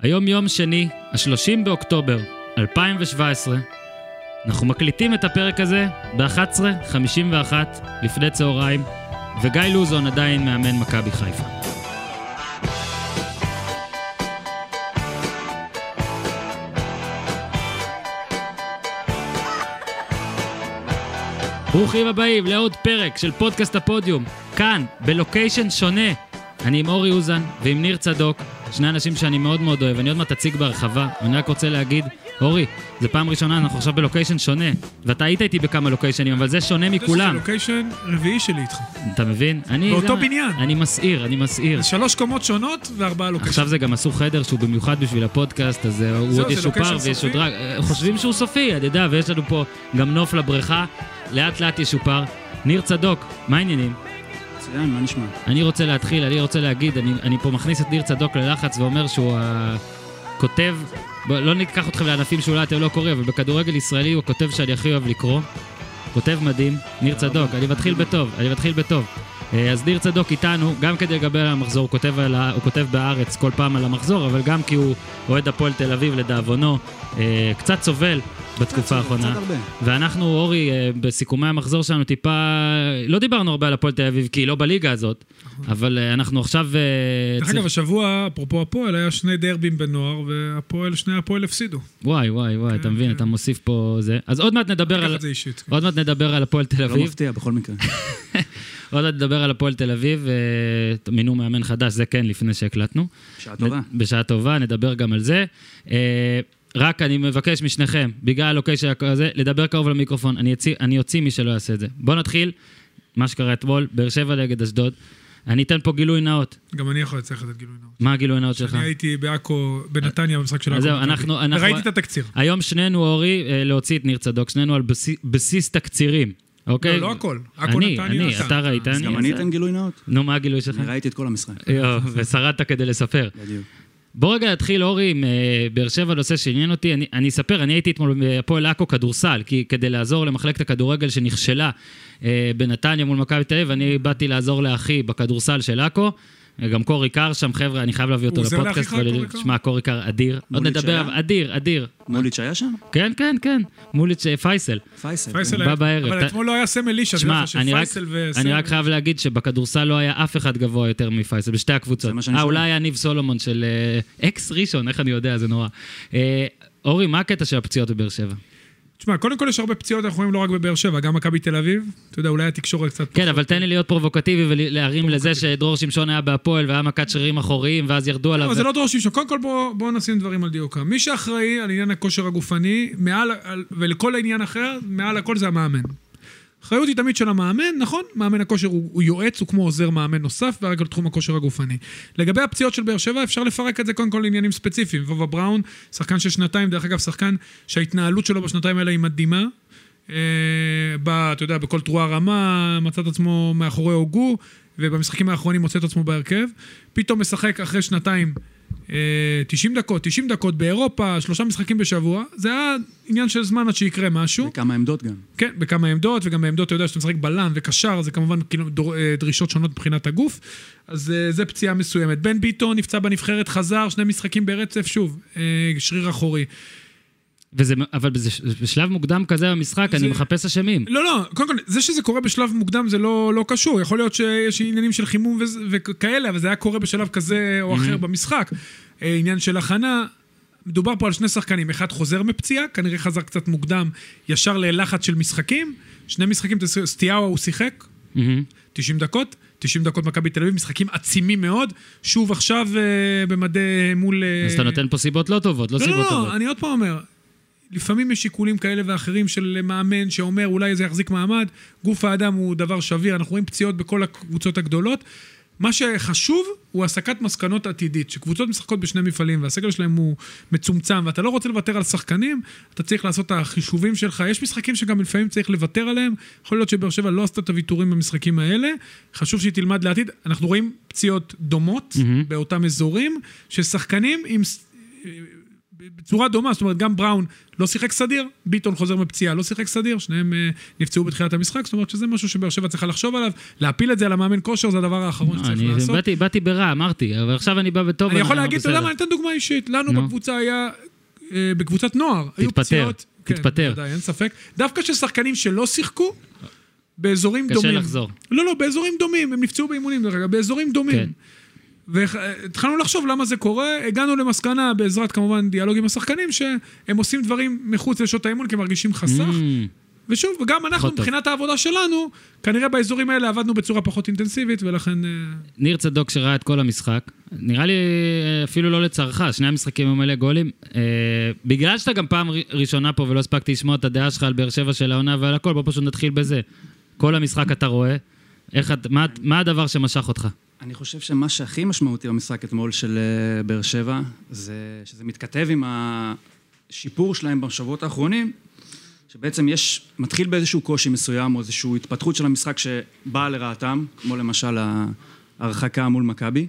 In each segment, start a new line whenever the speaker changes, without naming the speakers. היום יום שני, ה-30 באוקטובר 2017. אנחנו מקליטים את הפרק הזה ב-11:51 לפני צהריים, וגיא לוזון עדיין מאמן מכבי חיפה. ברוכים הבאים לעוד פרק של פודקאסט הפודיום, כאן, בלוקיישן שונה. אני עם אורי אוזן ועם ניר צדוק, שני אנשים שאני מאוד מאוד אוהב, אני עוד מעט אציג בהרחבה, אני רק רוצה להגיד, אורי, זו פעם ראשונה, אנחנו עכשיו בלוקיישן שונה, ואתה היית איתי בכמה לוקיישנים, אבל זה שונה מכולם,
זה לוקיישן רביעי שלי איתך.
אתה מבין? אני...
באותו
זה-
בניין.
אני מסעיר, אני מסעיר.
אז שלוש קומות שונות וארבעה לוקיישן.
עכשיו זה גם עשו חדר שהוא במיוחד בשביל הפודקאסט, אז אה, הוא
זהו,
עוד
זה
ישופר
לוקיישן
וישודרג. אה, חושבים שהוא סופי, אני יודע, ויש לנו פה גם נוף לבריכה, לאט לאט ישופר. ניר צדוק, מה העניינים?
מצוין, מה נשמע?
אני רוצה להתחיל, אני רוצה להגיד, אני, אני פה מכניס את ניר צדוק ללחץ ואומר שהוא הכותב, בוא, לא ניקח אתכם לענפים שאולי אתם לא קוראים, אבל בכדורגל ישראלי הוא הכותב שאני הכי אוהב לקרוא. כותב מדהים, ניר צדוק, אני מתחיל בטוב, אני מתחיל בטוב. אה, אז ניר צדוק איתנו, גם כדי לגבי על המחזור, הוא כותב, על ה... הוא כותב בהארץ כל פעם על המחזור, אבל גם כי הוא אוהד הפועל תל אביב לדאבונו, אה, קצת סובל בתקופה האחרונה.
קצת הרבה.
ואנחנו, אורי, אה, בסיכומי המחזור שלנו טיפה... לא דיברנו הרבה על הפועל תל אביב, כי היא לא בליגה הזאת, אבל אה, אנחנו עכשיו... אה,
נכון. דרך
צריך-
אגב, השבוע, אפרופו הפועל, היה שני דרבים בנוער, והפועל, שני הפועל הפסידו.
וואי, וואי, וואי, אתה
כן,
מבין,
כן.
אתה מוסיף פה זה. אז עוד מעט נדבר
קח
על...
את זה אישית. כן.
עוד מעט נדבר על הפועל
לא
תל אביב.
מפתיע בכל מקרה.
עוד מעט נדבר על הפועל תל אביב. אה, מינו מאמן חדש, זה כן, לפני שהקלטנו.
שעה טובה.
נ- בשעה טובה, נדבר גם על זה. אה, רק אני מבקש משניכם, בגלל הלוקיישן הזה, לדבר קרוב למיקרופון. אני אציא- אני אוציא מי שלא יעשה את זה. בואו נתחיל, מה שקרה אתמול, באר שבע נגד אשדוד. אני אתן פה גילוי נאות.
גם אני יכול לצליח לתת גילוי נאות.
מה הגילוי הנאות שלך?
אני הייתי בעכו, בנתניה, במשחק של
אה. אז
עכו.
זהו,
מכבי.
אנחנו- אנחנו-
וראיתי את התקציר. לא,
היום שנינו, אורי, אה, להוציא את ניר צדוק, שנינו על בסי- בסיס תקצירים, אוקיי?
לא, לא הכל. עכו,
אני,
נתניה,
אני,
נתן.
אתה ראית,
אז גם אני אתן גילוי נאות.
נו, מה הגילוי שלך?
אני ראיתי את כל המשחק.
יואו, ושרדת כדי לספר.
בדיוק.
בוא רגע נתחיל, אורי, עם אה, באר שבע, נושא שעניין אותי. אני, אני אספר, אני הייתי אתמול בהפועל עכו כדורסל, כי כדי לעזור למחלקת הכדורגל שנכשלה אה, בנתניה מול מכבי תל אביב, אני באתי לעזור לאחי בכדורסל של עכו. אה, גם קורי קר שם, חבר'ה, אני חייב להביא אותו
הוא עוזר
לפודקאסט.
לאחיך,
ול-
קורי קר?
שמע, קורי קר אדיר. עוד
מוליץ'
נדבר,
היה?
אבל אדיר, אדיר.
מוליץ' היה שם?
כן, כן, כן. מוליץ' אה, פייסל.
פייסל.
פייסל
בא
היה...
בערב,
אבל
אתה-
אתמול לא היה סמל לישה, אני
שמע,
אומר לך
אני רק-
שפייסל וסמל...
אני רק חייב להגיד שבכדורסל לא היה אף אחד גבוה יותר מפייסל, בשתי הקבוצות.
זה מה שאני
אה,
שומע.
אולי היה ניב סולומון של אה, אקס ראשון, איך אני יודע, זה נורא. אה, אורי, מה הקטע של הפציעות בבאר שבע?
תשמע, קודם כל יש הרבה פציעות, אנחנו רואים לא רק בבאר שבע, גם מכבי תל אביב. אתה יודע, אולי התקשורת קצת...
כן, אבל תן לי להיות פרובוקטיבי ולהרים לזה שדרור שמשון היה בהפועל והיה מכת שרירים אחוריים, ואז ירדו עליו.
אבל זה לא דורשים שם. קודם כל בואו בוא נשים דברים על דיוקם. מי שאחראי על עניין הכושר הגופני, מעל, על, ולכל עניין אחר, מעל הכל זה המאמן. האחריות היא תמיד של המאמן, נכון? מאמן הכושר הוא, הוא יועץ, הוא כמו עוזר מאמן נוסף, ורק על תחום הכושר הגופני. לגבי הפציעות של באר שבע, אפשר לפרק את זה קודם כל לעניינים ספציפיים. וובה בראון, שחקן של שנתיים, דרך אגב, שחקן שההתנהלות שלו בשנתיים האלה היא מדהימה. אה, ב, אתה יודע, בכל תרועה רמה, מצא את עצמו מאחורי הוגו, ובמשחקים האחרונים מוצא את עצמו בהרכב. פתאום משחק אחרי שנתיים אה, 90 דקות, 90 דקות באירופה, שלושה משחקים בשבוע. זה היה עניין של זמן עד שיקרה משהו.
בכמה עמדות גם.
כן, בכמה עמדות, וגם בעמדות אתה יודע שאתה משחק בלם וקשר, זה כמובן כאילו דור, אה, דרישות שונות מבחינת הגוף, אז אה, זה פציעה מסוימת. בן ביטון נפצע בנבחרת, חזר, שני משחקים ברצף, שוב, אה, שריר אחורי.
וזה- אבל בזה- בשלב מוקדם כזה במשחק, אני
זה-
מחפש אשמים.
לא, לא, קודם כל, זה שזה קורה בשלב מוקדם זה לא, לא קשור. יכול להיות שיש עניינים של חימום וזה- וכאלה, אבל זה היה קורה בשלב כזה או אחר במשחק. אה, עניין של הכנה. מדובר פה על שני שחקנים, אחד חוזר מפציעה, כנראה חזר קצת מוקדם, ישר ללחץ של משחקים. שני משחקים, תס- סטיהו הוא שיחק,
מהמם.
90 דקות, 90 דקות מכבי תל אביב, משחקים עצימים מאוד. שוב עכשיו אה, במדי מול... אה,
אז אתה נותן פה סיבות לא טובות, לא
לא,
סיבות
לא,
טובות.
לא, אני עוד פעם אומר, לפעמים יש שיקולים כאלה ואחרים של מאמן שאומר אולי זה יחזיק מעמד, גוף האדם הוא דבר שביר, אנחנו רואים פציעות בכל הקבוצות הגדולות. מה שחשוב הוא הסקת מסקנות עתידית, שקבוצות משחקות בשני מפעלים והסגל שלהם הוא מצומצם ואתה לא רוצה לוותר על שחקנים, אתה צריך לעשות את החישובים שלך. יש משחקים שגם לפעמים צריך לוותר עליהם, יכול להיות שבאר שבע לא עשתה את הוויתורים במשחקים האלה, חשוב שהיא תלמד לעתיד. אנחנו רואים פציעות דומות
מהמם.
באותם אזורים, של שחקנים עם ס- בצורה דומה, זאת אומרת, גם בראון לא שיחק סדיר, ביטון חוזר מפציעה, לא שיחק סדיר, שניהם אה, נפצעו בתחילת המשחק, זאת אומרת שזה משהו שבאר שבע צריכה לחשוב עליו, להפיל את זה על המאמן כושר זה הדבר האחרון שצריך
אה, אני
לא לעשות.
באתי- באתי ברע, אמרתי, אבל עכשיו אני בא בטוב.
אני יכול
אומר,
להגיד, אתה יודע
בסדר.
מה, אני אתן דוגמה אישית. לנו
נו.
בקבוצה היה, אה, בקבוצת נוער, היו
תתפטר,
פציעות. כן,
תתפטר.
בוודאי, אין ספק. דווקא של שחקנים שלא שיחקו, באזורים
קשה
דומים.
לחזור.
לא, לא, באזורים דומים, הם נפצעו באימונים, דרך אגב, באזורים
כן.
דומים. והתחלנו לחשוב למה זה קורה, הגענו למסקנה, בעזרת כמובן דיאלוג עם השחקנים, שהם עושים דברים מחוץ לשעות האימון כי הם מרגישים חסך.
Mm.
ושוב, גם אנחנו,
פחות טוב.
מבחינת העבודה שלנו, כנראה באזורים האלה עבדנו בצורה פחות אינטנסיבית, ולכן... אה,
ניר צדוק שראה את כל המשחק, נראה לי אה, אפילו לא לצערך, שני המשחקים הם מלא גולים. אה, בגלל שאתה גם פעם ר- ראשונה פה ולא הספקתי לשמוע את הדעה שלך על באר שבע של העונה ועל הכל, בוא פשוט נתחיל בזה. כל המשחק אתה רואה, איך, את- מה, מה הדבר שמשך אותך?
אני חושב שמה שהכי משמעותי במשחק אתמול של אה, באר שבע, זה שזה מתכתב עם השיפור שלהם בשבועות האחרונים, שבעצם יש, מתחיל באיזשהו קושי מסוים, או איזושהי התפתחות של המשחק שבאה לרעתם, כמו למשל ההרחקה מול מכבי.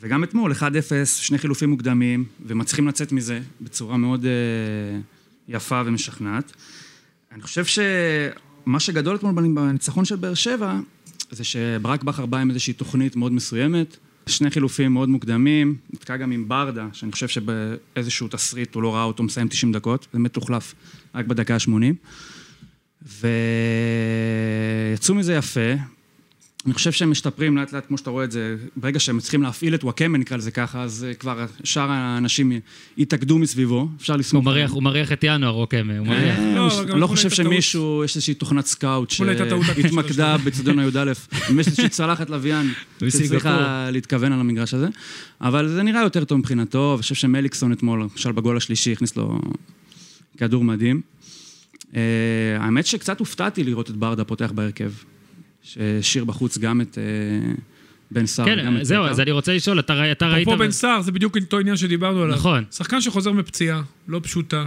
וגם אתמול, 1-0, שני חילופים מוקדמים, ומצליחים לצאת מזה בצורה מאוד אה, יפה ומשכנעת. אני חושב שמה שגדול אתמול בניצחון של באר שבע, זה שברק בכר בא עם איזושהי תוכנית מאוד מסוימת, שני חילופים מאוד מוקדמים, נתקע גם עם ברדה, שאני חושב שבאיזשהו תסריט הוא לא ראה אותו מסיים 90 דקות, זה באמת הוחלף רק בדקה ה-80. ויצאו מזה יפה. אני חושב שהם משתפרים לאט לאט, כמו שאתה רואה את זה, ברגע שהם צריכים להפעיל את וואקמה, נקרא לזה ככה, אז אה, כבר שאר האנשים יתאגדו מסביבו, אפשר לסמוך.
הוא מריח, הוא מריח את ינואר, רוקם, הוא מריח.
אה,
לא,
הוא-
גם
אני
אתמול
לא חושב
הייתה טעות.
שמישהו, יש איזושהי תוכנת סקאוט
אתמול הייתה טעות הקשר
שהתמקדה באצטדיון הי"א, עם איזושהי צלחת לוויין שהצליחה להתכוון על המגרש הזה, אבל זה נראה יותר טוב מבחינתו, אני חושב שמליקסון אתמול, למשל בגול השלישי, הכניס לו כדור מדהים. אה, האמת שקצת הופתעתי לראות את ברדה פותח בהרכב, שהשאיר בחוץ גם את אה, בן סער. גם
כן,
את
זהו,
בית"ר.
אז אני רוצה לשאול, אתה ראי- אתה ראית...
אפרופו בן סער, זה בדיוק אותו עניין שדיברנו עליו.
נכון.
שחקן שחוזר מפציעה, לא פשוטה.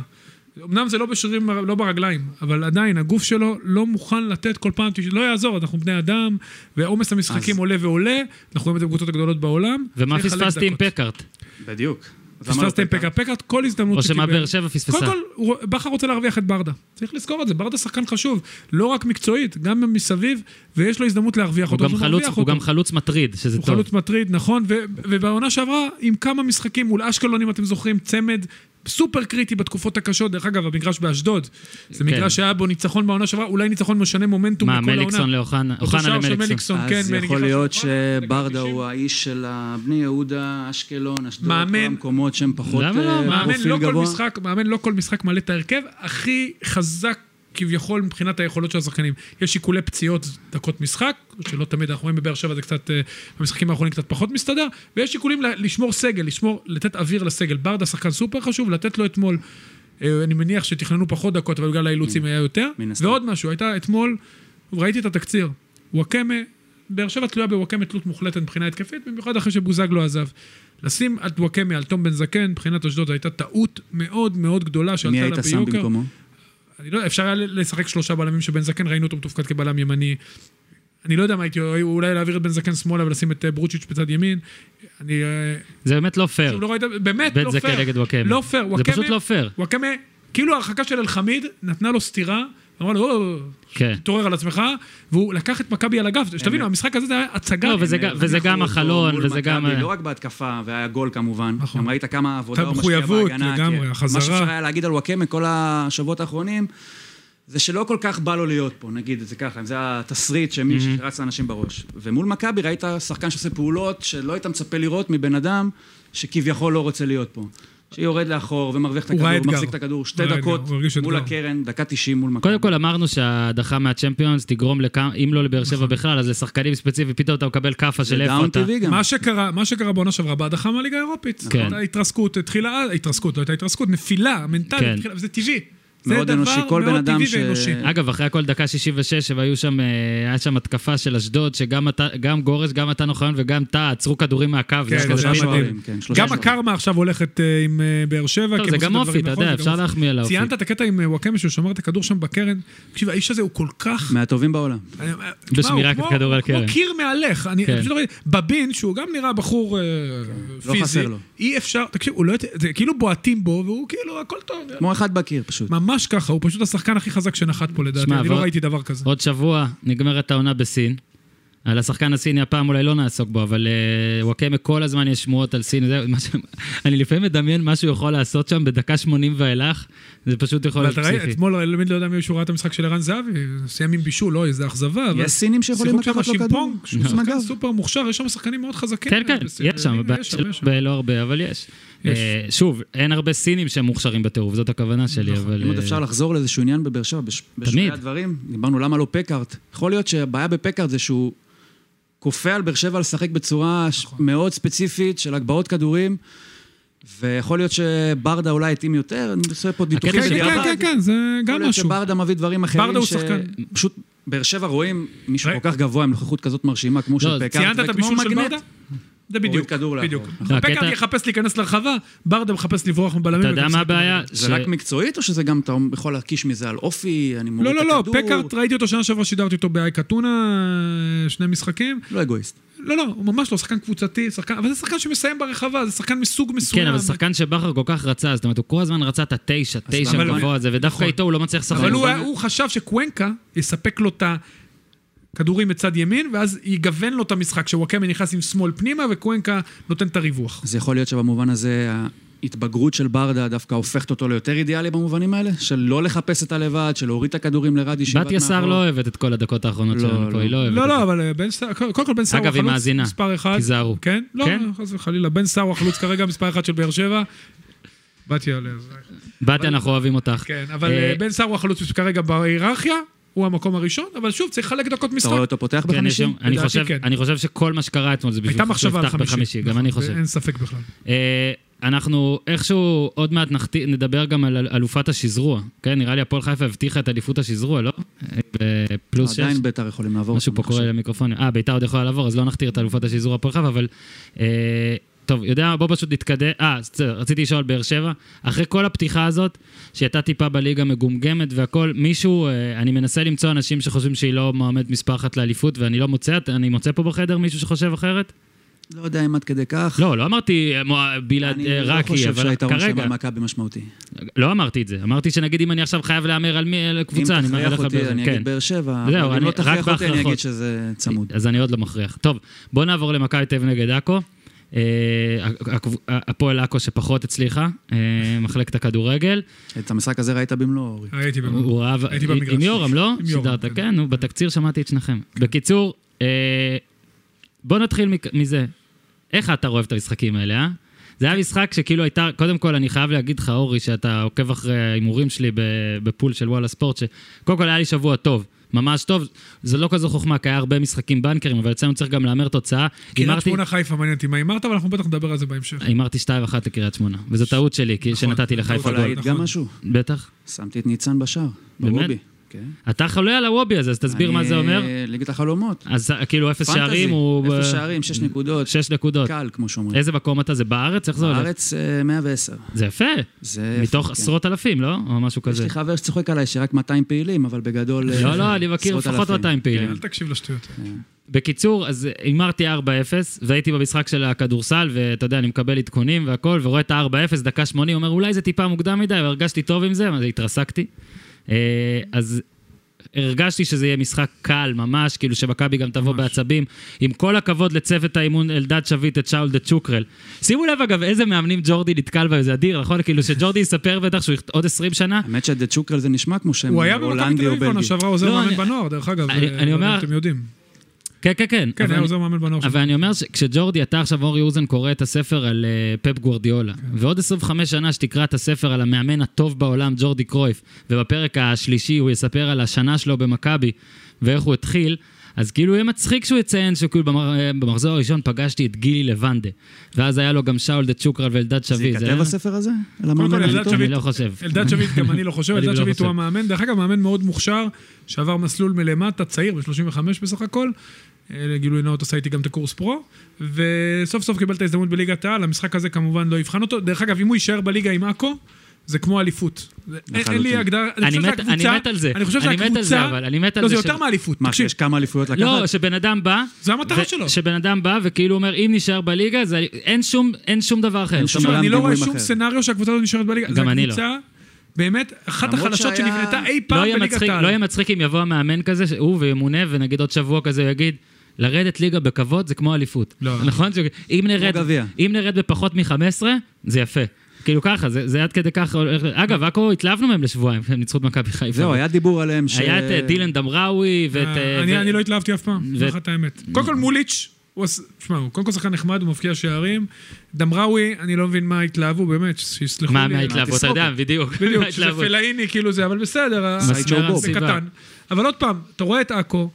אמנם זה לא בשרירים, לא ברגליים, אבל עדיין הגוף שלו לא מוכן לתת כל פעם, תש- לא יעזור, אנחנו בני אדם, ועומס המשחקים
אז-
עולה ועולה, אנחנו רואים את זה בקבוצות הגדולות בעולם.
ומה
צריך לחלק
פספסתי עם
דקות.
פקארט?
בדיוק. אז למה לא
פספסת עם
פתח?
פקארט. פקארט, כל הזדמנות
או שמה באר שבע פספסה?
קודם כל, הוא- בכר רוצה להרוויח את ברדה. צריך לזכור את זה, ברדה שחקן חשוב, לא רק מקצועית, גם מסביב, ויש לו הזדמנות להרוויח
הוא
אותו,
גם
אז
חלוץ-
מרוויח
הוא
אותו.
גם חלוץ מטריד, שזה
הוא
טוב.
חלוץ מטריד, נכון, ו- ובעונה שעברה, עם כמה משחקים מול אשקלון, אם אתם זוכרים, צמד סופר קריטי בתקופות הקשות. דרך אגב, המגרש באשדוד, זה
כן.
מגרש שהיה בו ניצחון בעונה שעברה, אולי ניצחון משנה מומנטום
מה,
לכל העונה.
מליקסון לאוחנה?
אותו
אוחנה
שער של
למליקסון.
מליקסון, כן,
אז
מנגיחה
יכול
של
להיות
אוחנה, דקה
שברדה
90.
הוא האיש של בני יהודה, אשקלון, אשדוד,
מאמן.
כל המקומות שהם פחות
למה לא?
אה,
מאמן
מאמן
פרופיל
לא, כל
גבוה.
משחק, מאמן לא כל משחק מעלה את ההרכב הכי חזק כביכול מבחינת היכולות של השחקנים. יש שיקולי פציעות דקות משחק, שלא תמיד אנחנו רואים בבאר שבע זה קצת, אה, במשחקים האחרונים קצת פחות מסתדר, ויש שיקולים ל- לשמור סגל, לשמור, לתת אוויר לסגל. ברדה שחקן סופר חשוב, לתת לו אתמול, אה, אני מניח שתכננו פחות דקות, אבל בגלל האילוצים היה יותר.
מן הסתם.
ועוד משהו, הייתה אתמול, ראיתי את התקציר, וואקמה, באר שבע תלויה בוואקמה תלות מוחלטת מבחינה התקפית, במיוחד אחרי שבוזגלו עזב. לשים את וואקמה על תום בן זקן, מבחינת אשדוד זו הייתה טעות מאוד מאוד גדולה שעלתה
מי
לה
היית
ביוקר.
שם במקומו?
אני לא, אפשר היה לשחק שלושה בלמים של בן זקן, ראינו אותו מתופקד כבלם ימני. אני לא יודע מה הייתי, אולי להעביר את בן זקן שמאלה ולשים את אה, ברוצ'יץ' בצד ימין. אני... אה,
זה באמת לא פייר.
שוב, לא ראית, באמת,
בן
לא
זקן
פייר.
נגד וואקמה.
לא פייר,
זה
וואקמה...
פשוט לא פייר.
וואקמה, כאילו ההרחקה של אלחמיד נתנה לו סטירה, אמרה לו, "או,
כן.
תתעורר על עצמך, והוא לקח את מכבי על הגב. שתבינו, המשחק הזה זה היה הצגה. נכון.
לא, וזה גם- וזה גם החלון,
מול
וזה גם...
מכבי, לא רק בהתקפה, והיה גול כמובן.
נכון.
גם ראית כמה עבודה הוא משקיע
המחויבות,
בהגנה.
לגמרי,
כן.
החזרה.
מה שאפשר היה להגיד על וואקמה כל השבועות האחרונים, זה שלא כל כך בא לו להיות פה, נגיד את זה ככה, זה התסריט שמי שרץ לאנשים בראש. ומול מכבי ראית שחקן שעושה פעולות שלא היית מצפה לראות מבן אדם שכביכול לא רוצה להיות פה. שיורד לאחור ומרוויח את
הוא
הכדור,
ראה אתגר.
מחזיק את הכדור, שתי
הוא ראה
דקות
אתגר, הוא הרגיש
מול
אתגר.
הקרן, דקה 90 מול מכבי.
קודם כל אמרנו שההדחה מהצ'מפיונס תגרום, לכמה, אם לא לבאר
נכון.
שבע בכלל, אז לשחקנים ספציפיים, פתאום אתה מקבל כאפה של
זה
איפה
דאון
אתה.
טבעי גם.
מה שקרה, מה שקרה בעונה שעברה, בהדחה מהליגה האירופית.
כן.
הייתה התרסקות, התחילה, התרסקות, לא הייתה התרסקות, נפילה,
כן.
מנטלית, התחילה- וזה טבעי. זה
מאוד
דבר
אנושי. כל
מאוד
בן אדם
טבעי
ש...
ואנושי.
אגב, אחרי הכל דקה 66, היו שם, אה, היה שם התקפה של אשדוד, שגם אתה- גם גורש, גם מתן אוחיון וגם טאה עצרו כדורים מהקו.
כן,
זה
זה
שלושה
היה מדהים.
שערים, כן, שלושה
גם
שערים.
הקרמה עכשיו הולכת אה, עם אה, באר שבע.
טוב,
כי
זה
הם
גם
עושים את
אופי,
הדברים
אתה יודע,
נכון, זה גם
אפשר
אופי.
להחמיא על האופי.
ציינת את הקטע עם אה, וואקמה, שהוא שמר את הכדור שם בקרן. תקשיב, האיש הזה הוא כל כך...
מהטובים בעולם.
אני- תשמע,
בשמירת
הוא כמו-
הכדור על
הוא
קרן.
כמו קיר מהלך. אני
כן.
אני פשוט לא ראיתי... בבין, שהוא גם נראה בחור אה,
לא
פיזי.
חסר לו.
אי אפשר... תקשיב, הוא לא... ית- זה כאילו בועטים בו, והוא כאילו, הכל טוב.
כמו אחד בקיר פשוט.
ממש ככה, הוא פשוט השחקן הכי חזק שנחת פה לדעתי,
שמע,
אני לא
אבל-
ראיתי דבר כזה.
עוד שבוע נגמרת העונה בסין. על השחקן הסיני הפעם אולי לא נעסוק בו, אבל אה, וואקמה כל הזמן יש שמועות על סין. זה, מה ש... אני לפעמים מדמיין מה שהוא יכול לעשות שם בדקה 80 ואילך, זה פשוט יכול להיות
ואתה ראית,
פסיכי.
אתמול, אני לא יודע אם מישהו ראה את המשחק של ערן זהבי, סיים עם בישול, לא, איזה אכזבה. אבל-
יש סינים שיכולים
שיחוק שם
לקחת לו כדור. נכון.
השימפונג, שהוא
עם
שחקן
הגב.
כן. סופר מוכשר, יש שם שחקנים מאוד חזקים.
נכון. כן, כן,
בסדר,
יש שם, הבעיה
יש
שלו
יש שם.
לא הרבה, אבל יש.
יש.
אה, שוב, אין הרבה סינים שהם מוכשרים בטירוף, זאת הכוונה שלי, אבל...
נכון. אם עוד
אה,
אפשר לחזור לאיזשהו עניין בבאר שבע, בש- בשולי
תמיד.
הדברים, דיברנו למה לא פקארט. יכול להיות שהבעיה בפקארט זה שהוא כופה על באר שבע לשחק בצורה ש-
נכון.
מאוד ספציפית של הגבהות כדורים, ויכול להיות שברדה אולי התאים יותר, אני עושה פה
כן,
ניתוחים
כן,
בדיעבד.
כן, כן, כן, זה
יכול
גם
להיות
משהו.
שברדה מביא דברים אחרים.
ברדה הוא
ש-
שחקן.
פשוט באר שבע רואים מישהו
רי-
כל כך גבוה עם נוכחות כזאת מרשימה כמו
לא,
של פקארט,
ציינת את
וכמו
הבישול של
מגנט.
ברדה? זה בדיוק,
כדור לאחור.
בדיוק.
נכון.
פקארט
הקטע-
יחפש להיכנס לרחבה, ברדה מחפש לברוח מבלמים.
אתה יודע
ולהיכנס
מה
לכדור.
הבעיה?
זה
ש-
רק מקצועית, או שזה גם, אתה יכול להקיש מזה על אופי, אני מוריד
לא,
את
לא,
הכדור?
לא, פקארט, ראיתי אותו שנה שעברה, שידרתי אותו באיי קטונה, אה, שני משחקים.
לא אגואיסט.
לא, לא, הוא ממש לא, שחקן קבוצתי, שחקן, אבל זה שחקן שמסיים ברחבה, זה שחקן מסוג מסוים.
כן, אבל שחקן שבכר כל כך רצה, זאת אומרת, הוא כל הזמן רצה את התשע, תשע
למה-
גבוה הזה, ודווקא
נכון.
איתו הוא לא מצליח לשחק.
אבל הוא,
אבל-
הוא חשב שקוונקה יספק לו את הכדורים מצד ימין, ואז יגוון לו את המשחק, שוואקמה נכנס עם שמאל פנימה, וקוונקה נותן את הריווח.
אז יכול להיות שבמובן הזה ההתבגרות של ברדה דווקא הופכת אותו ליותר אידיאלי במובנים האלה? של לא לחפש את הלבד, של להוריד את הכדורים לרדיש. שבעט
בתיה סער
מאחור?
לא אוהבת את כל הדקות האחרונות
לא,
שלנו
לא.
פה, היא לא אוהבת.
לא,
את
לא,
זה.
אבל בן סער, קודם כל בן סער הוא
אגב, היא
החלוץ
מאזינה.
מספר אחד.
תיזהרו.
כן? לא,
כן?
חס וחלילה, בן סער הוא החלוץ כרגע מספר אחד של באר שבע. באתי עליה. זה-
בתיה, אנחנו אוהבים אותך.
לא. כן, אבל
אה,
אה, בן סער הוא החלוץ כרגע בהיררכיה, הוא המקום הראשון, אבל שוב, צריך לחלק דקות
אתה רואה
משחק.
אותו פותח
כן, יש
בחמישים?
שם- אני
לדעתי
חושב-
כן.
אני חושב שכל מה שקרה אתמול זה בשביל
הייתה
שהוא
מחשבה על
יפתח
חמישי.
בחמישי, גם
נכון,
אני חושב.
אין ספק בכלל.
אה, אנחנו איכשהו עוד מעט נחת... נדבר גם על אל- אלופת השזרוע. כן, נראה לי הפועל חיפה הבטיחה את אליפות השזרוע, לא? אה, פלוס שש.
עדיין בית"ר יכולים לעבור.
משהו
אותם,
פה
אני חושב.
קורה למיקרופון. אה, ביתר עוד יכולה לעבור, אז לא נכתיר את אלופת השזרוע הפועל חיפה, אבל... אה, טוב, יודע מה, בוא פשוט נתקדם. אה, בסדר, רציתי לשאול, באר שבע, אחרי כל הפתיחה הזאת, שהייתה טיפה בליגה מגומגמת והכל, מישהו, אה, אני מנסה למצוא אנשים שחושבים שהיא לא מועמד מספר אחת לאליפות, ואני לא מוצא, אני מוצא פה בחדר מישהו שחושב אחרת?
לא יודע אם עד כדי כך.
לא, לא אמרתי אה, מוע- בלעד
אני
אה,
לא
רק היא,
חושב
אבל
שהיתרון שלהם
כרגע,
על מכבי משמעותי.
לא אמרתי את זה. אמרתי שנגיד אם אני עכשיו חייב להמר על מי, על קבוצה,
אם
אני
תכריח
אלך על באר
אותי,
שבע.
אני
כן.
אגיד באר שבע.
זהו,
אבל אם
אני-
לא
רק
תכריח אותי, אני
בהכרחות.
אגיד שזה צמוד.
אז אני עוד לא מכריח. טוב, בואו נעבור למכבי תל אביב נגד עכו. אה, הקב- הפועל עכו שפחות הצליחה, אה, מחלקת הכדורגל.
את המשחק הזה ראית במלואו, אורי.
הייתי במקום.
הוא רב...
הייתי
עם-
במגרש.
עם יורם, לא?
עם יורם,
שידרת,
כן.
כן, נו, בתקציר שמעתי את שניכם. בקיצור, אה, בואו נתחיל מק- מזה. איך אתה רואה את המשחקים האלה, אה? זה היה משחק שכאילו הייתה, קודם כל אני חייב להגיד לך, אורי, שאתה עוקב אחרי ההימורים שלי ב- בפול של וואלה ספורט, שקודם כל היה לי שבוע טוב, ממש טוב. זה לא כזו חוכמה, כי היה הרבה משחקים בנקרים, אבל אצלנו צריך גם להמר תוצאה.
קריית
הימרתי-
שמונה חיפה מעניין אותי מה הימרת, אבל אנחנו בטח נדבר על זה בהמשך.
הימרתי 2-1 לקריית שמונה, וזו טעות שלי, כי שנתתי
טעות
לחיפה
נכון,
יכול
גול.
להעיד גם
נכון.
משהו.
בטח.
שמתי את ניצן בשער.
באמת?
ברובי. כן.
אתה חולה על הוובי הזה, אז תסביר מה
אני- אה,
זה אומר.
ליגת החלומות.
אז כאילו אפס שערים הוא... אה,
פנטזי, אפס שערים, שש נקודות.
שש נקודות.
קל, כמו שאומרים.
איזה מקום אתה? זה בארץ? איך זה הולך?
בארץ אה, 110.
זה יפה.
זה...
מתוך
כן.
עשרות אלפים, לא? או משהו
יש
כזה.
לי חבר שצוחק עליי שרק 200 פעילים, אבל בגדול... אה,
לא, לא, אני מכיר
עשרות
לפחות
אלפים. כן.
200 פעילים.
אל תקשיב לשטויות.
בקיצור, אז הימרתי 4-0, והייתי במשחק של הכדורסל, ואתה יודע, אני מקבל עדכונים והכל, ורואה את ה-4-0, דקה 80, אומר, אולי זה טיפה מוקדם מדי, והרגשתי טוב עם זה, אז התרסקתי. אה, אז הרגשתי שזה יהיה משחק קל ממש, כאילו שמכבי גם תבוא בעצבים. עם כל הכבוד לצוות האימון אלדד שביט, את שאול דה צ'וקרל. שימו לב, אגב, איזה מאמנים ג'ורדי נתקל בהם, זה אדיר, נכון? כאילו שג'ורדי יספר בטח שהוא יכ- עוד 20 שנה,
כן. האמת שדה צ'וקרל זה נשמע כמו שם
הוא היה במכבי
הולנדי
תל
או
אביב בעונה
בלגי.
שעברה עוזר
לא,
מאמן
אני-
בנוער, דרך אגב.
אני-
אה,
אני
לא יודע
אומר-
אם אתם יודעים.
כן, כן, כן.
כן,
אבל
היה
אני-
עוזר מאמן בנוער.
אבל אני אומר שכשג'ורדי, אתה עכשיו אורי אוזן קורא את הספר על אה, פפ גוורדיולה, ועוד 25 שנה שתקרא את הספר על המאמן הטוב בעולם, ג'ורדי קרויף, ובפרק השלישי הוא יספר על השנה שלו במכבי, ואיך הוא התחיל, אז כאילו יהיה מצחיק שהוא יציין שכאילו במר- במחזור הראשון פגשתי את גילי לבנדה. ואז היה לו גם שאול דה צ'וקרל ואלדד
זה
שביט.
ייכתב הספר הזה? על
קודם כל,
המאמן
אלדד
הליטוב?
אני
שביט-
לא חושב.
אלדד שביט, גם אני לא חושב,
אני
אלדד
לא
שביט
חושב.
הוא המאמן. דרך אגב, מאמן מאוד מוכשר, שעבר מסלול מלמטה, צעיר, ב-35 בסך הכל. אה, לגילוי נאות עשה איתי גם את הקורס פרו, וסוף סוף קיבל את ההזדמנות בליגת העל, המשחק הזה כמובן לא יבחן אותו. דרך אגב, אם הוא יישאר בליגה עם עכו, זה כמו אליפות. זה- אין- אין לי
לחלוטין.
הגדרה,
אני
חושב
מת-
שהקבוצה-
אני מת על זה.
אני חושב
אני מת על
שהקבוצה-
זה, אבל, אני מת על
לא,
זה
זה
ש-
יותר מאליפות.
מה,
תקשיב,
שיש כמה אליפויות לקחת?
לא, שבן אדם בא...
זה המטרה
ו-
שלו.
שבן אדם בא וכאילו אומר, אם נשאר בליגה, זה... אין שום, אין שום דבר אחר.
אין
זאת
שום
תשמע,
אומרת,
אני לא רואה
דימויים
שום
אחר.
סצנריו שהקבוצה הזאת נשארת בליגה.
גם אני לא.
זו הקבוצה, באמת, אחת
למרות
החלשות
שהיה-
שנבנתה אי
לא
פעם
יהיה
בליגת
מצחיק-
העל.
לא יהיה מצחיק אם יבוא המאמן כזה, ש- הוא וימונה, ונגיד עוד שבוע כזה, הוא יגיד... לרדת ליגה בכבוד זה כמו אליפות.
לא.
נכון? ש- אם נרד,
גביע.
אם נרד בפחות מ-15, זה יפה. כאילו ככה, זה, זה עד כדי ככה. הולך- אגב, עכו התלהבנו מהם לשבועיים, הם ניצחו את מכבי חיפה.
זהו, היה דיבור עליהם ש...
היה את אה, דילן דמראווי, ואת... אה,
אני
ו-
אני לא התלהבתי אף פעם,
ו-
זו אחת האמת. קודם כל מוליץ', הוא עש- תשמע, הוא קודם כל שחקן נחמד, הוא מבקיע שערים. דמראווי, אני לא מבין מה התלהבו, באמת, שיסלחו לי.
מה, מההתלהבות, אתה יודע, בדיוק.
בדיוק, שזה
מההתלהבות.
פלאיני, כאילו זה, אבל בסדר, ה-
מסמר
זה
הסביבה.
קטן. אבל עוד פעם, אתה רואה את עכו,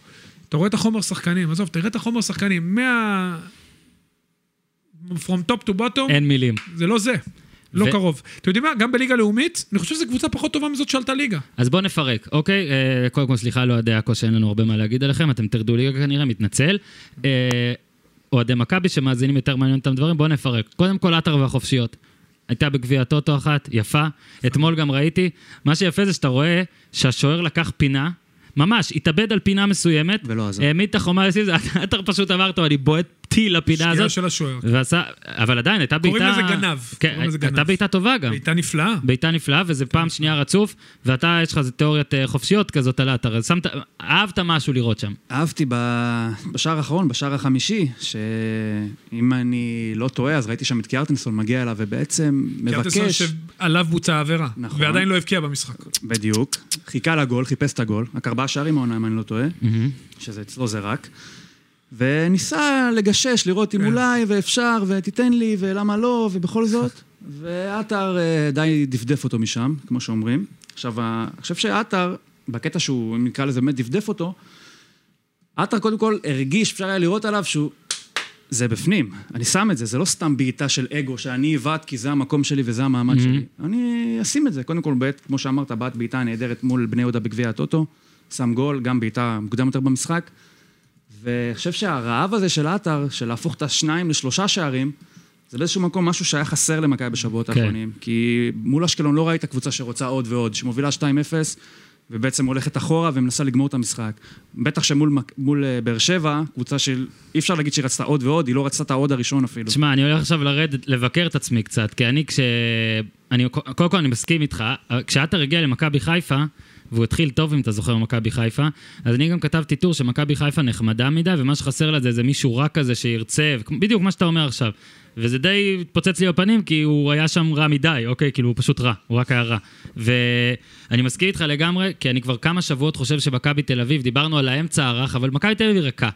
אתה רואה את החומר שחקנים, עזוב, תראה את החומר שחקנים, מה... From top to bottom,
אין מילים.
זה לא זה. לא
ו-
קרוב. אתם יודעים מה, גם בליגה לאומית, אני חושב שזו קבוצה פחות טובה מזאת שעלתה ליגה.
אז בואו נפרק, אוקיי? אה, קודם כל, סליחה לאוהדי עכו שאין לנו הרבה מה להגיד עליכם, אתם תרדו ליגה כנראה, מתנצל. אה, אוהדי מכבי שמאזינים יותר מעניין אותם דברים, בואו נפרק. קודם כל, עטר והחופשיות. הייתה בגביע הטוטו אחת, יפה. אתמול גם ראיתי. מה שיפה זה שאתה רואה שהשוער לקח פינה, ממש, התאבד על פינה מסוימת,
ולא עזר.
העמיד את החומה לסיס, עטר פשוט אמר אותו, אני בועט טיל לפינה
שגיאה
הזאת.
של השוער.
ועשה, אבל עדיין, הייתה בעיטה...
קוראים לזה גנב.
כן,
קוראים לזה
הייתה
גנב.
בעיטה טובה גם.
הייתה נפלאה.
בעיטה נפלאה, וזה פעם שנייה רצוף, ואתה, יש לך איזה תיאוריית אה, חופשיות כזאת על האתר, אז שמת, אהבת משהו לראות שם.
אהבתי ב- בשער האחרון, בשער החמישי, שאם אני לא טועה, אז ראיתי שם את קיארטנסון מגיע אליו ובעצם
קרטסון
מבקש...
שעליו בוצעה העבירה.
נכון.
ועדיין לא הבקיע במשחק.
בדיוק. חיכה לגול, חיפש את הגול. רק ארבעה שערים העונה, אם אני לא טועה, שזה אצלו זה רק. וניסה לגשש, לראות אם
כן.
אולי, ואפשר, ותיתן לי, ולמה לא, ובכל זאת. ועטר אה, די דפדף אותו משם, כמו שאומרים. עכשיו, ה- אני חושב שעטר, בקטע שהוא, אם נקרא לזה באמת דפדף אותו, עטר קודם כל הרגיש, אפשר היה לראות עליו שהוא... זה בפנים, אני שם את זה, זה לא סתם בעיטה של אגו שאני עיוות כי זה המקום שלי וזה המעמד שלי. אני אשים את זה. קודם כל, בעת, כמו שאמרת, בעט בעיטה נהדרת מול בני יהודה בגביע הטוטו, שם גול, גם בעיטה מוקדם יותר במשחק. ואני חושב שהרעב הזה של עטר, של להפוך את השניים לשלושה שערים, זה באיזשהו מקום משהו שהיה חסר למכבי בשבועות
כן.
האחרונים. כי מול אשקלון לא ראית קבוצה שרוצה עוד ועוד, שמובילה 2-0, ובעצם הולכת אחורה ומנסה לגמור את המשחק. בטח שמול מק- מול, אה, באר שבע, קבוצה שאי אפשר להגיד שהיא רצתה עוד ועוד, היא לא רצתה את העוד הראשון אפילו.
תשמע, אני הולך עכשיו לרדת, לבקר את עצמי קצת, כי אני כש... אני, קודם כל אני מסכים איתך, אבל כשעטר הגיע למכבי חיפה, והוא התחיל טוב, אם אתה זוכר, במכבי חיפה, אז אני גם כתבתי טור שמכבי חיפה נחמדה מדי, ומה שחסר לה זה איזה מישהו רע כזה שירצה, וכמו- בדיוק מה שאתה אומר עכשיו. וזה די התפוצץ לי בפנים, כי הוא היה שם רע מדי, אוקיי? כאילו, הוא פשוט רע, הוא רק היה רע. ואני מסכים איתך לגמרי, כי אני כבר כמה שבועות חושב שמכבי תל אביב, דיברנו על האמצע הרך, אבל מכבי תל אביב היא ריקה.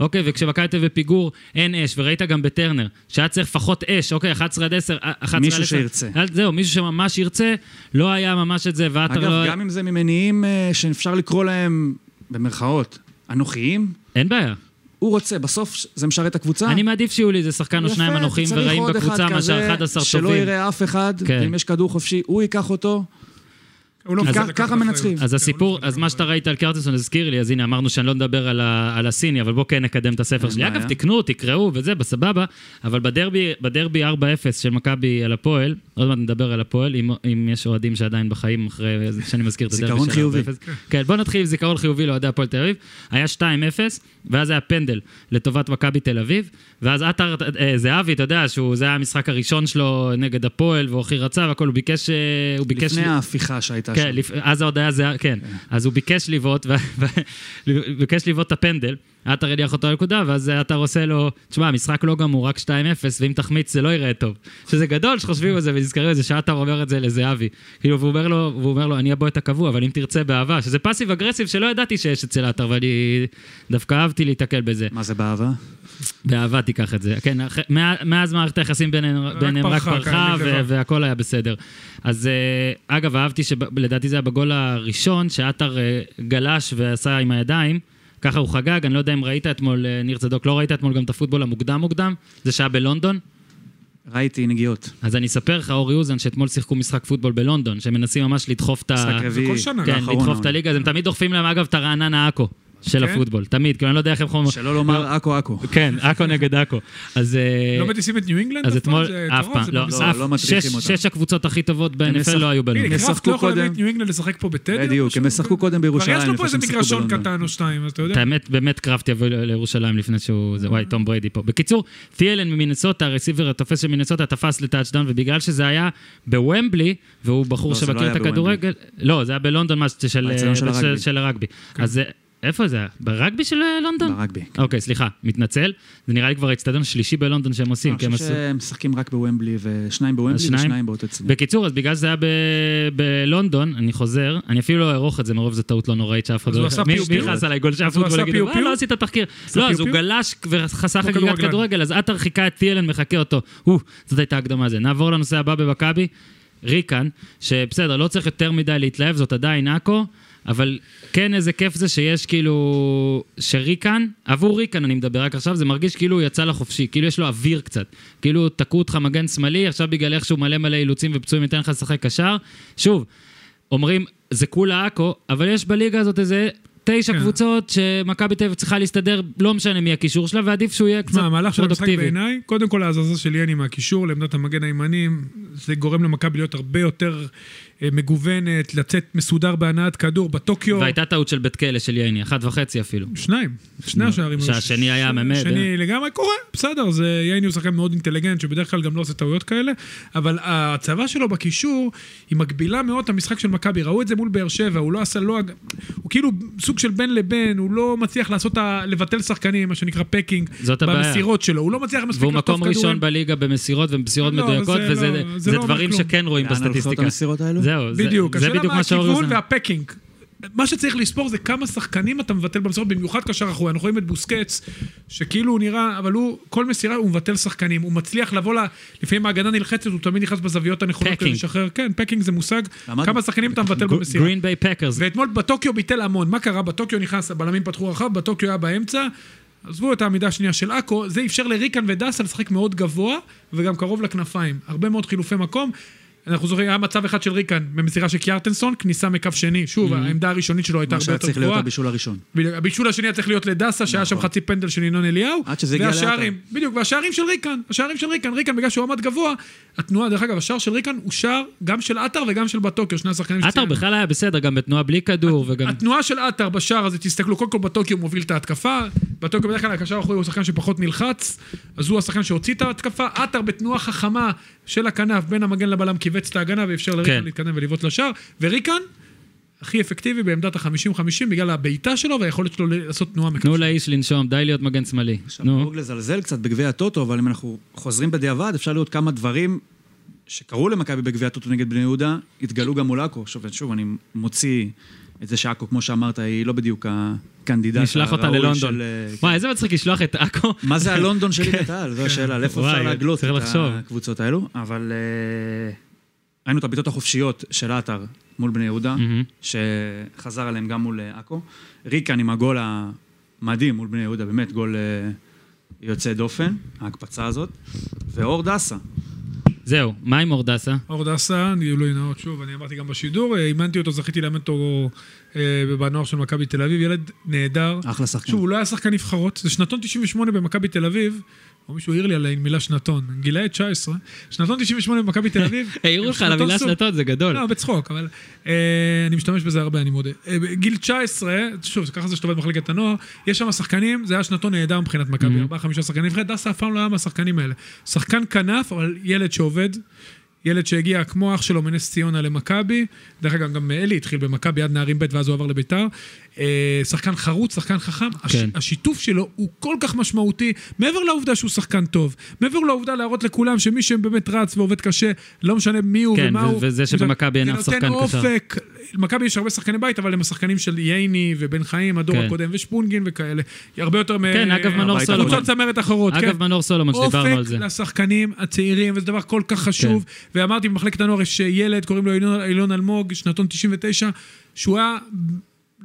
אוקיי, וכשמכבי תל אביב בפיגור, אין אש, וראית גם בטרנר, שהיה צריך לפחות אש, אוקיי, 11 עד 10, 11 עד 10.
מישהו שירצה.
אז זהו, מישהו שממש ירצה, לא היה ממש את זה, ועטר
אגב,
לא...
גם אם זה ממניעים אה, שאפשר לקרוא להם, במרכאות, אנוכיים,
אין בעיה.
הוא רוצה, בסוף ש- זה משרת את הקבוצה.
אני מעדיף שיהיו לי איזה שחקן או
אה. יפה,
שניים אנוכים
צריך
ורעים
עוד אחד
בקבוצה, מאשר
כזה
11
שלא
טובים.
יראה אף אחד,
כן.
ואם יש כדור חופשי, הוא ייקח אותו.
הוא לא
אז
מפחד
כ-
לקחת
ככה
אחריות.
מנצחים.
כן,
אז
הוא
הסיפור,
לא מפחד
אז מה
לקחת
שאתה ראית על קרטנסון הזכיר לי, אז הנה אמרנו שאני לא מדבר על ה- על הסיני, אבל בואו כן נקדם את הספר
אין
שלי. אגב,
בעיה.
תקנו, תקראו וזה, בסבבה, אבל בדרבי, בדרבי 4-0 של מכבי על הפועל, עוד מעט נדבר על הפועל, אם- אם יש אוהדים שעדיין בחיים אחרי זה שאני מזכיר את הדרבי של 4-0.
זיכרון חיובי.
כן, בואו נתחיל עם זיכרון חיובי לאוהדי הפועל תל אביב. היה 2-0, ואז היה פנדל לטובת מכבי תל אביב, ואז עטר, אה, זהבי, אתה יודע, שהוא- זה היה המשחק הראשון שלו נגד הפועל, והוא הכי רצה והכל, הוא ביקש... אה, הוא ביקש...
לפני ההפיכה שהייתה שם.
כן, לפ... אז עוד היה זה, כן. אז הוא ביקש לבעוט, ו... ו- ביקש לבעוט את הפנדל, עטר הניח אותו לנקודה, ואז עטר עושה לו, תשמע, המשחק לא גמור, רק 2-0, ואם תחמיץ זה לא ייראה טוב. שזה גדול שחושבים על זה ונזכרים על זה, שעטר אומר את זה לזהבי. כאילו, והוא אומר לו, והוא אומר לו, אני הבועט הקבוע, אבל אם תרצה באהבה, שזה פאסיב אגרסיב שלא ידעתי שיש אצל עטר, ואני דווקא אהבתי להיתקל בזה.
מה זה באהבה?
באהבה תיקח את זה. כן, אח- מא- מאז מערכת היחסים ביניהם ביניהם רק
פרחה,
פרחה,
כן,
ו-
נגדבה.
והכל היה בסדר. אז אה, אגב, אהבתי שלדעתי זה היה בגול הראשון, שעטר אה, גלש ועשה עם הידיים. ככה הוא חגג, אני לא יודע אם ראית אתמול, אה, ניר צדוק, לא ראית אתמול גם את הפוטבול המוקדם מוקדם, זה שהיה בלונדון.
ראיתי נגיעות.
אז אני אספר לך, אורי אוזן, שאתמול שיחקו משחק פוטבול בלונדון, שמנסים ממש לדחוף את
משחק
ה...
רביעי.
כל שנה,
כן,
האחרון,
לדחוף את
אבל.
הליגה, אז הם תמיד דוחפים להם, אגב, את הרעננה עכו של
כן?
הפוטבול, תמיד, כאילו, אני לא יודע איך הם חומרים.
שלא לומר עכו עכו.
כן, עכו נגד עכו. אז... אה,
לא מטיסים את ניו אינגלנד?
אז
אף פעם?
אתמול,
זה
אף
טרוף,
פעם,
אה, זה
לא,
מגזים.
לא,
אף,
לא מצליחים
שש-
אותם.
שש הקבוצות הכי טובות ב-NFL
משחק-
לא היו בלונדון.
הנה, קראפט
ישחקו
לא יכול להביא
קודם.
את ניו אינגלנד לשחק פה בטדי? או
בדיוק,
משהו?
הם ישחקו קודם בירושלים.
כבר יש לו פה
לפני
איזה
שהם שיחקו
מגרשון
בלונדון.
קטן או שניים, אז אתה יודע.
את האמת, באמת קראפט יבוא ל- לירושלים לפני שהוא... זה, וואי, תום בריידי פה. בקיצור, טיילן ממינסוטה, הרסיבר התופס של מינסוטה, תפס לטאצ'דאון, ובגלל שזה היה בוומבלי, והוא בחור
לא, זה לא
שמכיר
היה
את הכדורגל... לא, זה היה בלונדון, מה ש- של
האצטדיון של
של-
הרגבי. כן.
של הרגבי. אז זה- איפה זה היה? ברגבי של אה, לונדון?
ברגבי.
אוקיי, סליחה, מתנצל. זה נראה לי כבר האצטדיון השלישי בלונדון שהם עושים,
אני
כי כן, הם
חושב
עשו...
שהם משחקים אה, רק בוומבלי, ושניים בוומבלי
שניים?
ושניים באותו צדדים.
בקיצור, אז בגלל שזה היה ב- בלונדון, אני חוזר, אני אפילו לא אערוך את זה מרוב זו טעות לא נוראית שאף אחד
אז
לא...
הוא עשה
מי-
פיו-פיו?
מי חס עליי גול שאף
אז הוא
אחד לא
עשה
יגיד, אה,
פיו-פיו?
לא עשית תחקיר. לא, אז הוא
פיו-פיו?
גלש וחסך
כמו
חגיגת
כדורגלן.
כדורגל, אז עטר חיכה את טילן, מחקה אותו. הו, זאת הייתה ההקדמה הזו. נעבור לנושא הבא במכבי, ריקן, שבסדר, לא צריך יותר מדי להתלהב, זאת עדיין עכו. אבל כן, איזה כיף זה שיש כאילו... שריקן, עבור ריקן אני מדבר רק עכשיו, זה מרגיש כאילו הוא יצא לחופשי, כאילו יש לו אוויר קצת. כאילו תקעו אותך מגן שמאלי, עכשיו בגלל איך שהוא מלא מלא אילוצים ופצועים ייתן לך לשחק קשר. שוב, אומרים, זה כולה עכו, אבל יש בליגה הזאת איזה תשע
כן.
קבוצות שמכבי תל אביב צריכה להסתדר, לא משנה מי הקישור שלה, ועדיף שהוא יהיה קצת
תשמע, המהלך של המשחק
פרודוקטיבי.
בעיניי, קודם כל ההזזה של יני מהקישור לעמדת המגן הימני, זה גורם למכבי להיות הרבה יותר אה, מגוונת, לצאת מסודר בהנעת כדור בטוקיו.
והייתה טעות של בית כלא של ייני, אחת וחצי אפילו.
שניים, שני
נו,
השערים. היו
לא, שהשני
ש-
היה אה? באמת,
שני לגמרי קורה, בסדר, זה ייני הוא שחקן מאוד אינטליגנט, שבדרך כלל גם לא עושה טעויות כאלה, אבל ההצבה שלו בקישור, היא מגבילה מאוד את המשחק של מכבי, ראו את זה מול באר שבע, הוא לא עשה, לא, הוא כאילו סוג של בין לבין, הוא לא מצליח לעשות, ה- לבטל שחקנים, מה שנקרא פקינג,
זאת הבעיה.
במסירות שלו, הוא לא מצליח מספיק
והוא
לחטוף
מקום ראשון
כדורים.
בליגה במסירות ובמסירות
לא, אבל זה
מדויקות,
לא-
וזה
זה
זה
לא אומר
דברים
כלום.
שכן רואים
לאן הולכות
בסטטיסטיקה.
המסירות האלו?
זהו, זה-
בדיוק,
זה
השאלה
בדיוק
מה
מה שאורי
הכיוון
זן.
והפקינג. מה שצריך לספור זה כמה שחקנים אתה מבטל במסירות, במיוחד קשר אחורי. אנחנו רואים את בוסקץ, שכאילו הוא נראה, אבל הוא, כל מסירה הוא מבטל שחקנים. הוא מצליח לבוא ל... לפעמים ההגנה נלחצת, הוא תמיד נכנס בזוויות הנכונות כדי
Packing.
לשחרר. כן, פקינג זה מושג.
למדנו.
כמה שחקנים אתה מבטל במסירה.
גרין ביי פקרס.
ואתמול בטוקיו ביטל המון. מה קרה? בטוקיו נכנס, הבלמים פתחו רחב, בטוקיו היה באמצע. עזבו את העמידה השנייה של עכו, זה אפשר לריקן ודסה לשחק מאוד גבוה וגם קרוב לכנפיים. הרבה מאוד חילופי מקום. אנחנו זוכרים, היה מצב אחד של ריקן במסירה של קיארטנסון, כניסה מקו שני. שוב, העמדה הראשונית שלו הייתה
Mm-hmm. מה
הרבה
שהיה
יותר
צריך להיות
גבוהה.
הבישול הראשון.
בדיוק, הבישול השני היה צריך להיות לדסה, שהיה שם חצי פנדל של ינון אליהו.
עד שזה הגיע
והשערים, בדיוק, והשערים של ריקן, השערים של ריקן, ריקן בגלל שהוא עמד גבוה, התנועה, דרך אגב, השער של ריקן הוא שער גם של עטר וגם של בטוקיו, שני השחקנים
עטר
שציינתי.
בכלל היה בסדר, גם בתנועה בלי כדור, וגם...
התנועה של עטר בשער הזה, תסתכלו, קודם כל בטוקיו הוא מוביל את ההתקפה, בטוקיו בדרך כלל הקשר האחורי הוא השחקן שפחות נלחץ, אז הוא השחקן שהוציא את ההתקפה, עטר בתנועה חכמה של הכנף בין המגן לבלם כיווץ את ההגנה ואפשר לריקן
כן.
להתקדם ולבעוט לשער, וריקן הכי אפקטיבי בעמדת ה-50-50 בגלל הבעיטה שלו והיכולת שלו לעשות תנועה מקו.
תנו לאיש לנשום, די להיות מגן שמאלי.
עכשיו,
נו.
נהוג לזלזל קצת בגביע הטוטו, אבל אם אנחנו חוזרים בדיעבד, אפשר לראות כמה דברים שקרו למכבי בגביע הטוטו נגד בני יהודה, התגלו גם מול עכו. שוב, שוב, אני מוציא את זה שעכו, כמו שאמרת, היא לא בדיוק הקנדידט
נשלח אותה
הראוי
ללונדון.
של, אה,
וואי, איזה מצחיק לשלוח את עכו.
מה זה הלונדון של ליגת העל? זו השאלה, על איפה
כן. וואי,
אפשר להגלות
צריך
את
לחשוב.
הקבוצות האלו? אבל אה, ראינו את הבעיטות החופשיות של עטר מול בני יהודה,
מהמם.
שחזר עליהם גם מול אה, עכו. ריקן עם הגול המדהים מול בני יהודה, באמת גול אה, יוצא דופן, ההקפצה הזאת. ואור דסה,
זהו, מה עם אורדסה?
אור דסה, גילוי נאות שוב, אני אמרתי גם בשידור, אה, אימנתי אותו, זכיתי לאמן אותו אה, בנוער של מכבי תל אביב, ילד נהדר.
אחלה שחקן.
שוב, הוא לא היה שחקן נבחרות, זה שנתון 98 במכבי תל אביב, או מישהו העיר לי על המילה שנתון, גילאי 19, שנתון 98 במכבי תל אביב.
העירו
הם
לך על המילה
סוג.
שנתון, זה גדול.
לא, בצחוק, אבל אה, אני משתמש בזה הרבה, אני מודה. אה, גיל 19, שוב, זה ככה זה שאתה עובד במחלקת הנוער, יש שם שחקנים, זה היה שנתון נהדר מבחינת
Mm-hmm.
מכבי, ארבעה, חמישה שחקנים נבחרת, דסה אף פעם לא היה מהשחקנים האלה. שחקן כנף, אבל ילד שעובד. ילד שהגיע כמו אח שלו מנס ציונה למכבי, דרך אגב גם אלי התחיל במכבי עד נערים ב' ואז הוא עבר לביתר. אה, שחקן חרוץ, שחקן חכם, הש,
כן.
השיתוף שלו הוא כל כך משמעותי, מעבר לעובדה שהוא שחקן טוב, מעבר לעובדה להראות לכולם שמי שבאמת רץ ועובד קשה, לא משנה מי הוא
כן,
ומה
ו-
הוא.
וזה שבמכבי אין
זה
אף
נותן
שחקן קשר.
אופק, למכבי יש הרבה שחקני בית, אבל הם השחקנים של ייני ובן חיים, הדור
כן.
הקודם, ושפונגין וכאלה. הרבה יותר מ...
כן, אגב, מנור
הבית
סולומון.
הקבוצות צמרת אחרות, כן.
אגב, מנור סולומון, שדיברנו על זה. כן.
אופק לשחקנים הצעירים, וזה דבר כל כך חשוב. ואמרתי, במחלקת הנוער יש ילד, קוראים לו אילון- אילון אלמוג, שנתון 99, שהוא היה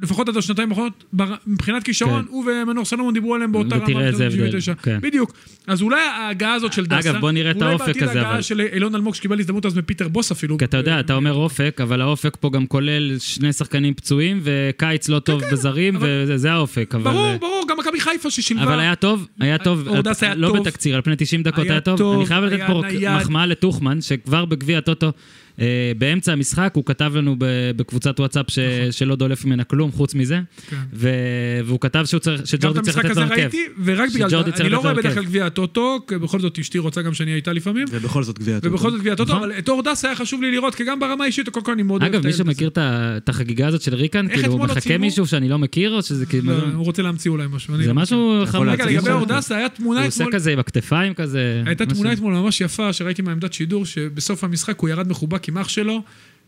לפחות עד השנתיים האחרונות, בר- מבחינת כישרון,
כן.
הוא ומנור סלומון דיברו עליהם באותה רמה.
ותראה
בשנת
איזה הבדל,
99.
כן.
בדיוק. אז אולי ההגעה הזאת של
אגב,
דסה,
בוא נראה את האופק
אולי
הזה,
בעתיד ההגעה
אבל.
של אילון אלמוג שקיבל הזדמנות אז מפיטר בוס אפילו.
כי אתה יודע, אתה אומר אופק, אבל האופק פה גם כולל שני שחקנים פצועים, וקיץ לא טוב בזרים,
אבל-
וזה זה האופק. אבל-
ברור, ברור, גם מכבי חיפה ששילבה.
אבל היה טוב, היה טוב,
אורדס היה
לא
טוב.
בתקציר, על פני 90 דקות
היה
היה טוב.
טוב,
אני חייב לתת
היה
פה
נייד.
מחמאה לטוחמן, שכבר בגביע הטוטו, אה, באמצע המשחק, הוא כתב לנו ב- בקבוצת וואטסאפ ש- שלא דולף ממנה כלום, חוץ מזה,
נכון. כן.
ו- והוא כתב שהוא צריך-
גם את
שג'ורדי צריך
המשחק
לתת לו
הזה
הרכב.
ראיתי, ורק בגלל
שג'ורדי
זה,
צריך
אני לא
לתת לו
רואה בדרך
הרכב.
כלל גביע הטוטו, כי בכל זאת אשתי רוצה גם שאני הייתה לפעמים,
ובכל זאת גביע הטוטו.
ובכל זאת גביע הטוטו, אבל את אורדס היה חשוב לי לראות, כי גם ברמה האישית, קודם כל אני מאוד אוהב
נכון. אגב,
את
מישהו
הילד הזה.
מכיר את ה- את החגיגה הזאת של ריקן?
איך
כאילו, הוא
אתמול
מחכה
הוציאו?
מישהו שאני לא מכיר, או שזה כאילו...
לא, הוא רוצה להמציא אולי משהו. אני
זה
לא
משהו חמור.
רגע,
להציג
לגבי
אותו.
אורדס, היה תמונה
הוא עושה
אתמול,
כזה עם הכתפיים כזה.
הייתה
משהו.
תמונה אתמול ממש יפה, שראיתי מעמדת שידור, שבסוף המשחק הוא ירד מחובק עם אח שלו.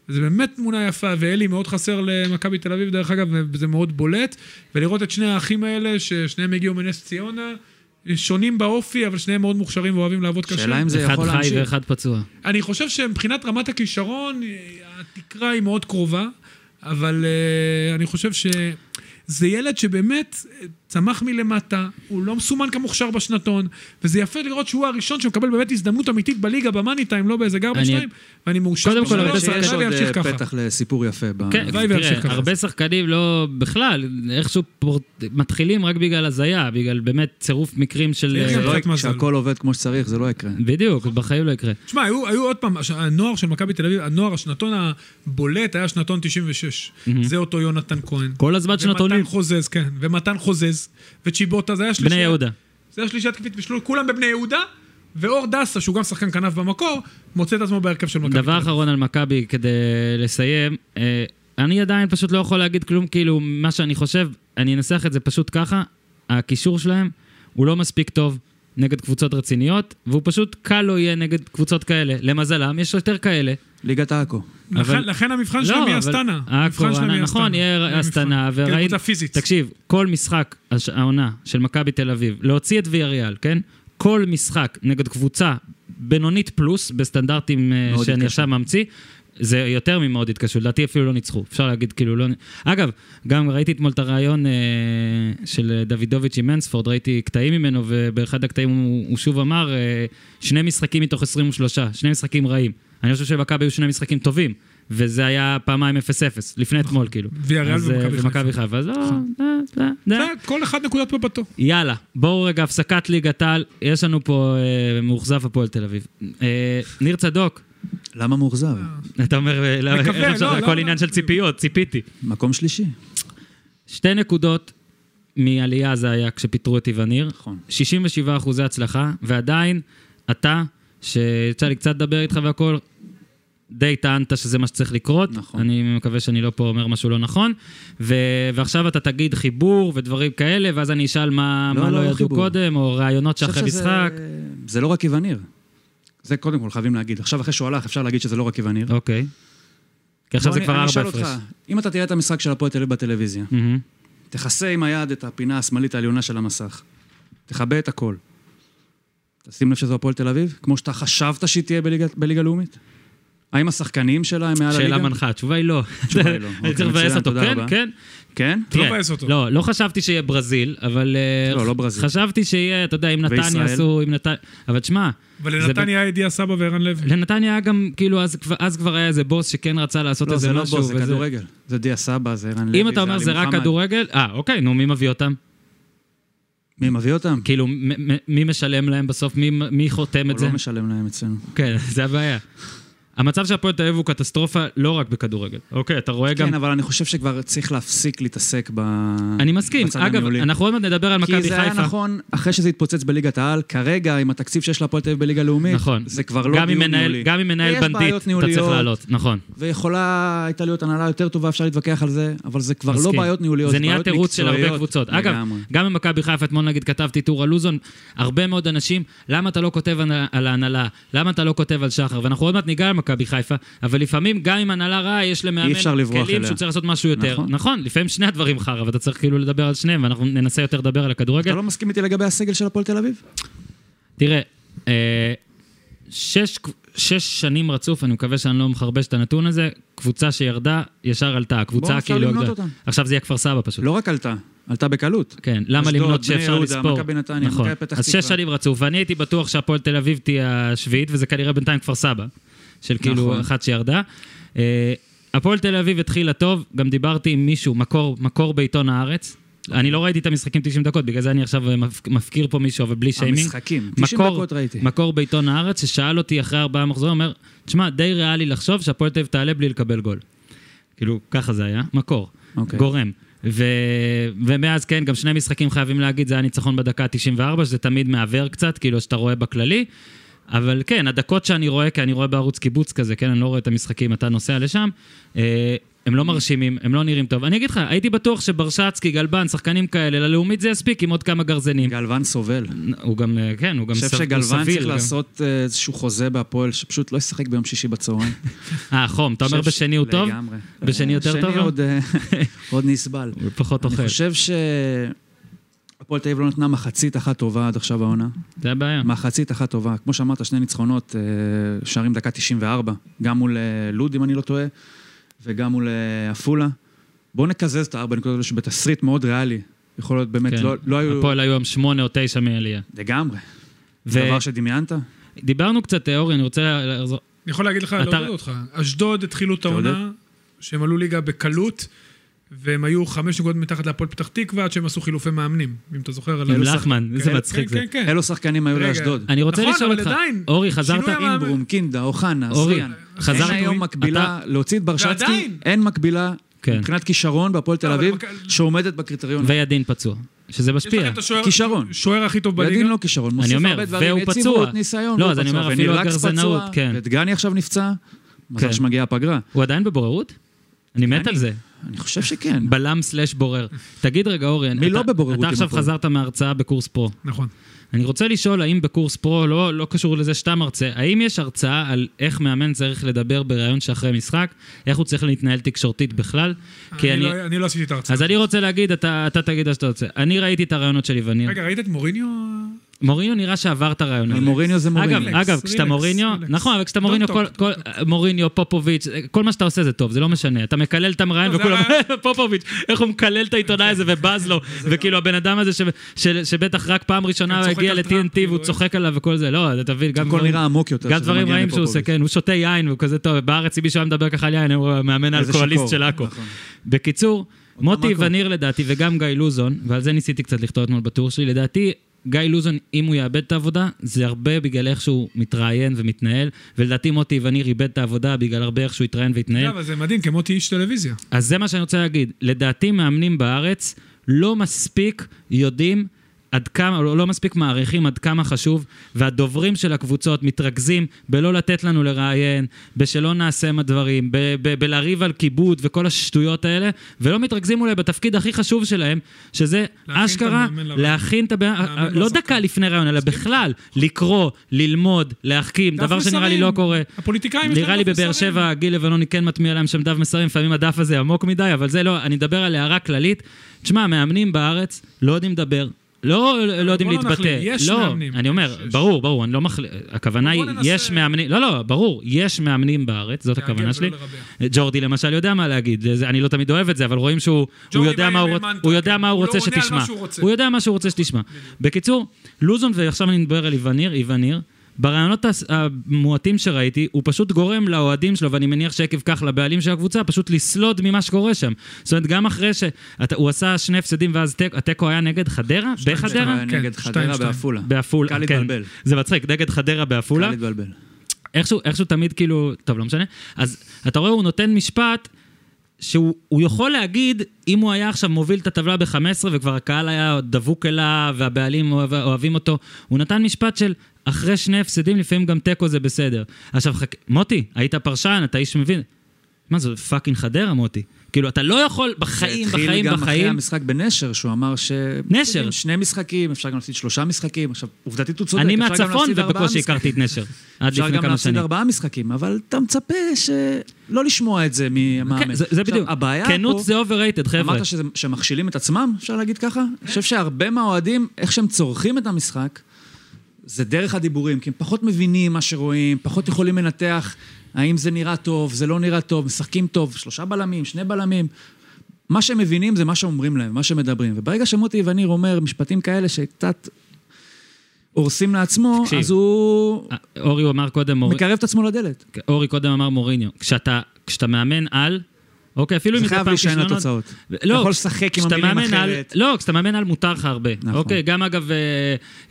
זה באמת תמונה יפה, ואלי מאוד חסר למכבי תל אביב, דרך אגב, וזה מאוד בולט. ולראות את שני האחים האלה, ששניהם הגיעו מנס ציונה, שונים באופי, אבל שניהם מאוד מוכשרים ואוהבים לעבוד קשה.
שאלה אם זה
אחד
יכול
חי
להמשיך.
ואחד פצוע.
אני חושב שמבחינת רמת הכישרון, אה, התקרה היא מאוד קרובה, אבל אה, אני חושב שזה ילד שבאמת אה, צמח מלמטה, הוא לא מסומן כמוכשר בשנתון, וזה יפה לראות שהוא הראשון שמקבל באמת הזדמנות אמיתית בליגה, במאני טיים, לא באיזה גרבג'
אני-
טיים, ואני מאושר.
קודם כל,
בשבילו,
הרבה
והלוואי
שחקנים-
שיש עוד
וימשיך
אה,
ככה.
פתח לסיפור יפה. ב-
כן,
הלוואי וימשיך
תראה,
ככה.
הרבה שחקנים לא... בכלל, איכשהו פור- מתחילים רק בגלל הזיה, בגלל באמת צירוף מקרים של...
יש
אה,
זה לא
קצת
יקרה,
מזל.
כשהכול עובד כמו שצריך, זה לא יקרה.
בדיוק, בחיים לא יקרה.
תשמע, היו, היו עוד פעם, הש- הנוער של מכבי תל אביב, הנוער, השנתון הבולט היה שנתון 96. זה אותו יונתן כהן.
כל הזמן שנתונים.
ומתן חוזז, כן, ומתן חוזז, וצ'יבוטה, זה היה שלישיית...
בני יהודה.
זה היה שלישיית כפית בשלול, כולם בבני יהודה, ואור דסה, שהוא גם שחקן כנף במקור, מוצא את עצמו בהרכב של מכבי. תל
דבר
אביב.
אחרון על מכבי כדי לסיים. אה, אני עדיין פשוט לא יכול להגיד כלום, כאילו, מה שאני חושב, אני אנסח את זה פשוט ככה, הקישור שלהם הוא לא מספיק טוב נגד קבוצות רציניות, והוא פשוט קל לא יהיה נגד קבוצות כאלה. למזלם, יש יותר כאלה.
ליגת עכו.
לכן,
אבל-
לכן המבחן
לא,
שלהם
אבל-
יהיה אסטנה. המבחן שלהם
הקורונה,
יהיה
נכון,
אסטנה.
יהיה אסטנה,
המבחן.
וראית...
כקבוצה כן, פיזית.
תקשיב, כל משחק הש- העונה של מכבי תל אביב, להוציא את ויאריאל, כן? כל משחק נגד קבוצה בינונית פלוס, בסטנדרטים אה,
מאוד
שאני
התקשו.
עכשיו ממציא, זה יותר ממאוד התקשו, לדעתי אפילו לא ניצחו, אפשר להגיד כאילו לא... נ- אגב, גם ראיתי אתמול את הרעיון אה, של אה, דוידוביץ' עם מנספורד, ראיתי קטעים ממנו, ובאחד הקטעים הוא, הוא שוב אמר, אה, שני משחקים מתוך 23, שני משחקים רעים. אני חושב שלמכבי היו שני משחקים טובים, וזה היה פעמיים 0-0, לפני אתמול כאילו.
ויאריאל
אז, אה,
ומכבי נכון.
ומכבי חיפה, אז לא... לא, לא, לא.
זה, כל אחד נקודת מבטו.
יאללה, בואו רגע, הפסקת ליגת העל, יש לנו פה אה, מאוכזב הפועל תל אביב. אה, ניר צדוק,
למה מאוכזב?
אתה אומר, אה, לא,
מקווה,
איך אפשר-
לא,
הכל
לא,
עניין
לא.
של ציפיות, ציפיתי.
מקום שלישי.
שתי נקודות מעלייה זה היה כשפיטרו את איווניר.
נכון.
67 אחוזי הצלחה, ועדיין אתה, שיצא לי קצת לדבר איתך והכל, די טענת שזה מה שצריך לקרות.
נכון.
אני מקווה שאני לא פה אומר משהו לא נכון. ו... ועכשיו אתה תגיד חיבור ודברים כאלה, ואז אני אשאל מה
לא,
מה
לא,
לא ידעו
חיבור.
קודם, או רעיונות
אני
שאחרי
חושב שזה-
משחק.
זה לא רק איווניר. זה קודם כל חייבים להגיד. עכשיו, אחרי שהוא הלך, אפשר להגיד שזה לא רק איווניר.
אוקיי. כי עכשיו
בוא,
זה
אני-
כבר
אני
ארבע
אשאל
הפרש.
אותך, אם אתה תראה את המשחק של הפועל תל אביב בטלוויזיה,
מהמם.
תכסה עם היד את הפינה השמאלית העליונה של המסך. תכבה את הכל. תשים לב שזו הפועל תל אביב, כמו שאתה חשבת שהיא תהיה בליגה- בליגה לאומית? האם השחקנים שלה הם מעל הליגה?
שאלה מנחה, התשובה היא לא.
התשובה היא לא.
אני
אוקיי,
צריך לבאס
מצוין,
אותו,
תודה
כן,
רבה.
כן.
כן?
לא
כן.
מבאס אותו.
לא, לא חשבתי שיהיה ברזיל, אבל... אה,
לא, לא ברזיל.
חשבתי שיהיה, אתה יודע, אם נתניה
וישראל.
עשו, אם נתניה... אבל תשמע,
אבל
זה לא-
לנתניה היה ידיעה סבא וערן לוי.
לנתניה היה גם, כאילו, אז כבר- אז כבר היה איזה בוס שכן רצה לעשות
לא,
איזה
זה
משהו.
לא בו, זה
וזה-
כדורגל. זה דיה סבא, זה ערן לוי,
אם אתה אומר
עלי
זה רק
מוחמד.
כדורגל, אה, אוקיי, נו, מי מביא אותם?
מי מביא אותם?
כאילו, מ- מ- מי משלם להם בסוף? מי- מי חותם את
הוא
זה?
לא משלם להם אצלנו.
כן, זה הבעיה. המצב של הפועל תל אביב הוא קטסטרופה לא רק בכדורגל. אוקיי, אתה רואה גם...
כן, אבל אני חושב שכבר צריך להפסיק להתעסק ב...
אני מסכים.
בצד
אגב,
הניהולי.
אנחנו עוד מעט נדבר על מכבי
כי
חיפה.
זה היה נכון אחרי שזה התפוצץ בליגת העל, כרגע עם התקציב שיש להפועל תל אביב בליגה לאומית,
נכון.
זה כבר לא
גם אם
דיון
מנהל-
ניהולי.
גם אם מנהל
ויש
בנדיט,
בעיות
אתה צריך
ניהוליות,
לעלות, נכון.
ויכולה הייתה להיות הנהלה יותר טובה, אפשר להתווכח על זה, אבל זה כבר לא
מסכים.
בעיות ניהוליות,
זה נהיה
בעיות
תירוץ של הרבה
מקצועיות.
קבוצות. אגב,
לגמרי.
גם במכבי חיפה, אתמול נגיד כתבתי טור על לוזון, הרבה מאוד אנשים, למה אתה לא כותב על- על ההנהלה? למה אתה לא כותב על שחר? ואנחנו עוד מעט ניגע על מכבי חיפה, אבל לפעמים גם אם הנהלה רעה, יש למאמן
אי אפשר לברוח
כלים
אליה.
שהוא צריך לעשות משהו יותר.
נכון.
נכון, לפעמים שני הדברים חרא, ואתה צריך כאילו לדבר על שניהם, ואנחנו ננסה יותר לדבר על הכדורגל.
אתה לא מסכים איתי לגבי הסגל של הפועל תל אביב?
תראה, אה, שש, שש שנים רצוף, אני מקווה שאני לא מחרבש את הנתון הזה, קבוצה שירדה, ישר עלתה. הקבוצה כאילו...
למנות
הגדולה.
אותם.
עכשיו זה יהיה כפר סבא פשוט.
לא רק עלתה, עלתה בקלות.
כן, למה
אשדוד,
למנות
בני
שאפשר
יהודה,
לספור?
מכבי נתניה,
נכון.
מכבי פתח
אז
תקווה.
שש שנים רצוף, ואני הייתי בטוח שהפועל תל אביב תהיה השביעית, וזה כנראה בינתיים כפר סבא, של כאילו
נכון.
אחת שירדה. אה, הפועל תל אביב התחילה טוב, גם דיברתי עם מישהו, מקור- מקור בעיתון הארץ.
אוקיי.
אני לא ראיתי את המשחקים 90 דקות, בגלל זה אני עכשיו מפ- מפקיר פה מישהו, אבל בלי שיימינג.
המשחקים, 90
מקור,
דקות ראיתי.
מקור בעיתון הארץ ששאל אותי אחרי ארבעה מחזורים, אומר, תשמע, די ריאלי לחשוב שהפועל תל אביב תעלה בלי לקבל גול. כאילו, ככה זה היה, מקור, okay.
אוקיי.
גורם. ו... ומאז, כן, גם שני משחקים חייבים להגיד, זה היה ניצחון בדקה ה-94, שזה תמיד מעוור קצת, כאילו, שאתה רואה בכללי. אבל כן, הדקות שאני רואה, כי אני רואה בערוץ קיבוץ כזה, כן, אני לא רואה את המשחקים, אתה נוסע לשם, אה, הם לא מרשימים, הם לא נראים טוב. אני אגיד לך, הייתי בטוח שברשצקי, גלבן, שחקנים כאלה, ללאומית זה יספיק עם עוד כמה גרזנים.
גלוון סובל.
הוא גם, אה, כן, הוא גם
אני
סב-
חושב
הוא
שגלוון
סביל
צריך
גם.
לעשות אה, איזשהו חוזה בהפועל, שפשוט לא ישחק ביום שישי בצהריים.
אה, חום, אתה אומר
חושב ש-
בשני הוא טוב?
לגמרי.
בשני יותר טוב
שני
לו?
עוד, אה, עוד נסבל.
הוא פחות אוכל.
אני חושב שהפועל תל אביב לא נתנה מחצית אחת טובה עד עכשיו העונה.
זה הבעיה.
מחצית אחת טובה. כמו שאמרת, שני ניצחונות, אה, שערים דקה 94, גם מול אה, לוד, אם אני לא טועה, וגם מול אה, עפולה. בואו נקזז את הארבע נקודות האלה שבתסריט מאוד ריאלי. יכול להיות באמת,
כן.
לא- לא היו...
הפועל היו עם שמונה או תשע מעלייה.
לגמרי.
ו-
דבר שדמיינת?
דיברנו קצת, אה, אורי, אני רוצה... לחזור-
אני יכול להגיד לך,
אתה-
לעודד אותך. אשדוד התחילו את העונה, שהם עלו ליגה בקלות, והם היו חמש נקודות מתחת להפועל פתח תקווה, עד שהם עשו חילופי מאמנים, אם אתה זוכר. על
עם
אלו
לחמן,
שחק-
איזה
כן,
מצחיק
כן,
זה.
כן, כן.
אילו שחקנים היו
רגע.
לאשדוד?
אני לא רוצה
נכון,
לשאול
אבל
אותך,
עדיין,
אורי, חזרת...
שינוי המאמן.
אינברום, קינדה, אוחנה,
אורי,
זריאן.
חזרת-
אין היום מקבילה, להוציא את ברשצקי,
ועדיין.
אין מקבילה
כן.
מבחינת כישרון בהפועל תל
אבל
אביב,
מכ-
שעומדת בקריטריון.
וידין פצוע, שזה
יש לכם
משפיע.
את השוער-
כישרון.
שוער הכי טוב בליגה.
ידין לא כישרון, מוסיף
אומר,
הרבה דברים,
והוא פצוע.
יציבות, ניסיון,
לא,
והוא
אז אני
פצוע,
אומר, אפילו
ונרלקס
הגרזנאות,
פצוע,
כן.
ודגני עכשיו נפצע, מזל
כן.
שמגיעה הפגרה.
הוא עדיין בבוררות? אני מת על זה.
אני חושב שכן.
בלם סלאש בורר. תגיד רגע, אורי,
מי
אתה-
לא בבוררות
אתה
עם
עכשיו
הפועל?
חזרת מההרצאה בקורס פרו.
נכון.
אני רוצה לשאול, האם בקורס פרו, לא, לא קשור לזה שאתה מרצה, האם יש הרצאה על איך מאמן צריך לדבר בראיון שאחרי משחק, איך הוא צריך להתנהל תקשורתית בכלל? כי
אני
אני...
לא- אני לא עשיתי את ההרצאה.
אז אני רוצה להגיד, אתה, אתה תגיד מה שאתה רוצה. אני ראיתי את הרעיונות של איווניר.
רגע, ראית את מוריניו?
מוריניו נראה שעבר את הרעיון
אבל
הזה.
מוריניו זה
אגב,
מוריניו.
אגב, כשאתה
רילקס,
מוריניו,
רילקס.
נכון, אבל כשאתה מוריניו,
Don't
כל-
talk,
כל- מוריניו, פופוביץ', כל מה שאתה עושה זה טוב, זה לא משנה. אתה מקלל את המראיין
לא, זה כן.
וכולם, פופוביץ', איך הוא מקלל את העיתונאי הזה ובז לו, וכאילו הבן אדם הזה ש- ש- שבטח רק פעם
גם
ראשונה
כן, צוחק
הגיע
על
ל-TNT
טראמפ,
והוא
כאילו,
צוחק עליו וכל זה, לא, אתה תבין, גם
הכל
דברים-
נראה עמוק יותר.
גם
שזה
דברים
מגיע
רעים שהוא עושה,
מפופוביץ'.
כן, הוא שותה יין, הוא כזה טוב, בארץ אם מישהו היה מדבר ככה על יין, הוא המאמן
איזה
האלכוהוליסט
שיכור,
של עכו.
נכון.
בקיצור, מוטי
מקום.
וניר לדעתי, וגם גיא לוזון, ועל זה ניסיתי קצת לכתוב אתמול בטור שלי, לדעתי, גיא לוזון, אם הוא יאבד את העבודה, זה הרבה בגלל איך שהוא מתראיין ומתנהל, ולדעתי מוטי וניר איבד את העבודה בגלל הרבה איך שהוא התראיין והתנהל.
לא, אבל זה מדהים, כמותי איש טלוויזיה.
אז זה מה שאני רוצה להגיד. לדעתי מאמנים בארץ לא מספיק יודעים עד כמה, לא לא מספיק מעריכים עד כמה חשוב, והדוברים של הקבוצות מתרכזים בלא לתת לנו לראיין, בשלא נעשה מהדברים, ב- ב- בלריב על כיבוד וכל השטויות האלה, ולא מתרכזים אולי בתפקיד הכי חשוב שלהם, שזה
להכין את
אשכרה
המאמן לרעיון.
להכין את הבן...
מאמן
לא
והשחקן.
דקה לפני רעיון, אלא בכלל, לקרוא, ללמוד, להחכים, דבר
דף
שנראה לי
מסרים.
לא קורה.
הפוליטיקאים יש להם לא
נראה לי
דף
בבאר
מסרים.
שבע גיל לבנוני כן מטמיע להם שם דף מסרים, לפעמים הדף הזה עמוק מדי, אבל זה לא, אני מדבר על הערה כללית. תשמע, מאמנים בארץ לא יודעים לדבר. לא, לא יודעים
בוא לא
להתבטא.
נכליל, יש
לא,
מאמנים.
אני אומר,
יש, יש.
ברור, ברור, אני לא מחליט, הכוונה היא,
בוא ננסה- כן,
יש מאמנים, לא, לא, ברור, יש מאמנים בארץ, זאת
להגן
הכוונה שלי.
ולא
ג'ורדי למשל יודע מה להגיד, זה- אני לא תמיד אוהב את זה, אבל רואים שהוא הוא
ג'ורדי
יודע
בא
מה
עם
הוא רוצ-
מנטרה,
הוא יודע
כן.
מה הוא
הוא לא
רוצה
עונה על מה
שתשמע.
שהוא רוצה.
הוא יודע מה שהוא רוצה שתשמע. בקיצור, לוזון, ועכשיו אני מדבר על איווניר, איווניר, ברעיונות הס- המועטים שראיתי, הוא פשוט גורם לאוהדים שלו, ואני מניח שעקב כך לבעלים של הקבוצה, פשוט לסלוד ממה שקורה שם. זאת אומרת, גם אחרי שהוא עשה שני הפסדים ואז תק- התיקו היה נגד חדרה? בחדרה?
כן,
כן,
נגד
שתיים,
חדרה
שתיים.
בעפולה.
בעפולה,
קל
כן.
להתבלבל.
זה מצחיק, נגד חדרה
קל
בעפולה.
להתבלבל.
איכשהו, איכשהו תמיד כאילו, טוב, לא משנה. אז אתה רואה, הוא נותן משפט שהוא הוא יכול להגיד, אם הוא היה עכשיו מוביל את הטבלה ב-15 וכבר הקהל היה דבוק אליו והבעלים אוהב, אוהבים אותו, הוא נתן משפט של אחרי שני הפסדים, לפעמים גם תיקו זה בסדר. עכשיו, חק... מוטי, היית פרשן, אתה איש מבין. מה זה, פאקינג חדרה, מוטי? כאילו, אתה לא יכול בחיים,
זה
בחיים,
התחיל גם אחרי
בחיים.
המשחק בנשר, שהוא אמר ש... כן,
נשר.
שני משחקים, אפשר גם להפסיד שלושה משחקים. עכשיו, עובדתית הוא צודק,
אני
אפשר גם
מהצפון
להפסיד ארבעה
ובקושי
משחקים.
הכרתי את נשר, עד
אפשר
לפני
גם
כמה
להפסיד
שנים.
ארבעה משחקים, אבל אתה מצפה שלא לשמוע את זה מהמאמן.
כן, זה, זה
עכשיו,
בדיוק.
הבעיה פה...
כנות זה overrated, חבר'ה.
אמרת שזה- שמכשילים את עצמם, אפשר להגיד ככה? אני חושב שהרבה מהאוהדים, איך שהם צורכים את המשחק, זה דרך הדיבורים, כי הם פחות מבינים מה שרואים, פחות יכולים לנתח האם זה נראה טוב, זה לא נראה טוב, משחקים טוב, שלושה בלמים, שני בלמים. מה שהם מבינים זה מה שאומרים להם, מה שמדברים. וברגע שמוטי וניר אומר משפטים כאלה שקצת הורסים לעצמו,
תקשיב.
תקשיב. אז הוא
אה, אורי אמר קודם, מור-
מקרב את עצמו לדלת.
אורי קודם אמר מוריניו, כשאתה כשאתה מאמן על, אוקיי, אפילו אם
זה
יש לך
חייב
פעם
להישען
כישלונות,
לתוצאות.
לא,
אתה יכול
כש-
לשחק עם
כשאתה
המילים
מאמן על-
אחרת.
לא, כשאתה מאמן על מותר לך הרבה.
נכון.
אוקיי, גם אגב, אה,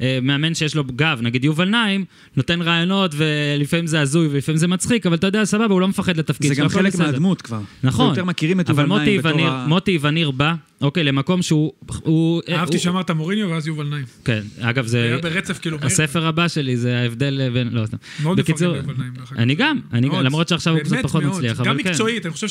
אה, מאמן שיש לו גב, נגיד יובל נעים, נותן רעיונות, ולפעמים זה הזוי ולפעמים זה מצחיק, אבל אתה יודע, סבבה, הוא לא מפחד לתפקיד
זה
שלו,
גם
הכל
חלק
בסדר.
מהדמות כבר.
נכון.
יותר מכירים את
אבל
יובל
מוטי
נעים בתור
וניר-
ה...
מוטי וניר בא, אוקיי, למקום שהוא... הוא-
אהבתי
אה, הוא-
שאמרת מוריניו ואז יובל נעים.
כן, אגב, זה...
היה ברצף כאילו מהיר.
הספר הבא שלי זה ההבדל בין... לא, סתם.
מאוד
בקיצור,
מפרגן ליובל נעים, דרך אגב.
אני גם, אני גם,
מאוד.
למרות שעכשיו הוא קצת
באמת
פחות
מאוד.
מצליח, אבל
גם
כן. אה,
מקצועית, אני חושב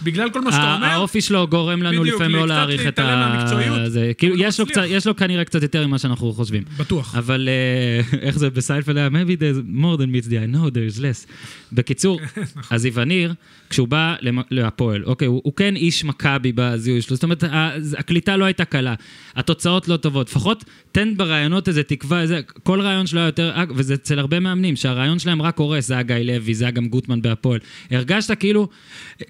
שבגלל כל מה שאתה
הא-
אומר,
האופי שלו גורם לנו
בדיוק,
לפעמים לא
קצת
להעריך את
להתעלם
ה...
מהמקצועיות,
זה, כאילו,
אבל הוא
יש לו
מצליח.
קצת- יש לו כנראה קצת יותר ממה שאנחנו חושבים.
בטוח.
אבל אה, איך זה בסיינפלד היה? maybe there's more than meets the eye, no there's less. בקיצור,
נכון.
אז איווניר, כשהוא בא למ- להפועל, אוקיי, הוא הוא כן איש מכבי בזיהוי שלו, זאת אומרת, ה- ז- הקליטה לא הייתה קלה, התוצאות לא טובות, לפחות תן ברעיונות איזה תקווה, איזה, כל רעיון שלו היה יותר, אה, וזה אצל הרבה מאמנים, שהרעיון שלהם רק קורס, זה היה גיא לוי, זה היה גם גוטמן בהפועל. הרגשת כאילו,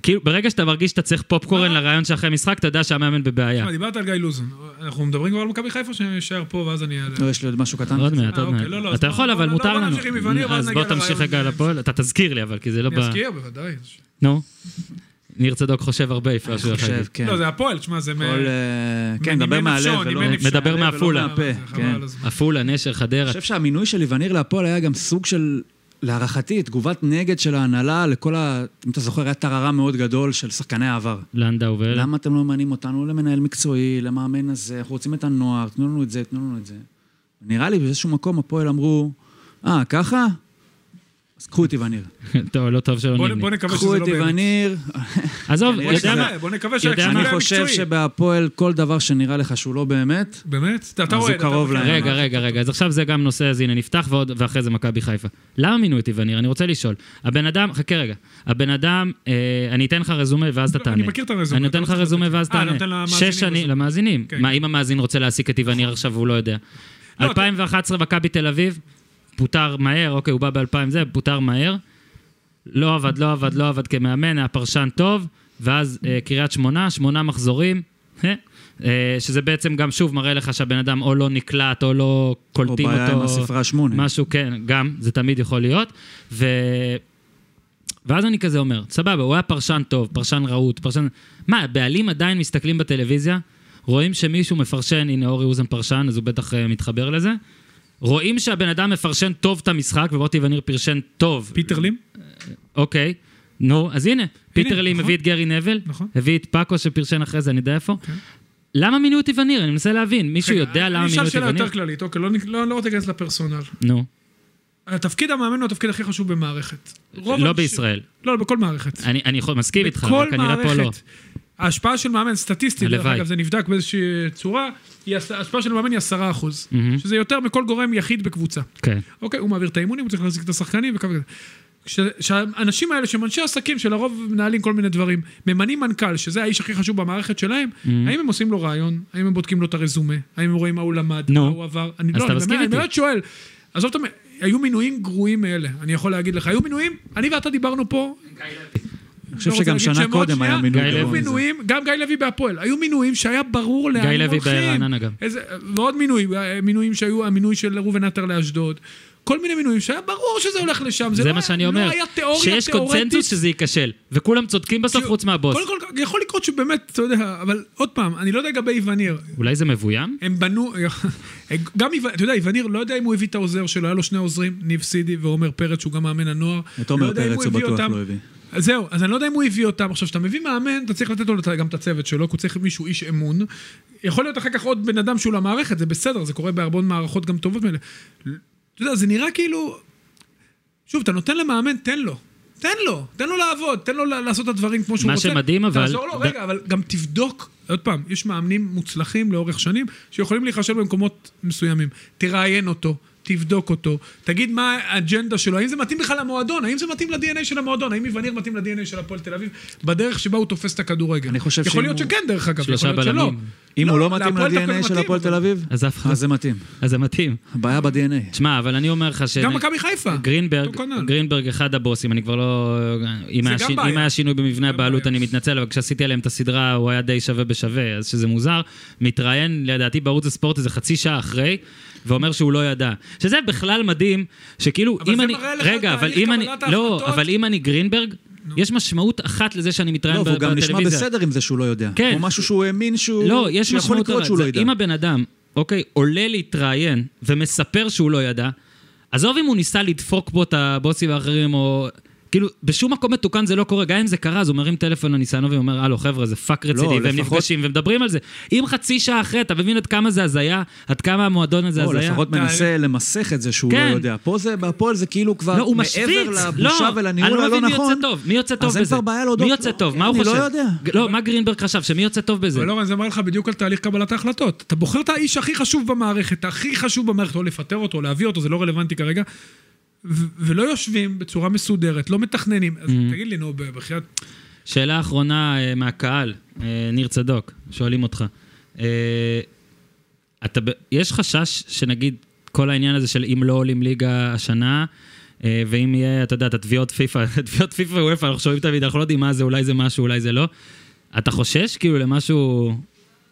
כאילו, ברגע שאתה מרגיש שאתה צריך פופקורן לרעיון שאחרי משחק, אתה יודע שהמאמן בבעיה.
תשמע, אה, דיברת על גיא לוזון. אנחנו מדברים כבר על מכבי חיפה, שנשאר פה ואז
אה,
אני אעלה.
לא, יש לי עוד משהו קטן.
עוד מעט,
אה,
עוד
אוקיי,
מעט.
לא, לא, אז
אתה
בוא-
יכול,
בוא-
אבל
לא,
מותר
בוא
לנו.
נמשיך עם איווניר, ואז
אז
נגיע
בוא תמשיך
לרעיון
רגע
הזה.
לפועל. אתה תזכיר לי, אבל, כי זה לא ב...
אני אזכיר, בוודאי.
נו. ניר צדוק חושב הרבה לפני שהוא
אני
יכול
חושב,
להגיד.
כן.
לא, זה הפועל, תשמע, זה... מ-
כל... אה, כן,
מנימי
מדבר מהלב
נפשו,
ולא...
נימי נפשו. כן,
מדבר
ולא
מהעפולה.
מהפה,
מהפה,
חבל
כן.
על הזמן.
עפולה, נשר, חדרה.
אני חושב שהמינוי של איווניר להפועל היה גם סוג של, להערכתי, תגובת נגד של ההנהלה לכל ה... אם אתה זוכר, היה טררה מאוד גדול של שחקני העבר.
לנדאו
כן.
ואלה.
למה אתם לא ממנים אותנו למנהל מקצועי, למאמן הזה, אנחנו רוצים את הנוער, תנו לנו את זה, תנו לנו את זה. נראה לי באיזשהו מקום הפועל אמרו, אה, ככה? אז קחו את איווניר.
טוב, לא טוב שלא
בוא-
נמני.
בוא נקווה שזה
קחו את
לא באמת.
איווניר.
עזוב,
כנראה
יודע
שזה-
מה?
בוא נקווה
יודע
שהקשבה
מה?
אני
מקצועית.
חושב שבהפועל כל דבר שנראה לך שהוא לא באמת,
באמת? אתה
אז
אתה
הוא
אוהד, אתה
קרוב
מכיר.
להם.
רגע, רגע, רגע, אז עכשיו זה גם נושא, אז הנה נפתח, ועוד, ואחרי זה מכבי חיפה. למה מינו את איווניר? אני רוצה לשאול. הבן אדם, חכה רגע, הבן אדם, אה, אני אתן לך רזומה ואז אתה
לא,
תענה.
אני מכיר את הרזומה,
אני נותן
אתה לא
לך
צריך
רזומה
לתת.
ואז
אה,
תענה.
נותן למאזינים
שש שנים,
רזומה.
למאזינים.
כן,
מה,
כן.
אם המאזין רוצה להעסיק את איווניר עכשיו והוא לא יודע.
לא, אתה-
2011 מכבי תל אביב, פוטר מהר, אוקיי, הוא בא ב-2000 זה, פוטר מהר. לא עבד, לא עבד, לא עבד כמאמן, היה פרשן טוב, ואז אה, קריית שמונה, שמונה מחזורים, אה, שזה בעצם גם שוב מראה לך שהבן אדם או לא נקלט או לא
או
קולטים
בעיה
אותו.
עם הספרה שמונה.
משהו, כן, גם, זה תמיד יכול להיות. ו... ואז אני כזה אומר, סבבה, הוא היה פרשן טוב, פרשן רהוט, פרשן... מה, הבעלים עדיין מסתכלים בטלוויזיה, רואים שמישהו מפרשן, הנה אורי אוזן פרשן, אז הוא בטח אה, מתחבר לזה. רואים שהבן אדם מפרשן טוב את המשחק, ומוטי וניר פרשן טוב.
פיטר לים?
אוקיי. נו, אז הנה, פיטר לי
נכון.
מביא את גרי נבל,
נכון. כן.
הביא את פאקו שפרשן אחרי זה, אני יודע איפה. למה מינו את איווניר? אני מנסה להבין, מישהו יודע למה
אני
מינו
אשאל
את
שאלה
איווניר?
יותר כללית, אוקיי, לא נ- לא לא רוצה להיכנס לפרסונל.
נו,
התפקיד המאמן הוא התפקיד הכי חשוב במערכת. רוב
לא
האנשים-
בישראל.
לא, בכל מערכת.
אני, אני יכול- מסכים איתך,
בכל
אבל כנראה פה לא.
מערכת. ההשפעה של מאמן סטטיסטית, דרך
הלוואי.
אגב, זה נבדק באיזושהי צורה, היא הס- ההשפעה של מאמן היא עשרה אחוז,
מהמם.
שזה יותר מכל גורם יחיד בקבוצה.
כן.
אוקיי, הוא מעביר את האימונים, הוא צריך להחזיק את השחקנים וככה וככה. כשהאנשים האלה שהם אנשי עסקים שלרוב מנהלים כל מיני דברים, ממנים מנכ"ל, שזה האיש הכי חשוב במערכת שלהם,
Mm.
האם הם עושים לו רעיון? האם הם בודקים לו את הרזומה? האם הם רואים מה הוא למד?
נו.
מה הוא עבר? אני
אז
לא,
אתה
אני
מסכים
באמת- אני
איתי.
באמת שואל. עזוב, אתה מ- היו מינויים גרועים מאלה, אני יכול להגיד לך. היו מינויים, אני ואתה דיברנו פה, לא
אני חושב שגם שנה קודם היה מינוי
גיא
היו
גרוע
לוי.
מזה.
מינויים, גם גיא לוי בהפועל, היו מינויים שהיה ברור לאן הם
לוי
הולכים.
ברעננה גם.
איזה, ועוד מינוי, אה, מינויים שהיו, המינוי של ראובן עטר לאשדוד. כל מיני מינויים שהיה ברור שזה הולך לשם.
זה
לא
מה
היה-
שאני אומר,
לא היה תיאוריה
שיש
תיאורטית.
קונצנזוס שזה ייכשל, וכולם צודקים בסוף
כי-
חוץ מהבוס.
קודם כל, יכול לקרות שבאמת, אתה יודע, אבל עוד פעם, אני לא יודע לגבי איווניר.
אולי זה מבוים?
הם בנו, גם, איו- אתה יודע, איווניר, לא יודע אם הוא הביא את העוזר שלו, היה לו שני עוזרים, ניב סידי ועומר פרץ, שהוא גם מאמן הנוער.
את
לא
עומר
יודע אם
פרץ הוא
הביא
בטוח
אותם.
לא הביא.
אז זהו, אז אני לא יודע אם הוא הביא אותם. עכשיו, כשאתה מביא מאמן, אתה צריך לתת לו גם את הצוות שלו, כי הוא צריך מישהו, איש אמון. יכול להיות אחר כך עוד בן אדם שהוא למערכת, זה בסדר, זה קורה בהרבה מאוד מערכות גם טובות מאלה. אתה יודע, זה נראה כאילו... שוב, אתה נותן למאמן, תן לו. תן לו, תן לו לעבוד, תן לו לעשות את הדברים כמו שהוא
מה
רוצה.
שמדהים, אבל-
תעזור לו,
ד-
רגע, אבל גם תבדוק, עוד פעם, יש מאמנים מוצלחים לאורך שנים, שיכולים להיחשב במקומות מסוימים. תראיין אותו, תבדוק אותו, תגיד מה האג'נדה שלו, האם זה מתאים בכלל למועדון, האם זה מתאים ל-DNA של המועדון, האם איווניר מתאים ל-DNA של הפועל תל אביב, בדרך שבה הוא תופס את הכדורגל.
אני חושב
יכול
שאם
להיות
הוא-
שכן, דרך אגב,
שלושה
יכול להיות שלא.
בלמים.
אם
לא,
הוא לא מתאים
להפועל דווקא זה
ל-DNA של
מתאים,
הפועל
אבל-
תל אביב,
אז אף אחד...
אז זה מתאים.
אז זה מתאים.
הבעיה ב-DNA.
תשמע, אבל אני אומר לך ש...
גם מכבי חיפה.
גרינברג,
אותו כנ"ל.
גרינברג אחד הבוסים, אני כבר לא... אם
זה
היה,
גם
שין- אם
בעיה.
היה שינוי במבנה
גם
הבעלות,
בעיה.
אני מתנצל, אבל כשעשיתי עליהם את הסדרה, הוא היה די שווה בשווה, אז שזה מוזר. מתראיין, לדעתי, בערוץ הספורט איזה חצי שעה אחרי, ואומר שהוא לא ידע. שזה בכלל מדהים, שכאילו,
אבל
אם
זה
אני...
מראה לך
רגע,
את
אבל
תהליך
אם אני...
קבלת
לא,
ההחלטות.
אבל אם אני גרינברג, יש משמעות אחת לזה שאני
לא,
מתראיין ב-
והוא גם
בטלוויזיה.
נשמע בסדר עם זה שהוא לא יודע.
כן.
או משהו שהוא האמין שהוא...
לא, יש
שיכול
משמעות
לקרות שהוא לא
זה
ידע.
אם הבן אדם, אוקיי, עולה להתראיין ומספר שהוא לא ידע, עזוב אם הוא ניסה לדפוק בו את הבוסים האחרים, או... כאילו, בשום מקום מתוקן זה לא קורה. גם אם זה קרה, אז הוא מרים טלפון לניסנוב ואומר, הלו, חבר'ה, זה פאק רציני, והם
לא, לפחות-
נפגשים ומדברים על זה. אם חצי שעה אחרי, אתה מבין עד כמה זה הזיה, עד כמה המועדון הזה
או
הזיה.
לא, לפחות
אתה-
מנסה למסך את זה שהוא לא
כן.
יודע. פה זה, בהפועל זה כאילו כבר
לא, הוא משוויץ.
מעבר לבושה
לא,
ולניהול
אני
הלא
מבין מי
נכון.
יוצא טוב, מי יוצא טוב
אז
בזה.
אין כבר בעיה להודות
מי יוצא
לו.
טוב, מה הוא
אני
חושב?
לא יודע.
לא, מה גרינברג חשב? שמי יוצא טוב בזה?
אבל לא, אורן, זה מראה לך בדיוק על תהליך קבלת ההחלטות. אתה בוחר את האיש הכי חשוב במערכת, הכי חשוב במערכת, או לפטר אותו, או להביא אותו, זה לא רלוונטי כרגע, ו- ולא יושבים בצורה מסודרת, לא מתכננים. אז
Mm.
תגיד לי, נו, ב- בחייאת...
שאלה אחרונה אה, מהקהל, אה, ניר צדוק, שואלים אותך. אה, אתה, ב- יש חשש שנגיד כל העניין הזה של אם לא עולים ליגה השנה, אה, ואם יהיה, אתה יודע, את התביעות פיפא, תביעות פיפא וופא, אנחנו שומעים תמיד, אנחנו לא יודעים מה זה, אולי זה משהו, אולי זה לא. אתה חושש כאילו למשהו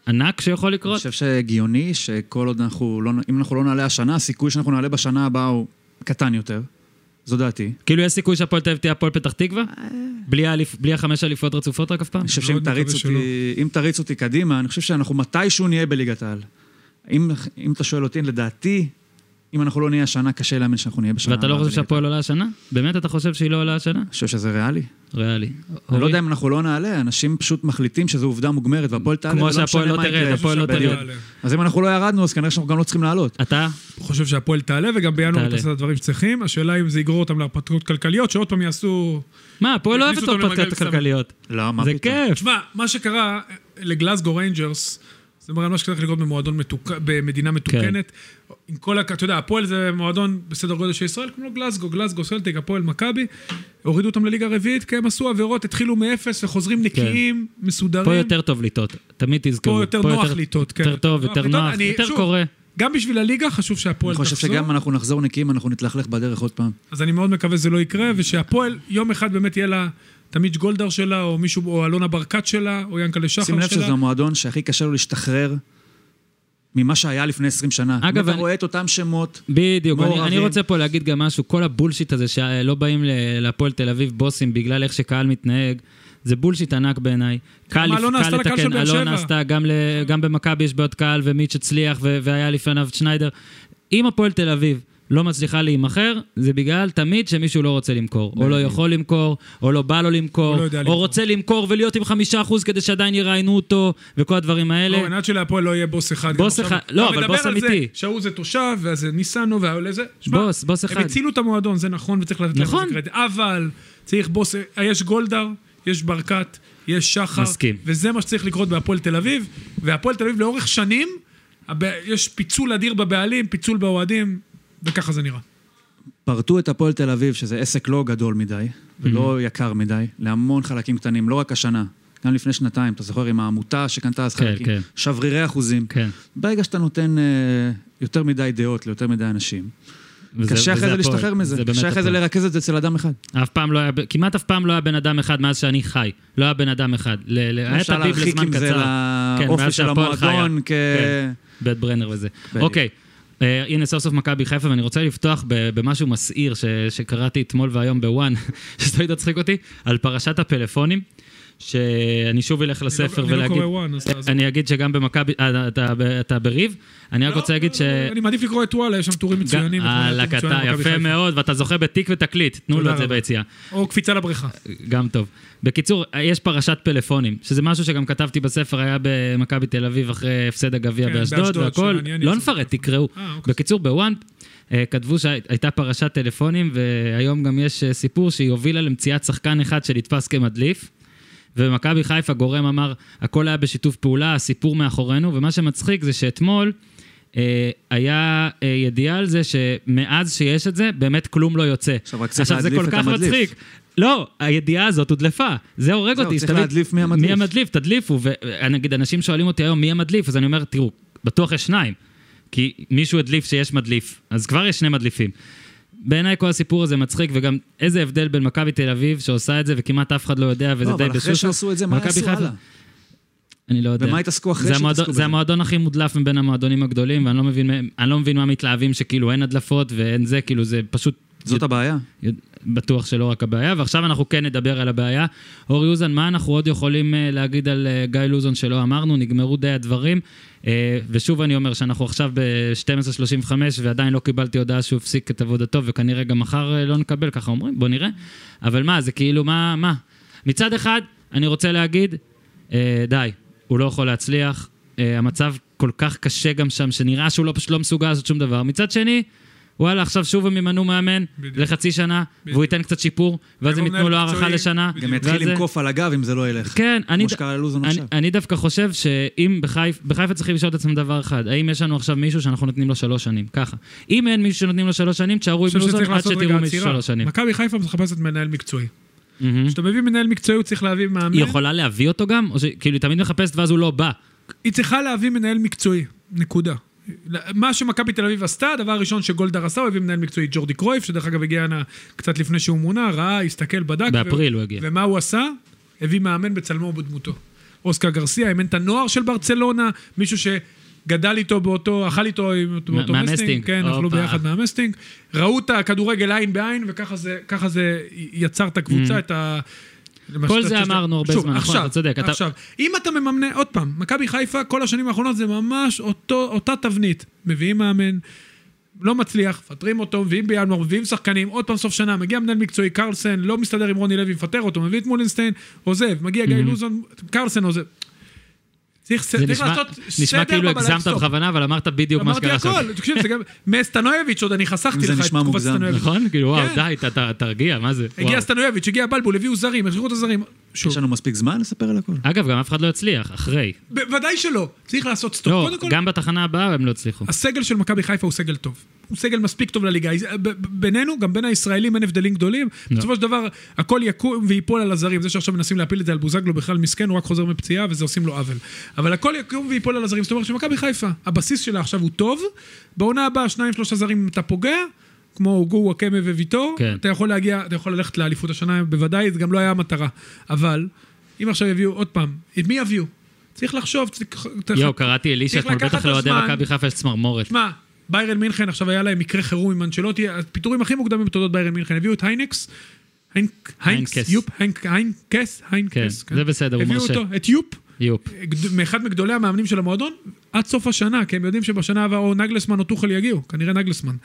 ענק שיכול
אני
לקרות?
חושב שהגיוני שכל עוד אנחנו לא... אם אנחנו לא נעלה השנה, הסיכוי שאנחנו נעלה בשנה הבאה הוא קטן יותר. זו דעתי.
כאילו יש סיכוי שהפועל תל אביב תהיה הפועל פתח תקווה? בלי האליפ- בלי החמש אליפויות רצופות רק אף פעם?
אני חושב שאם
מאוד
תריץ
מקווה
אותי, אם תריץ אותי קדימה, אני חושב שאנחנו מתישהו נהיה בליגת העל. אם, אם אתה שואל אותי, לדעתי, אם אנחנו לא נהיה השנה, קשה להאמין שאנחנו נהיה בשנה.
ואתה לא
הבאה
חושב
בליגת העל.
שהפועל עולה השנה? באמת אתה חושב שהיא לא עולה השנה?
אני חושב שזה ריאלי.
ריאלי.
אני לא
אורי?
יודע אם אנחנו לא נעלה, אנשים פשוט מחליטים שזו עובדה מוגמרת, והפועל תעלה,
כמו
ולא משנה
שהפועל לא
מה
תרד,
יקרה.
הפועל לא
בדיוק.
תרד.
אז אם אנחנו לא ירדנו, אז כנראה שאנחנו גם לא צריכים לעלות.
אתה?
חושב שהפועל תעלה, וגם בינואר
תעלה.
תעשה את הדברים שצריכים. השאלה אם זה יגרור אותם להרפתקאות כלכליות, שעוד פעם יעשו...
מה, הפועל לא אוהבת
הכניסו אותם
הרפתקאות
למעגל קסמים.
כלכליות.
לא, מה
זה
פתאום.
כיף.
תשמע, מה שקרה אה, לגלזגו ריינג'רס, זה מראה על מה שצריך לקרות במועדון מתוק... במדינה
כן.
מתוקנת. עם כל הכ... אתה יודע, הפועל זה מועדון בסדר גודל של ישראל, כמו גלזגו, גלזגו, סלטיק, הפועל, מכבי. הורידו אותם לליגה רביעית, כי הם עשו עבירות, התחילו מאפס
כן.
וחוזרים נקיים, מסודרים.
פה יותר טוב לטעות, תמיד תזכרו.
אה? פה יותר נוח לטעות, כן.
יותר טוב, יותר
לטעות.
נוח,
אני-
יותר
שוב,
קורה.
גם בשביל הליגה חשוב שהפועל
אני
תחזור.
חושב שגם אם אנחנו נחזור נקיים, אנחנו נתלכלך בדרך עוד פעם.
אז אני מאוד מקווה שזה לא יקרה, ושהפועל יום אחד באמת יהיה לה את עמית גולדהר שלה, או מישהו, או אלונה ברקת שלה, או ינקלה
לא,
שחר שלה.
שים לב שזה המועדון שהכי קשה לו להשתחרר ממה שהיה לפני 20 שנה.
אגב,
אגב, אתה
אני-
רואה את אותם שמות.
בדיוק, אני- אני
מעורבים.
רוצה פה להגיד גם משהו, כל הבולשיט הזה שלא באים ל- להפועל תל אביב בוסים בגלל איך שקהל מתנהג, זה בולשיט ענק בעיניי. קל
גם אלונה
קל
עשתה לקהל של
לתקן,
באר שבע.
אלונה עשתה, גם ל- גם במכבי יש בעיות קהל ומיץ' הצליח ו- והיה לפניו שניידר. אם הפועל תל אביב לא מצליחה להימכר, זה בגלל תמיד שמישהו לא רוצה למכור. או לא יכול למכור, או לא בא לו למכור,
או לא יודע
או
למכור.
רוצה למכור ולהיות עם חמישה אחוז כדי שעדיין יראיינו אותו, וכל הדברים האלה.
לא, עד שלהפועל לא יהיה בוס אחד. גם
בוס
עכשיו-
אחד- לא,
אתה
אבל
מדבר
בוס
על זה,
אמיתי.
שההוא זה תושב, ואז זה ניסנו, והעולה זה... שמע,
בוס, בוס אחד.
הם הצילו את המועדון, זה נכון, וצריך לתת להם את
נכון.
הקרדיט. אבל צריך בוס... יש גולדהר, יש ברקת, יש שחר.
מסכים.
וזה מה שצריך לקרות בהפועל תל אביב. והפועל תל אביב לאורך שנים, הב- יש פיצול אדיר בבעלים, פיצול באוהדים, וככה זה נראה.
פרטו את הפועל תל אביב, שזה עסק לא גדול מדי,
Mm-hmm.
ולא יקר מדי, להמון חלקים קטנים, לא רק השנה. גם לפני שנתיים, אתה זוכר, עם העמותה שקנתה אז
כן,
חלקים,
כן.
שברירי אחוזים.
כן.
ברגע שאתה נותן אה, יותר מדי דעות ליותר מדי אנשים,
וזה-
קשה אחרי
וזה
זה
הפועל.
להשתחרר מזה,
זה באמת
קשה אחרי זה
הפועל.
לרכז את זה אצל אדם אחד.
אף פעם לא היה, כמעט אף פעם לא היה בן אדם אחד מאז שאני חי. לא היה בן אדם אחד. ל- ל- היה
אפשר
אה, תביב
להרחיק
לזמן
עם זה
קצר. כן,
לאופי
מאז
של
שהפועל חיה.
המועדון כ-
כן, בית ברנר וזה.
בדיוק.
אוקיי, אה, הנה סוף סוף מכבי חיפה, ואני רוצה לפתוח ב- במשהו מסעיר ש- שקראתי אתמול והיום בוואן, שתמיד מצחיק אותי, על פרשת הפלאפונים, שאני שוב אלך לספר
אני לא
ולהגיד...
קורא וואן, אז תעזור.
אני אגיד שגם במכבי... אה, אתה- אתה בריב? אני רק רוצה להגיד ש...
אני מעדיף לקרוא את וואלה, יש שם טורים לא, מצוינים.
אה,
אתמול היה טור מצוין
לקטע,
במכבי
יפה
חיפה.
מאוד, ואתה זוכה בתיק ותקליט, תנו לו
תודה
את זה
רבה.
ביציאה.
או קפיצה לבריכה.
גם טוב. בקיצור, יש פרשת פלאפונים, שזה משהו שגם כתבתי בספר, היה במכבי תל אביב אחרי הפסד הגביע
כן,
באשדוד
באשדוד,
והכל.
שמעניין,
לא
יש
נפרט,
פלאפון.
תקראו.
אה, אוקיי.
בקיצור, בוואן אה, כתבו שהייתה פרשת טלפונים, והיום גם יש אה, סיפור שהיא הובילה למציאת שחקן אחד שנתפס כמדליף. ומכבי חיפה, גורם אמר, הכל היה בשיתוף פעולה, הסיפור מאחורינו, ומה שמצחיק זה שאתמול אה, היה אה, ידיעה על זה שמאז שיש את זה, באמת כלום לא יוצא.
עכשיו רק צריך
עכשיו זה
להדליף
כל
את
כך
המדליף.
מצחיק. לא, הידיעה הזאת הודלפה. זה הורג
זהו,
אותי.
צריך
תמיד-
להדליף מי המדליף.
מי המדליף, תדליפו. ונגיד, אנשים שואלים אותי היום מי המדליף, אז אני אומר, תראו, בטוח יש שניים. כי מישהו הדליף שיש מדליף, אז כבר יש שני מדליפים. בעיניי כל הסיפור הזה מצחיק, וגם איזה הבדל בין מכבי תל אביב, שעושה את זה וכמעט אף אחד לא יודע, וזה
לא,
די
אבל אחרי
בסוסו,
שעשו את זה, מה
מכבי
יעשו
חיפה-
הלאה?
אני לא יודע.
במה התעסקו אחרי
זה
שהתעסקו
המועדון-
בזה?
זה המועדון הכי מודלף מבין המועדונים הגדולים, ואני לא מבין, מהם- אני לא מבין מה מתלהבים שכאילו אין הדלפות ואין זה, כאילו זה פשוט...
זאת הבעיה.
בטוח שלא רק הבעיה, ועכשיו אנחנו כן נדבר על הבעיה. אורי אוזן, מה אנחנו עוד יכולים אה, להגיד על אה, גיא לוזון שלא אמרנו? נגמרו די הדברים. אה, ושוב אני אומר שאנחנו עכשיו ב-12:35 ועדיין לא קיבלתי הודעה שהוא הפסיק את עבודתו, וכנראה גם מחר אה, לא נקבל, ככה אומרים, בוא נראה. אבל מה, זה כאילו, מה, מה? מצד אחד, אני רוצה להגיד, אה, די, הוא לא יכול להצליח. אה, המצב כל כך קשה גם שם, שנראה שהוא לא, פשוט לא מסוגל לעשות שום דבר. מצד שני, וואלה, עכשיו שוב הם ימנו מאמן
בדיוק.
לחצי שנה, והוא ייתן קצת שיפור, ואז הם
יבוא
ייתנו לו
מנהל
הארכה
מקצועי,
לשנה.
בדיוק.
גם
ואז
יתחיל
זה-
עם קוף על הגב אם זה לא ילך.
כן, אני...
כמו
ד-
שקרה ללוזון
אני-
עכשיו.
אני דווקא חושב שאם בחיפ- בחיפה צריכים לשאול את עצמם דבר אחד, האם יש לנו עכשיו מישהו שאנחנו נותנים לו שלוש שנים? ככה. אם אין מישהו שנותנים לו שלוש שנים, תשארו עם
אני חושב
לוזון
שצריך
עד
לעשות רגע
שתראו מישהו
עצירה. Mm.
שלוש שנים.
מכבי חיפה מחפשת מנהל מקצועי.
מהמם.
כשאתה מביא מנהל מקצועי, הוא צריך להביא מאמן.
היא יכולה להביא אותו גם? או שכאילו היא תמיד מחפשת ואז הוא לא בא.
היא צריכה להביא מנהל מקצועי, נקודה. מה שמכבי תל אביב עשתה, הדבר הראשון שגולדהר עשה, הוא הביא מנהל מקצועי ג'ורדי קרויף, שדרך אגב הגיע הנה קצת לפני שהוא מונה, ראה, הסתכל, בדק.
באפריל הוא הגיע.
ומה הוא עשה? הביא מאמן בצלמו ובדמותו. אוסקר גרסיה, אימן את הנוער של ברצלונה, מישהו שגדל איתו באותו, אכל איתו עם אותו
מה-
באותו
מהמסטינג.
מסטינג. כן, אכלו
הופה.
ביחד מהמסטינג. ראו את הכדורגל עין בעין, וככה זה, ככה זה יצר את
Mm.
הקבוצה, את ה...
כל זה אמרנו הרבה
שוב,
זמן, נכון,
עכשיו,
אתה צודק, אתה-
עכשיו, אם אתה מממנה, עוד פעם, מכבי חיפה, כל השנים האחרונות זה ממש אותו, אותה תבנית. מביאים מאמן, לא מצליח, מפטרים אותו, מביאים בינואר, מביאים שחקנים, עוד פעם סוף שנה, מגיע מנהל מקצועי, קרלסן, לא מסתדר עם רוני לוי, מפטר אותו, מביא את מולינסטיין, עוזב, מגיע גיא לוזון, קרלסון עוזב. צריך,
Mm-hmm. זה
צריך
נשמע-
לעשות
נשמע כאילו
בבלייק
הגזמת
סטופ.
בכוונה, אבל אמרת בדיוק מה
אמרתי
שקרה עכשיו.
הכל, תקשיב, זה גם... מסטנויביץ' עוד אני חסכתי
זה
לך את
נשמע
תקופת
מוגזם.
סטנויביץ'.
נכון? כאילו, וואו,
כן.
די, ת- ת- תרגיע, מה זה? וואו.
הגיע סטנויביץ', הגיע בלבול, הביאו זרים, החזירו את הזרים. שוב,
יש לנו מספיק זמן לספר על הכל?
אגב, גם אף אחד לא הצליח, אחרי.
בוודאי שלא, צריך לעשות סטופ.
לא,
קודם כל,
גם בתחנה הבאה הם לא הצליחו.
הסגל של מכבי חיפה הוא סגל טוב. הוא סגל מספיק טוב לליגה. אה, ב- ב- בינינו, גם בין הישראלים אין הבדלים גדולים.
לא.
בסופו של דבר, הכל יקום וייפול על הזרים. זה שעכשיו מנסים להפיל את זה על בוזגלו, בכלל מסכן, הוא רק חוזר מפציעה וזה עושים לו עוול. אבל הכל יקום וייפול על הזרים. זאת אומרת שמכבי חיפה, הבסיס שלה עכשיו הוא טוב. בעונה הבאה, שניים, שלושה זרים אתה פוגע. כמו הוגו, וואקמה וויטור,
כן.
אתה יכול להגיע, אתה יכול ללכת לאליפות השנה, בוודאי, זה גם לא היה המטרה. אבל, אם עכשיו יביאו, עוד פעם, את מי יביאו? צריך לחשוב, צריך...
יואו, קראתי אלישע,
צריך
אתמול
לקחת
בטח
לו
לאוהדי
זמן.
מכבי חיפה יש צמרמורת.
תשמע, ביירן מינכן עכשיו היה להם מקרה חירום עם אנשלוטי, הפיטורים הכי מוקדמים בתולדות ביירן מינכן, הביאו את היינקס, היינק-
היינקס. כן,
היינקס, יופ, היינק- היינקס, היינקס, כן.
זה בסדר, הוא מרשה.
הביאו אותו, את יופ,
יופ.
גד- מאחד מגדולי המאמנים של המועדון, עד סוף השנה, כי הם יודעים שבשנה הבאה או נגלסמן או טוחל יגיעו, כנראה נגלסמן.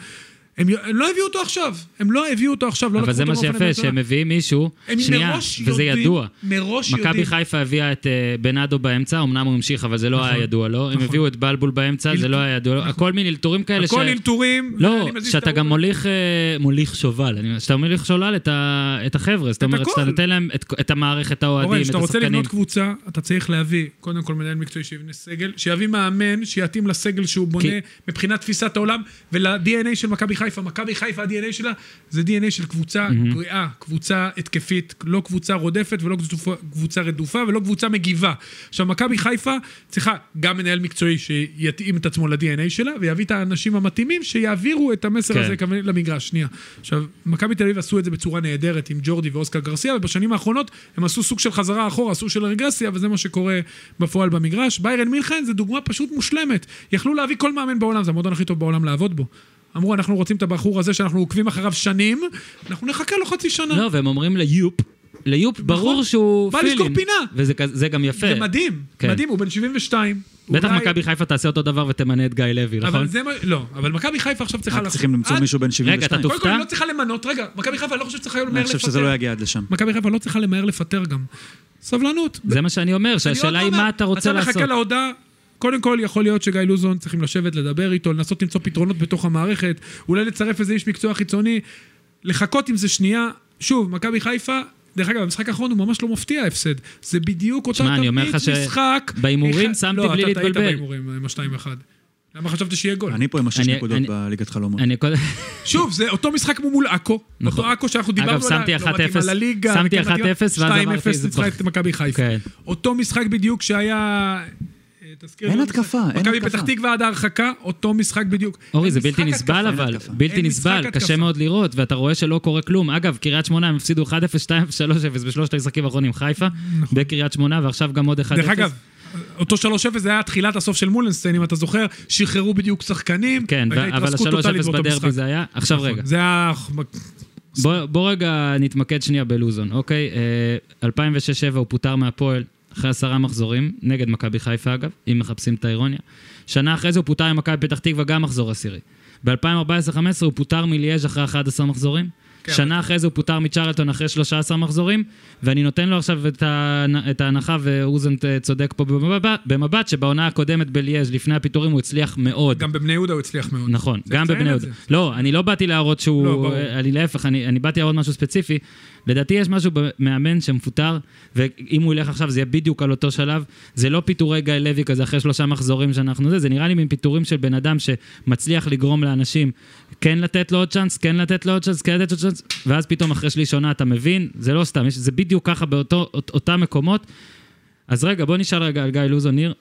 הם י- הם לא הביאו אותו עכשיו, הם לא הביאו אותו עכשיו, לא
אבל
לקחו
זה
אותו
מה
באופן
שיפה,
הממשלה.
שהם מביאים מישהו,
הם
שנייה,
מראש
וזה
יודעים-
ידוע.
מראש יודעים.
מכבי חיפה הביאה את אה, בנאדו באמצע, אמנם הוא המשיך, אבל זה לא
נכון.
היה ידוע לו. הם הביאו את בלבול באמצע, זה לא היה ידוע לו. הכל מיני אלתורים כאלה ש...
הכל אלתורים.
לא,
אני מזיז את
שאתה
הראש.
גם מוליך, אה, מוליך שובל, אני- שאתה מוליך שולל את ה- את החבר'ה, זאת אומרת,
הכל.
שאתה נותן להם את- את המערכת,
אורן,
האוהדים, את
כשאתה רוצה
השחקנים.
לבנות קבוצה, אתה צריך להביא, קודם כל מנהל מקצועי שיבנה סגל, שיביא מאמן שיתאים לסגל שהוא בונה
כי-
מבחינת תפיסת העולם, ול-DNA של מכבי חיפה. מכבי חיפה, ה-DNA שלה זה DNA של קבוצה בריאה, קבוצה התקפית, לא קבוצה רודפת ולא קבוצה- קבוצה רדופה ולא קבוצה מגיבה. עכשיו, מכבי חיפה צריכה גם מנהל מקצועי שיתאים את עצמו ל-DNA שלה, ויביא את האנשים המתאימים שיעבירו את המסר
כן.
הזה כוונ- למגרש, שנייה. עכשיו, מכבי תל אביב עשו את זה בצורה נהדרת עם ג'ורדי ואוסקר גרסיה, ובשנים האחרונות הם עשו סוג של חזרה אחורה, עשו של רגרסיה, וזה מה שקורה בפועל במגרש. ביירן מינכן זה דוגמה פשוט מושלמת. יכלו להביא כל מאמן בעולם, זה המועדון הכי טוב בעולם לעבוד בו. אמרו, אנחנו רוצים את הבחור הזה שאנחנו עוקבים אחריו שנים, אנחנו נחכה לו חצי שנה.
לא, והם אומרים ליופ. ליופ, ברור
נכון.
שהוא
בא לזכור
פילינג.
פינה.
וזה כזה- זה גם יפה.
זה מדהים,
כן.
מדהים, הוא בן 72.
בטח
אולי-
מכבי חיפה תעשה אותו דבר ותמנה את גיא לוי, נכון?
אבל זה מה... לא, אבל מכבי חיפה עכשיו צריכה...
רק
לעשות-
צריכים למצוא
עד-
מישהו בן
לא- רגע,
72.
אתה
קודם כל,
תופתע?
היא לא צריכה למנות, רגע, מכבי חיפה, אני לא חושב שצריכה למהר
אני
לפטר.
חושב שזה לא יגיע עד לשם.
מכבי חיפה לא צריכה למהר לפטר גם. סבלנות.
זה מה שאני אומר,
אני עוד לא
שהשאלה היא
אומר,
מה אתה רוצה לעשות.
אתה מחכה להודעה. קודם כל, יכול להיות שגיא לוזון צריכים לשבת, לדבר איתו, לנסות למצוא פתרונות בתוך המערכת, אולי לצרף איזה איש מקצוע חיצוני, לחכות עם זה שנייה. שוב, מכבי חיפה, דרך אגב, המשחק האחרון הוא ממש לא מפתיע ההפסד. זה בדיוק אותה
שמע, אני אומר לך
תבנית
ש-
משחק.
בהימורים
איך-
שמתי
לא,
בלי
אתה טעית
להתבלבל.
בהימורים עם ה-2-1. למה חשבתי שיהיה גול?
אני פה עם השש
אני-
נקודות
אני-
בליגת חלומות.
אני קודם...
שוב, זה אותו משחק כמו מול עכו.
נכון.
אותו עכו שאנחנו דיברנו
אגב,
עליה,
שמתי 1-0,
לא מתאימה לליגה,
שמתי
כן מתאימה.
1-0, ואז אמרתי,
2-0
זה
ניצחה
צחוק.
את מכבי חיפה.
כן.
אותו משחק בדיוק שהיה... אה, תזכיר
אין
לי,
התקפה, אין
מכבי
התקפה.
פתח תקווה עד ההרחקה, אותו משחק בדיוק.
אורי,
אין
זה
משחק
בלתי
התקפה,
נסבל
אין
אבל,
התקפה.
בלתי
אין משחק
נסבל,
התקפה.
קשה מאוד לראות, ואתה רואה שלא קורה כלום. אגב, קריית שמונה, הם הפסידו 1-0, 2-3-0 בשלושת המשחקים האחרונים, חיפה, בקריית שמונה, ועכשיו גם עוד 1-0.
נכון. דרך אגב, אותו 3-0 זה היה תחילת הסוף של מולנסטיין, אם אתה זוכר, שחררו בדיוק שחקנים,
כן,
והייתה
ו- אבל
התרסקות טוטאלית
ה-3-0
באותו
בדרבי
משחק. נכון.
זה היה. עכשיו רגע,
זה היה...
בוא- בוא רגע נתמקד שנייה בלוזון, אוקיי? אה, 2006-2007 הוא פוטר מהפועל אחרי עשרה מחזורים, נגד מכבי חיפה אגב, אם מחפשים את האירוניה. שנה אחרי זה הוא פוטר ממכבי פתח תקווה, גם מחזור עשירי. ב-2014-2015 הוא פוטר מליאז' אחרי 11 מחזורים.
כן,
שנה אחרי זה הוא פוטר מצ'רלטון אחרי 13 מחזורים, ואני נותן לו עכשיו את ההנ- את ההנחה, ואוזן אה, צודק פה במבט- במבט, שבעונה הקודמת בליאז' לפני הפיטורים הוא הצליח מאוד.
גם בבני יהודה הוא הצליח מאוד.
נכון,
צריך
גם
לציין
בבני
את
יהודה.
זה.
לא, אני לא באתי להראות
לא,
שהוא...
ברור.
אני להפך, אני אני באתי להראות משהו ספציפי. לדעתי יש משהו במאמן שמפוטר, ואם הוא ילך עכשיו זה יהיה בדיוק על אותו שלב. זה לא פיטורי גיא לוי כזה אחרי שלושה מחזורים שאנחנו זה, זה נראה לי מין פיטורים של בן אדם שמצליח לגרום לאנשים כן לתת לו עוד צ'אנס, כן לתת לו עוד צ'אנס, כן לתת לו עוד צ'אנס, ואז פתאום אחרי שליש עונה אתה מבין, זה לא סתם, יש- זה בדיוק ככה באותם מקומות. אז רגע, בוא נשאל רגע על גיא לוזון ניר.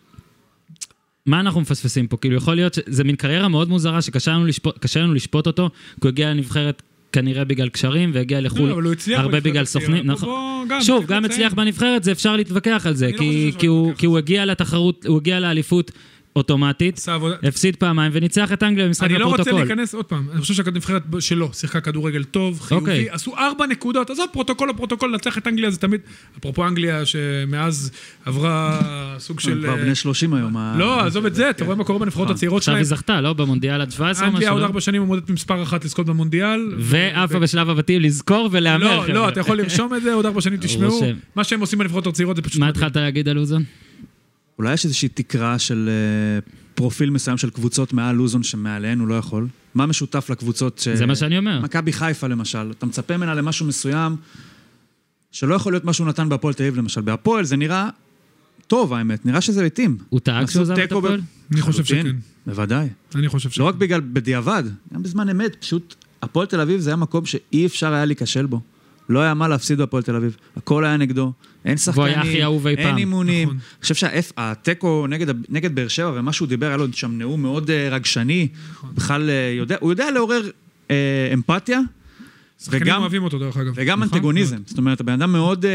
מה אנחנו מפספסים פה? כאילו, יכול להיות שזה מין קריירה מאוד מוזרה שקשה לנו לשפוט, קשה לנו לשפוט אותו, כי הוא הגיע לנבחרת כנראה בגלל קשרים, והגיע לחו"ל
לא, אבל הוא הצליח
נכון. הרבה
בנבחרת
בגלל
הצעירה.
סוכנים,
בוא-
נכון.
בוא, גם,
שוב,
צריך
גם
לציין.
הצליח בנבחרת, זה אפשר להתווכח על זה,
אני לא חושב
כי,
שאפשר
כי, הוא,
להתווכח
כי הוא הגיע לתחרות, הוא הגיע לאליפות אוטומטית,
עשה עבודה...
הפסיד פעמיים וניצח את אנגליה במשחק
אני לא רוצה
לפרוטוקול.
להיכנס עוד פעם, אני חושב שהנבחרת שלו שיחקה כדורגל טוב, חיובי,
אוקיי.
עשו ארבע נקודות, עזוב פרוטוקול לפרוטוקול, לנצח את אנגליה זה תמיד, אפרופו אנגליה שמאז עברה סוג
הם
של...
כבר בני 30 היום. ה-
לא, עזוב את זה, אתה רואה מה קורה בנבחרות הצעירות
אה, עכשיו
שלהם.
היא זכתה, לא? במונדיאל עד 17 או
אנגליה
משהו,
עוד
לא?
ארבע שנים עומדת במספר אחת לזכות במונדיאל.
ועפה בשלב הבתים לזכור ולהמר.
לא,
חבר'ה.
לא, אתה יכול לרשום את זה, עוד ארבע שנים תשמעו.
אה, רושם.
מה שהם עושים בנבחרות הצעירות זה פשוט...
מה
מדהים.
התחלת להגיד על לוזון?
אולי יש איזושהי תקרה של אה, פרופיל מסוים של קבוצות מעל לוזון שמעליהן הוא לא יכול? מה משותף לקבוצות ש...
זה מה שאני אומר.
מכבי חיפה למשל, אתה מצפה ממנה למשהו מסוים שלא יכול להיות מה שהוא נתן בהפועל תל אביב למשל. בהפועל זה נראה טוב האמת, נראה שזה התאים.
הוא טעה כשהוא
לעשות
עזב את
תיקו ב-
הפועל?
אני חושב
לחלוטין,
שכן.
בוודאי.
אני חושב ש...
לא רק בגלל, בדיעבד, גם בזמן אמת, פשוט הפועל תל אביב זה היה מקום שאי אפשר היה להיכשל בו. לא היה מה להפסיד בהפועל תל אביב. הכל היה נגדו, אין שחקנים,
היה הכי אהוב אי
אין
פעם.
אימונים.
נכון.
אני חושב שהתיקו נגד, נגד באר שבע ומה שהוא דיבר, היה לו שם נאום מאוד אה, רגשני.
נכון.
בכלל, אה, יודע, הוא יודע לעורר אה, אמפתיה
שחקנים
וגם-
אוהבים אותו דרך אגב.
וגם
נכון?
אנטגוניזם. זאת אומרת, הבן אדם מאוד... אה,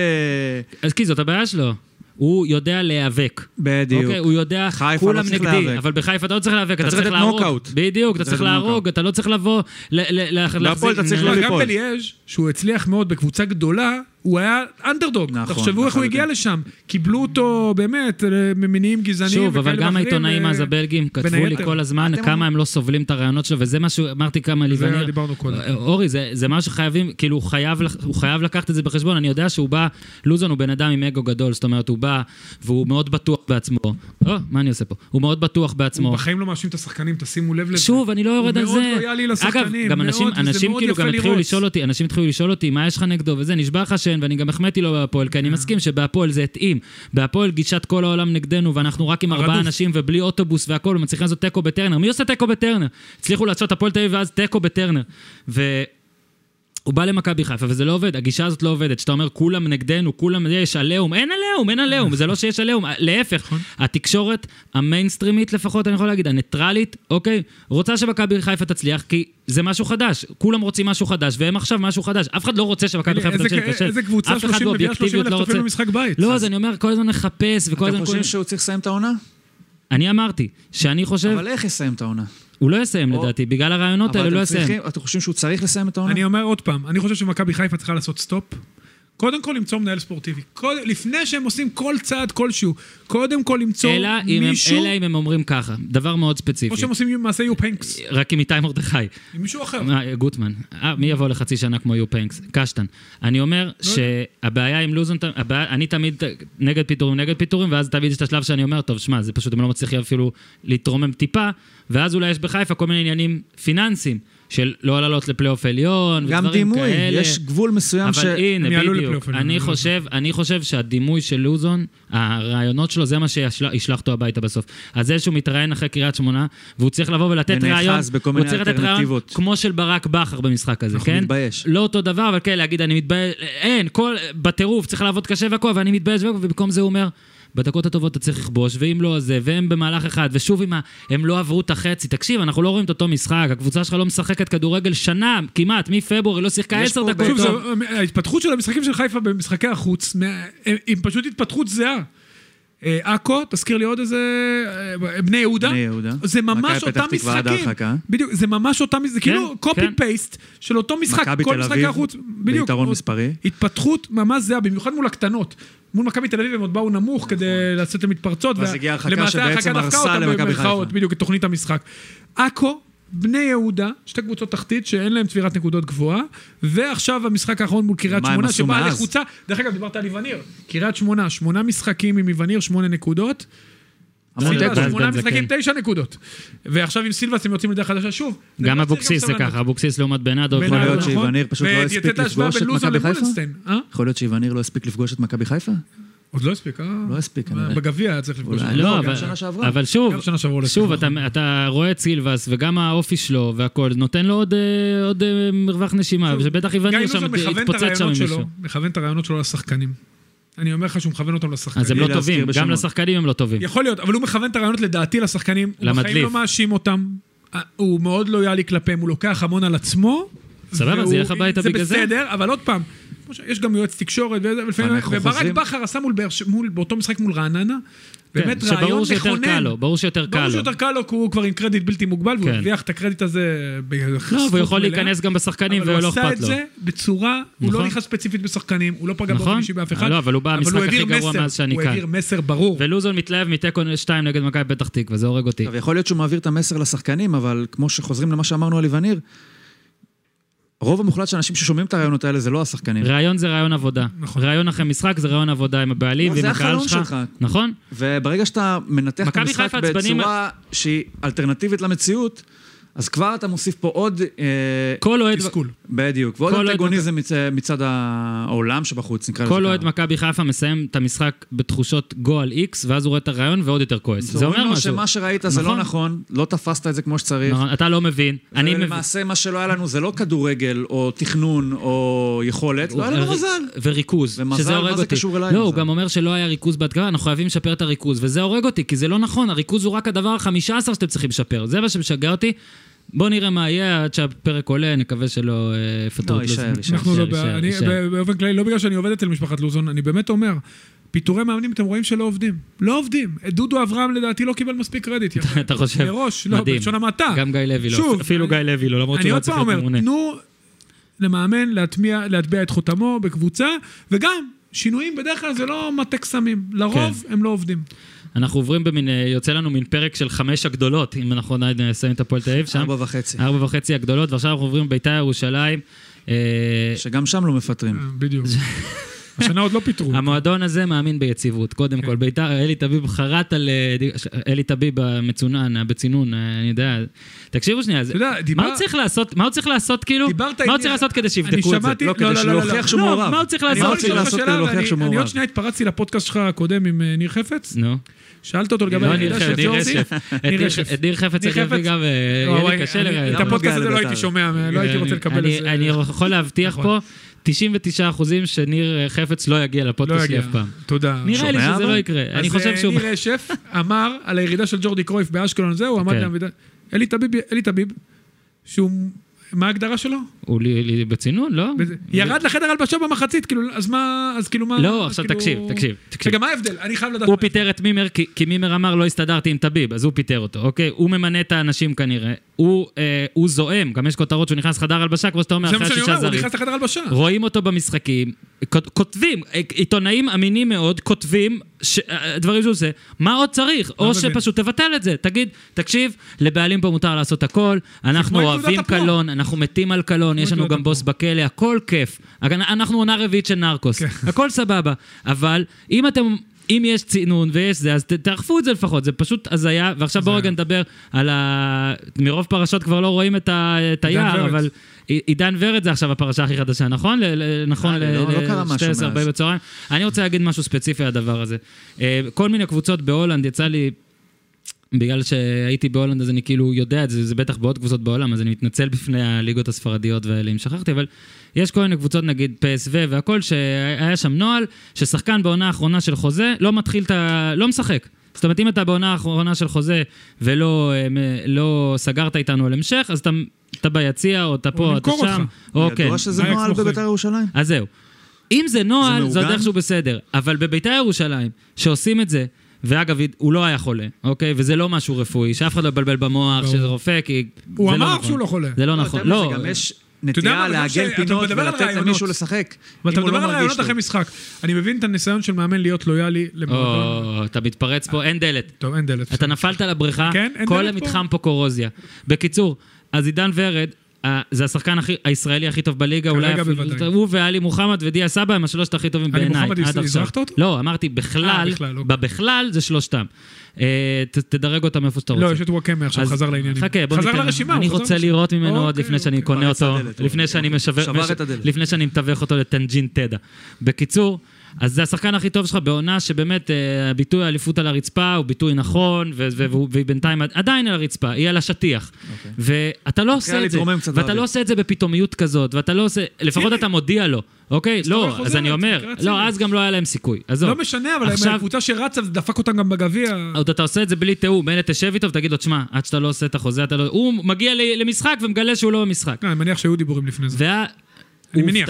אז כי זאת הבעיה שלו. הוא יודע להיאבק.
בדיוק.
אוקיי, הוא יודע,
חיפה לא
כולם
צריך
נגדי,
להיאבק.
אבל בחיפה אתה לא צריך להיאבק, אתה
צריך
צריך
לתת
להרוג.
נוקאוט.
בדיוק, אתה
צריך
צריך
לתת
להרוג,
נוקאוט.
אתה לא צריך לבוא, ל- ל- לה- להחזיק...
אתה צריך
ל-
לא
לא, גם
ליפול.
בליאז', שהוא הצליח מאוד בקבוצה גדולה, הוא היה אנדרדוג.
נכון,
תחשבו איך הוא
לחלוטין.
הגיע לשם. קיבלו אותו באמת אה, ממניעים גזעניים
שוב, אבל
וכאלה
גם
ואחרים,
העיתונאים
אה,
אז הבלגים כתבו לי
היתר.
כל הזמן כמה הם לא סובלים את הרעיונות שלו, וזה מה שאמרתי כמה לי
זה
וניר.
דיברנו קודם.
אורי, זה, זה מה שחייבים, כאילו, הוא חייב, לח- הוא חייב לקחת את זה בחשבון. אני יודע שהוא בא, לוזון הוא בן אדם עם אגו גדול, זאת אומרת, הוא בא והוא מאוד בטוח בעצמו. או, מה אני עושה פה? הוא מאוד בטוח בעצמו.
בחיים לא מאשים את השחקנים, תשימו לב לזה.
שוב, אני לא יורד על זה.
הוא מאוד לויאלי לשחקנים,
אגב, גם אנשים,
מאוד, וזה
אנשים
מאוד
כאילו
יפה
גם התחילו
לראות.
לשאול אותי, אנשים התחילו לשאול אותי, מה יש לך נגדו וזה, נשבע לך שאין, ואני גם החמאתי לו בהפועל, כי אני
אה.
מסכים שבהפועל זה התאים. בהפועל גישת כל העולם נגדנו, ואנחנו רק עם ארבעה
הרדוף.
אנשים ובלי אוטובוס והכול, ומצליחים לעשות תיקו בטרנר. מי עושה תיקו בטרנר? הצליחו לעשות הפועל תל אביב ואז תיקו בטרנר. ו... הוא בא למכבי חיפה וזה לא עובד, הגישה הזאת לא עובדת, שאתה אומר כולם נגדנו, כולם, יש עליהום, אין עליהום, אין עליהום, זה לא שיש עליהום,
נכון.
להפך, התקשורת המיינסטרימית לפחות, אני יכול להגיד, הניטרלית, אוקיי, רוצה שמכבי חיפה תצליח, כי זה משהו חדש, כולם רוצים משהו חדש, והם עכשיו משהו חדש, אף אחד לא רוצה שמכבי חיפה
איזה-
תצליח להיכשל,
איזה קבוצה
אף אחד
30 מביאה 30
באובייקטיביות
אלף
לא
צופים
רוצה,
למשחק בית?
לא, אז אני אומר, כל הזמן נחפש, וכל
אתם
הזמן, כל
חושבים
הזמן-
שהוא צריך לסיים את העונה?
אני אמרתי, שאני חושב,
אבל איך יסיים את העונה?
הוא לא יסיים
או-
לדעתי, בגלל הרעיונות האלה
אבל
הוא לא
אתם
יסיים.
צריכים- אתם חושבים שהוא צריך לסיים את העונה?
אני אומר עוד פעם, אני חושב שמכבי חיפה צריכה לעשות סטופ. קודם כל למצוא מנהל ספורטיבי. כל- לפני שהם עושים כל צעד כלשהו, קודם כל למצוא
אלא אם הם-
מישהו,
אלא אם הם אומרים ככה, דבר מאוד
או
ספציפי.
שהם עושים מעשה יו פנקס,
רק עם איתי מרדכי.
עם מישהו אחר.
מה, גוטמן. אה, מי יבוא לחצי שנה כמו יו פנקס? קשטן. אני אומר
לא
שהבעיה עם לוזון, הבעיה- אני תמיד ת- נגד פיטורים, נגד פיטורים, ואז תמיד יש את השלב שאני אומר, טוב, שמע, זה פשוט, הם לא מצליחים אפילו להתרומם טיפה, ואז אולי יש בחיפה כל מיני עניינים פיננסיים. של לא לעלות לפלייאוף עליון,
גם
ודברים
דימוי,
כאלה.
יש גבול מסוים ש...
אבל הנה,
הם יעלו
בדיוק.
לפלייאוף עליון,
אני
הם יעלו.
חושב, אני חושב שהדימוי של לוזון, הרעיונות שלו, זה מה שישלח ישלח אותו הביתה בסוף. אז זה שהוא מתראיין אחרי קריית שמונה, והוא צריך לבוא ולתת
ונאחז
רעיון,
בכל
הוא
מיני
צריך לתת רעיון
אלטרנטיבות.
כמו של ברק בכר במשחק הזה,
אנחנו
כן?
נתבייש.
לא אותו דבר, אבל כן, להגיד, אני מתבייש, אין, כל, בטירוף, צריך לעבוד קשה והכל, ואני מתבייש והכל, ובמקום זה הוא אומר... בדקות הטובות אתה צריך לכבוש, ואם לא אז זה, והם במהלך אחד, ושוב עם ה... הם לא עברו את החצי. תקשיב, אנחנו לא רואים את אותו משחק, הקבוצה שלך לא משחקת כדורגל שנה, כמעט, מפברואר, היא לא שיחקה
יש
עשר
פה
דקות.
שוב,
טוב.
זה- ההתפתחות של המשחקים של חיפה במשחקי החוץ, מה- הם- הם פשוט התפתחות זהה. אה, עכו, תזכיר לי עוד איזה... אה, בני יהודה.
בני יהודה.
זה ממש
מכבי
אותם
פתח תקווה עד
משחקים.
ההרחקה.
בדיוק, זה ממש אותם, זה כאילו
כן.
קופי פייסט של אותו משחק,
מכבי
כל
תל
משחקי
אביב,
החוץ. בדיוק.
ביתרון
עוד-
מספרי.
התפתחות ממש זהה, במיוחד מול הקטנות. מול מכבי תל אביב הם עוד באו נמוך כדי לצאת למתפרצות.
ואז
וה-
נכון. הגיעה הרחקה
למעשה
שבעצם
ההרחקה דפקה
הרסה
אותם
למכבי
במרכאות,
חיפה.
בדיוק, את תוכנית המשחק. עכו, בני יהודה, שתי קבוצות תחתית שאין להן צבירת נקודות גבוהה, ועכשיו המשחק האחרון מול קריית
מה הם
שמונה,
עשו
שבאה
מאז?
לחוצה, דרך אגב, דיברת על איווניר, קריית שמונה, שמונה משחקים עם איווניר, שמונה נקודות,
המון
סילבס,
תיקו.
אז
שמונה
בן
משחקים,
זקן.
תשע נקודות. ועכשיו עם סילבס הם יוצאים לדרך חדשה שוב. זה
גם
מצריך
אבוקסיס זה
סבלנות.
ככה, אבוקסיס לא לעומת בנאדו.
יכול להיות
נכון.
שאיווניר פשוט לא
ואת-
הספיק
את ההשוואה
לפגוש
בין
את
לוזון
מכבי חיפה?
למולנשטיין, אה?
יכול להיות שאיווניר לא הספיק לפגוש את מכבי חיפה?
עוד לא הספיק, אה?
לא הספיק, כנראה.
בגביע היה צריך לפגוש.
אולי.
אותו.
לא,
גם
אבל-
שנה שעברה.
אבל שוב,
גם שנה שעברה הוא לא
שוב,
הצליח.
אתה- אתה רואה את סילבס, וגם האופי שלו והכל, נותן לו עוד, אה, עוד אה, מרווח נשימה, שבטח
גיא
יווניר
לוזון
שם
מכוון את
יתפוצץ שם עם
הרעיונות
מישהו.
שלו, מכוון את הרעיונות שלו לשחקנים. אני אומר לך שהוא מכוון אותם לשחקנים.
אז הם לא
בלי להזכיר
טובים, גם
בשמות.
לשחקנים הם לא טובים.
יכול להיות, אבל הוא מכוון את הרעיונות לדעתי לשחקנים. הוא בחיים
למדליף.
לא מאשים אותם. אה, הוא מאוד לויאלי כלפיהם, הוא לוקח המון על עצמו.
סבבה,
והוא-
זה ילך הביתה בגלל זה?
זה בסדר, אבל עוד פעם, כמו ש- יש גם יועץ תקשורת, וזה, ולפעמים-
אנחנו
וברק
חוזרים.
בכר עשה מול באר ש- מול- באותו משחק מול רעננה,
כן,
באמת
שברור
רעיון
שיותר
מכונן.
קל לו, ברור שיותר קל
ברור
לו.
שיותר קל לו, כי הוא כבר עם קרדיט בלתי מוגבל, והוא
כן.
הרוויח את הקרדיט הזה
לא,
בחסרות
והוא יכול
מלאה.
להיכנס גם בשחקנים
אבל
ולא
הוא עשה
אכפת
את
לו.
זה בצורה, הוא
נכון.
לא נכנס ספציפית בשחקנים, הוא לא פגע
נכון.
באופן אישי באף אחד.
לא, אבל הוא בא המשחק
הוא
הכי
העביר
גרוע
מסר,
מאז שאני
הוא
כאן.
העביר מסר ברור.
ולוזון מתלהב מתיקו 2 נגד מכבי פתח תקווה, זה הורג אותי.
עכשיו, יכול להיות שהוא מעביר את המסר לשחקנים, אבל כמו שחוזרים למה שאמרנו על איווניר, הרוב המוחלט של האנשים ששומעים את הרעיונות האלה זה לא השחקנים.
ראיון זה ראיון עבודה.
נכון.
ראיון אחרי משחק זה ראיון עבודה עם הבעלים
לא,
ועם
זה
הקהל
החלום
שלך.
שלך.
נכון?
וברגע שאתה מנתח את
מכבי
המשחק
חיפה עצבנים-
בצורה שהיא אלטרנטיבית למציאות, אז כבר אתה מוסיף פה עוד... אה,
כל אוהד...
תסכול.
בדיוק, ועוד
כל אוהד
אנטגוניזם מצ- מצד העולם שבחוץ, נקרא לזה
כל אוהד
ככה.
מכבי חיפה מסיים את המשחק בתחושות גו על איקס, ואז הוא רואה את הרעיון ועוד יותר כועס. זה
אומרים
אומר
לו
משהו.
שמה שראית זה לא
נכון.
נכון, לא תפסת את זה כמו שצריך.
נכון, אתה לא מבין. אני מבין.
ולמעשה מה שלא היה לנו זה לא כדורגל, או תכנון, או יכולת, לא היה לנו
ו-
מזל.
וריכוז,
ומזל,
שזה
מה
הורג
זה
אותי.
קשור אליי,
לא, הוא
מזל?
גם אומר שלא היה ריכוז בהתקפה, אנחנו חייבים לשפר את הריכוז, וזה הורג אותי, כי זה לא נכון, הריכוז הוא רק הדבר ה-15 שאתם צריכים לשפר, זה מה שמשגע אותי. בואו נראה מה יהיה עד שהפרק עולה, נקווה שלא אה, יפטרו
לא,
את
יישאר,
לוזון.
יישאר.
אנחנו לא,
יישאר,
בעד-
יישאר,
אני
יישאר.
ב- באופן כללי, לא בגלל שאני עובד אצל משפחת לוזון, אני באמת אומר, פיטורי מאמנים אתם רואים שלא עובדים. לא עובדים. דודו אברהם לדעתי לא קיבל מספיק קרדיט. יפה.
אתה חושב?
מראש, לא,
מדהים.
בלשון המעטה.
גם גיא לוי לא,
שוב,
אפילו גיא
אני-
לוי לא, למרות
אני
שהוא לא
עוד פעם
צריך להיות
אומר,
ממונה.
תנו למאמן להטמיע, להטביע את חותמו בקבוצה, וגם, שינויים בדרך כלל זה לא מטה קסמים. לרוב
כן.
הם לא עובדים.
אנחנו עוברים במין, אה, יוצא לנו מין פרק של חמש הגדולות, אם אנחנו עדיין נסיים את הפועל תל אביב שם. אה.
ארבע וחצי.
ארבע וחצי הגדולות, ועכשיו אנחנו עוברים בית"ר ירושלים. אה,
שגם שם לא מפטרים.
בדיוק. השנה עוד לא פיטרו.
המועדון הזה מאמין ביציבות,
כן.
קודם כל. ביתר, אלי תביב חרט על... אה, די- ש- אלי תביב המצונן, הבצינון, אה, אני יודע. תקשיבו שנייה, זה-
אתה יודע,
מה
דיבר-
הוא צריך לעשות, מה הוא צריך לעשות כאילו?
דיברת
מה הוא
איתי-
צריך לעשות כדי
אני
שיבדקו את זה?
שמעתי,
לא, כדי להוכיח שהוא
לא,
מעורב.
מה הוא צריך
אני
לעשות? כאילו מה הוא צריך
יכול לשאול אותך
לעשות
שאלה,
כדי להוכיח
ואני-
שהוא
אני
מעורב?
עוד שנייה התפרצתי לפודקאסט שלך הקודם עם אה, ניר חפץ.
נו.
שאלת אותו לגבי
לא,
הירידה
ניר
של
חפץ, ניר
ג'ורזי?
רשף. את ניר- את ניר חפץ,
ניר
אגב,
חפץ?
גם, אה,
לא,
יהיה לי
וואי,
קשה
אני-
לראיין.
את הפודקאסט הזה לא הייתי שומע, לא הייתי רוצה לקבל
אני-
את זה.
אני יכול להבטיח
נכון.
פה 99% שניר חפץ לא יגיע לפודקאסט שלי אף פעם.
תודה.
נראה לי
שומע,
שזה
אבל?
לא יקרה. אני חושב שהוא...
אה, אז אה, ניר אשף אמר על הירידה של ג'ורדי קרויף באשקלון, זה, הוא עמד
כן.
גם... וד- אלי תביב, אלי תביב, שהוא... מה ההגדרה שלו?
הוא לי- לי- בצינון, לא?
וזה- ירד לחדר הלבשה במחצית, כאילו, אז מה, אז כאילו מה...
לא,
אז
עכשיו
כאילו-
תקשיב, תקשיב, תקשיב.
רגע, מה ההבדל? אני חייב לדעת.
הוא
מה
פיטר את מימר, כי, כי מימר אמר לא הסתדרתי עם טביב, אז הוא פיטר אותו, אוקיי? הוא ממנה את האנשים כנראה. הוא, אה, הוא זועם, גם יש כותרות שהוא נכנס לחדר הלבשה, כמו שאתה אומר,
ההבדל. זה מה
אחרי
שאני
שישה
אומר, הוא
זרים.
נכנס לחדר הלבשה.
רואים אותו במשחקים, כות- כותבים, אה, עיתונאים אמינים מאוד, כותבים ש- אה, דברים שהוא עושה, מה עוד צריך? או
מבין?
שפשוט תבטל את זה, תגיד, תקשיב, לבעלים פה מותר לעשות הכל, אנחנו
כמו עם תעודת
אוהבים
הפרו.
קלון, אנחנו מתים על קלון, יש לנו
תעודת
גם בוס בכלא,
כן.
הכל כיף. אג- אנחנו עונה רביעית של נרקוס, הכל סבבה, אבל אם אתם... אם יש צינון ויש זה, אז ת- תאכפו את זה לפחות, זה פשוט הזיה. ועכשיו בואו רגע נדבר על ה... מרוב פרשות כבר לא רואים את ה- את
עידן
היער,
ורד.
אבל עי- עידן ורד זה עכשיו הפרשה הכי חדשה, נכון? ל- ל- נכון,
אה, לא- לא קרה משהו מאז.
ל-12:40 בצהריים. אני רוצה להגיד משהו ספציפי על הדבר הזה. אה, כל מיני קבוצות בהולנד, יצא לי בגלל שהייתי בהולנד אז אני כאילו יודע את זה, זה בטח בעוד קבוצות בעולם, אז אני מתנצל בפני הליגות הספרדיות והאלה אם שכחתי, אבל יש כל מיני קבוצות, נגיד PSV והכל, שהיה שם נוהל, ששחקן בעונה האחרונה של חוזה לא מתחיל את ה... לא משחק. זאת אומרת, אם אתה בעונה האחרונה של חוזה ולא אה, מ- לא סגרת איתנו על המשך, אז אתה, אתה ביציע, או אתה פה,
או
או אתה שם.
נמכור אותך.
או, כן.
ידוע שזה
מה
נוהל
אצלכם?
בבית"ר ירושלים?
אז זהו. אם זה נוהל,
זה
זה עוד
מעוגן?
איכשהו בסדר. אבל בביתר ירושלים, שעושים את זה, ואגב, הוא לא היה חולה, אוקיי? וזה לא משהו רפואי, שאף אחד לא יבלבל במוח,
ברור.
שזה רופא, כי...
הוא
זה לא
אמר
נכון.
שהוא לא חולה.
זה לא
יותר
נכון.
מזה,
לא,
גם יש
יודע מה,
נטייה
אבל גם
לעגל
שאתה
פינות
מדבר על
ולתת
רעיונות.
למישהו לשחק.
אבל
אם
אתה
הוא לא
מדבר על
מרגיש
רעיונות
לו.
אחרי משחק. אני מבין את הניסיון של מאמן להיות לויאלי למועדון.
או, אתה מתפרץ פה, אין דלת.
טוב, אין דלת.
אה. אתה נפלת לבריכה,
כן, אין
כל
דלת
המתחם פה קורוזיה. בקיצור, אז עידן ורד, אה, זה השחקן הכי- הישראלי הכי טוב בליגה,
כרגע
אולי אפילו-
בוודאי.
הוא ואלי מוחמד ודיה סבא הם השלושת הכי טובים
עלי
בעיניי.
מוחמד,
עד
הז-
עכשיו.
הזרחת אותו?
לא, אמרתי בכלל,
אה, בכלל, אוקיי.
בבכלל זה שלושתם. אה, ת- תדרג אותם איפה שאתה רוצה.
לא, יש את וואקמה עכשיו,
אז-
חזר לעניינים.
חכה, בוא ניתן.
חזר לרשימה,
אני
הוא חזר
רוצה לראות ממנו עוד
אוקיי,
לפני שאני
אוקיי.
קונה
פרץ
אותו,
הדלת,
לפני
אוקיי.
שאני משווק...
שבר
מש-
את הדלת.
לפני שאני מתווך אותו לטנג'ין תדה. בקיצור, אז זה השחקן הכי טוב שלך בעונה שבאמת אה, הביטוי האליפות על הרצפה הוא ביטוי נכון, ו- ו- והוא- והיא בינתיים עד- עדיין על הרצפה, היא על השטיח.
אוקיי.
ואתה לא עושה את זה,
להתרומם קצת
ואתה
באוויר.
לא עושה את זה בפתאומיות כזאת, ואתה לא עושה, לפחות אתה מודיע לו, אוקיי?
היסטוריה
לא, אז אני
חוזרת,
אומר,
לקראת סיום.
לא, אז גם לא היה להם סיכוי. עזוב.
לא משנה, אבל
עכשיו-
הקבוצה שרצה דפק אותם גם בגביע.
עוד אתה עושה את זה בלי תיאום, אלה תשב איתו ותגיד לו, תשמע, עד שאתה לא עושה את החוזה, אתה לא... הוא מגיע ל- למשחק ומגלה שהוא לא במשחק.
לא, אני מניח שהיו דיבורים לפני זה.
וה...
אני
הוא
מניח.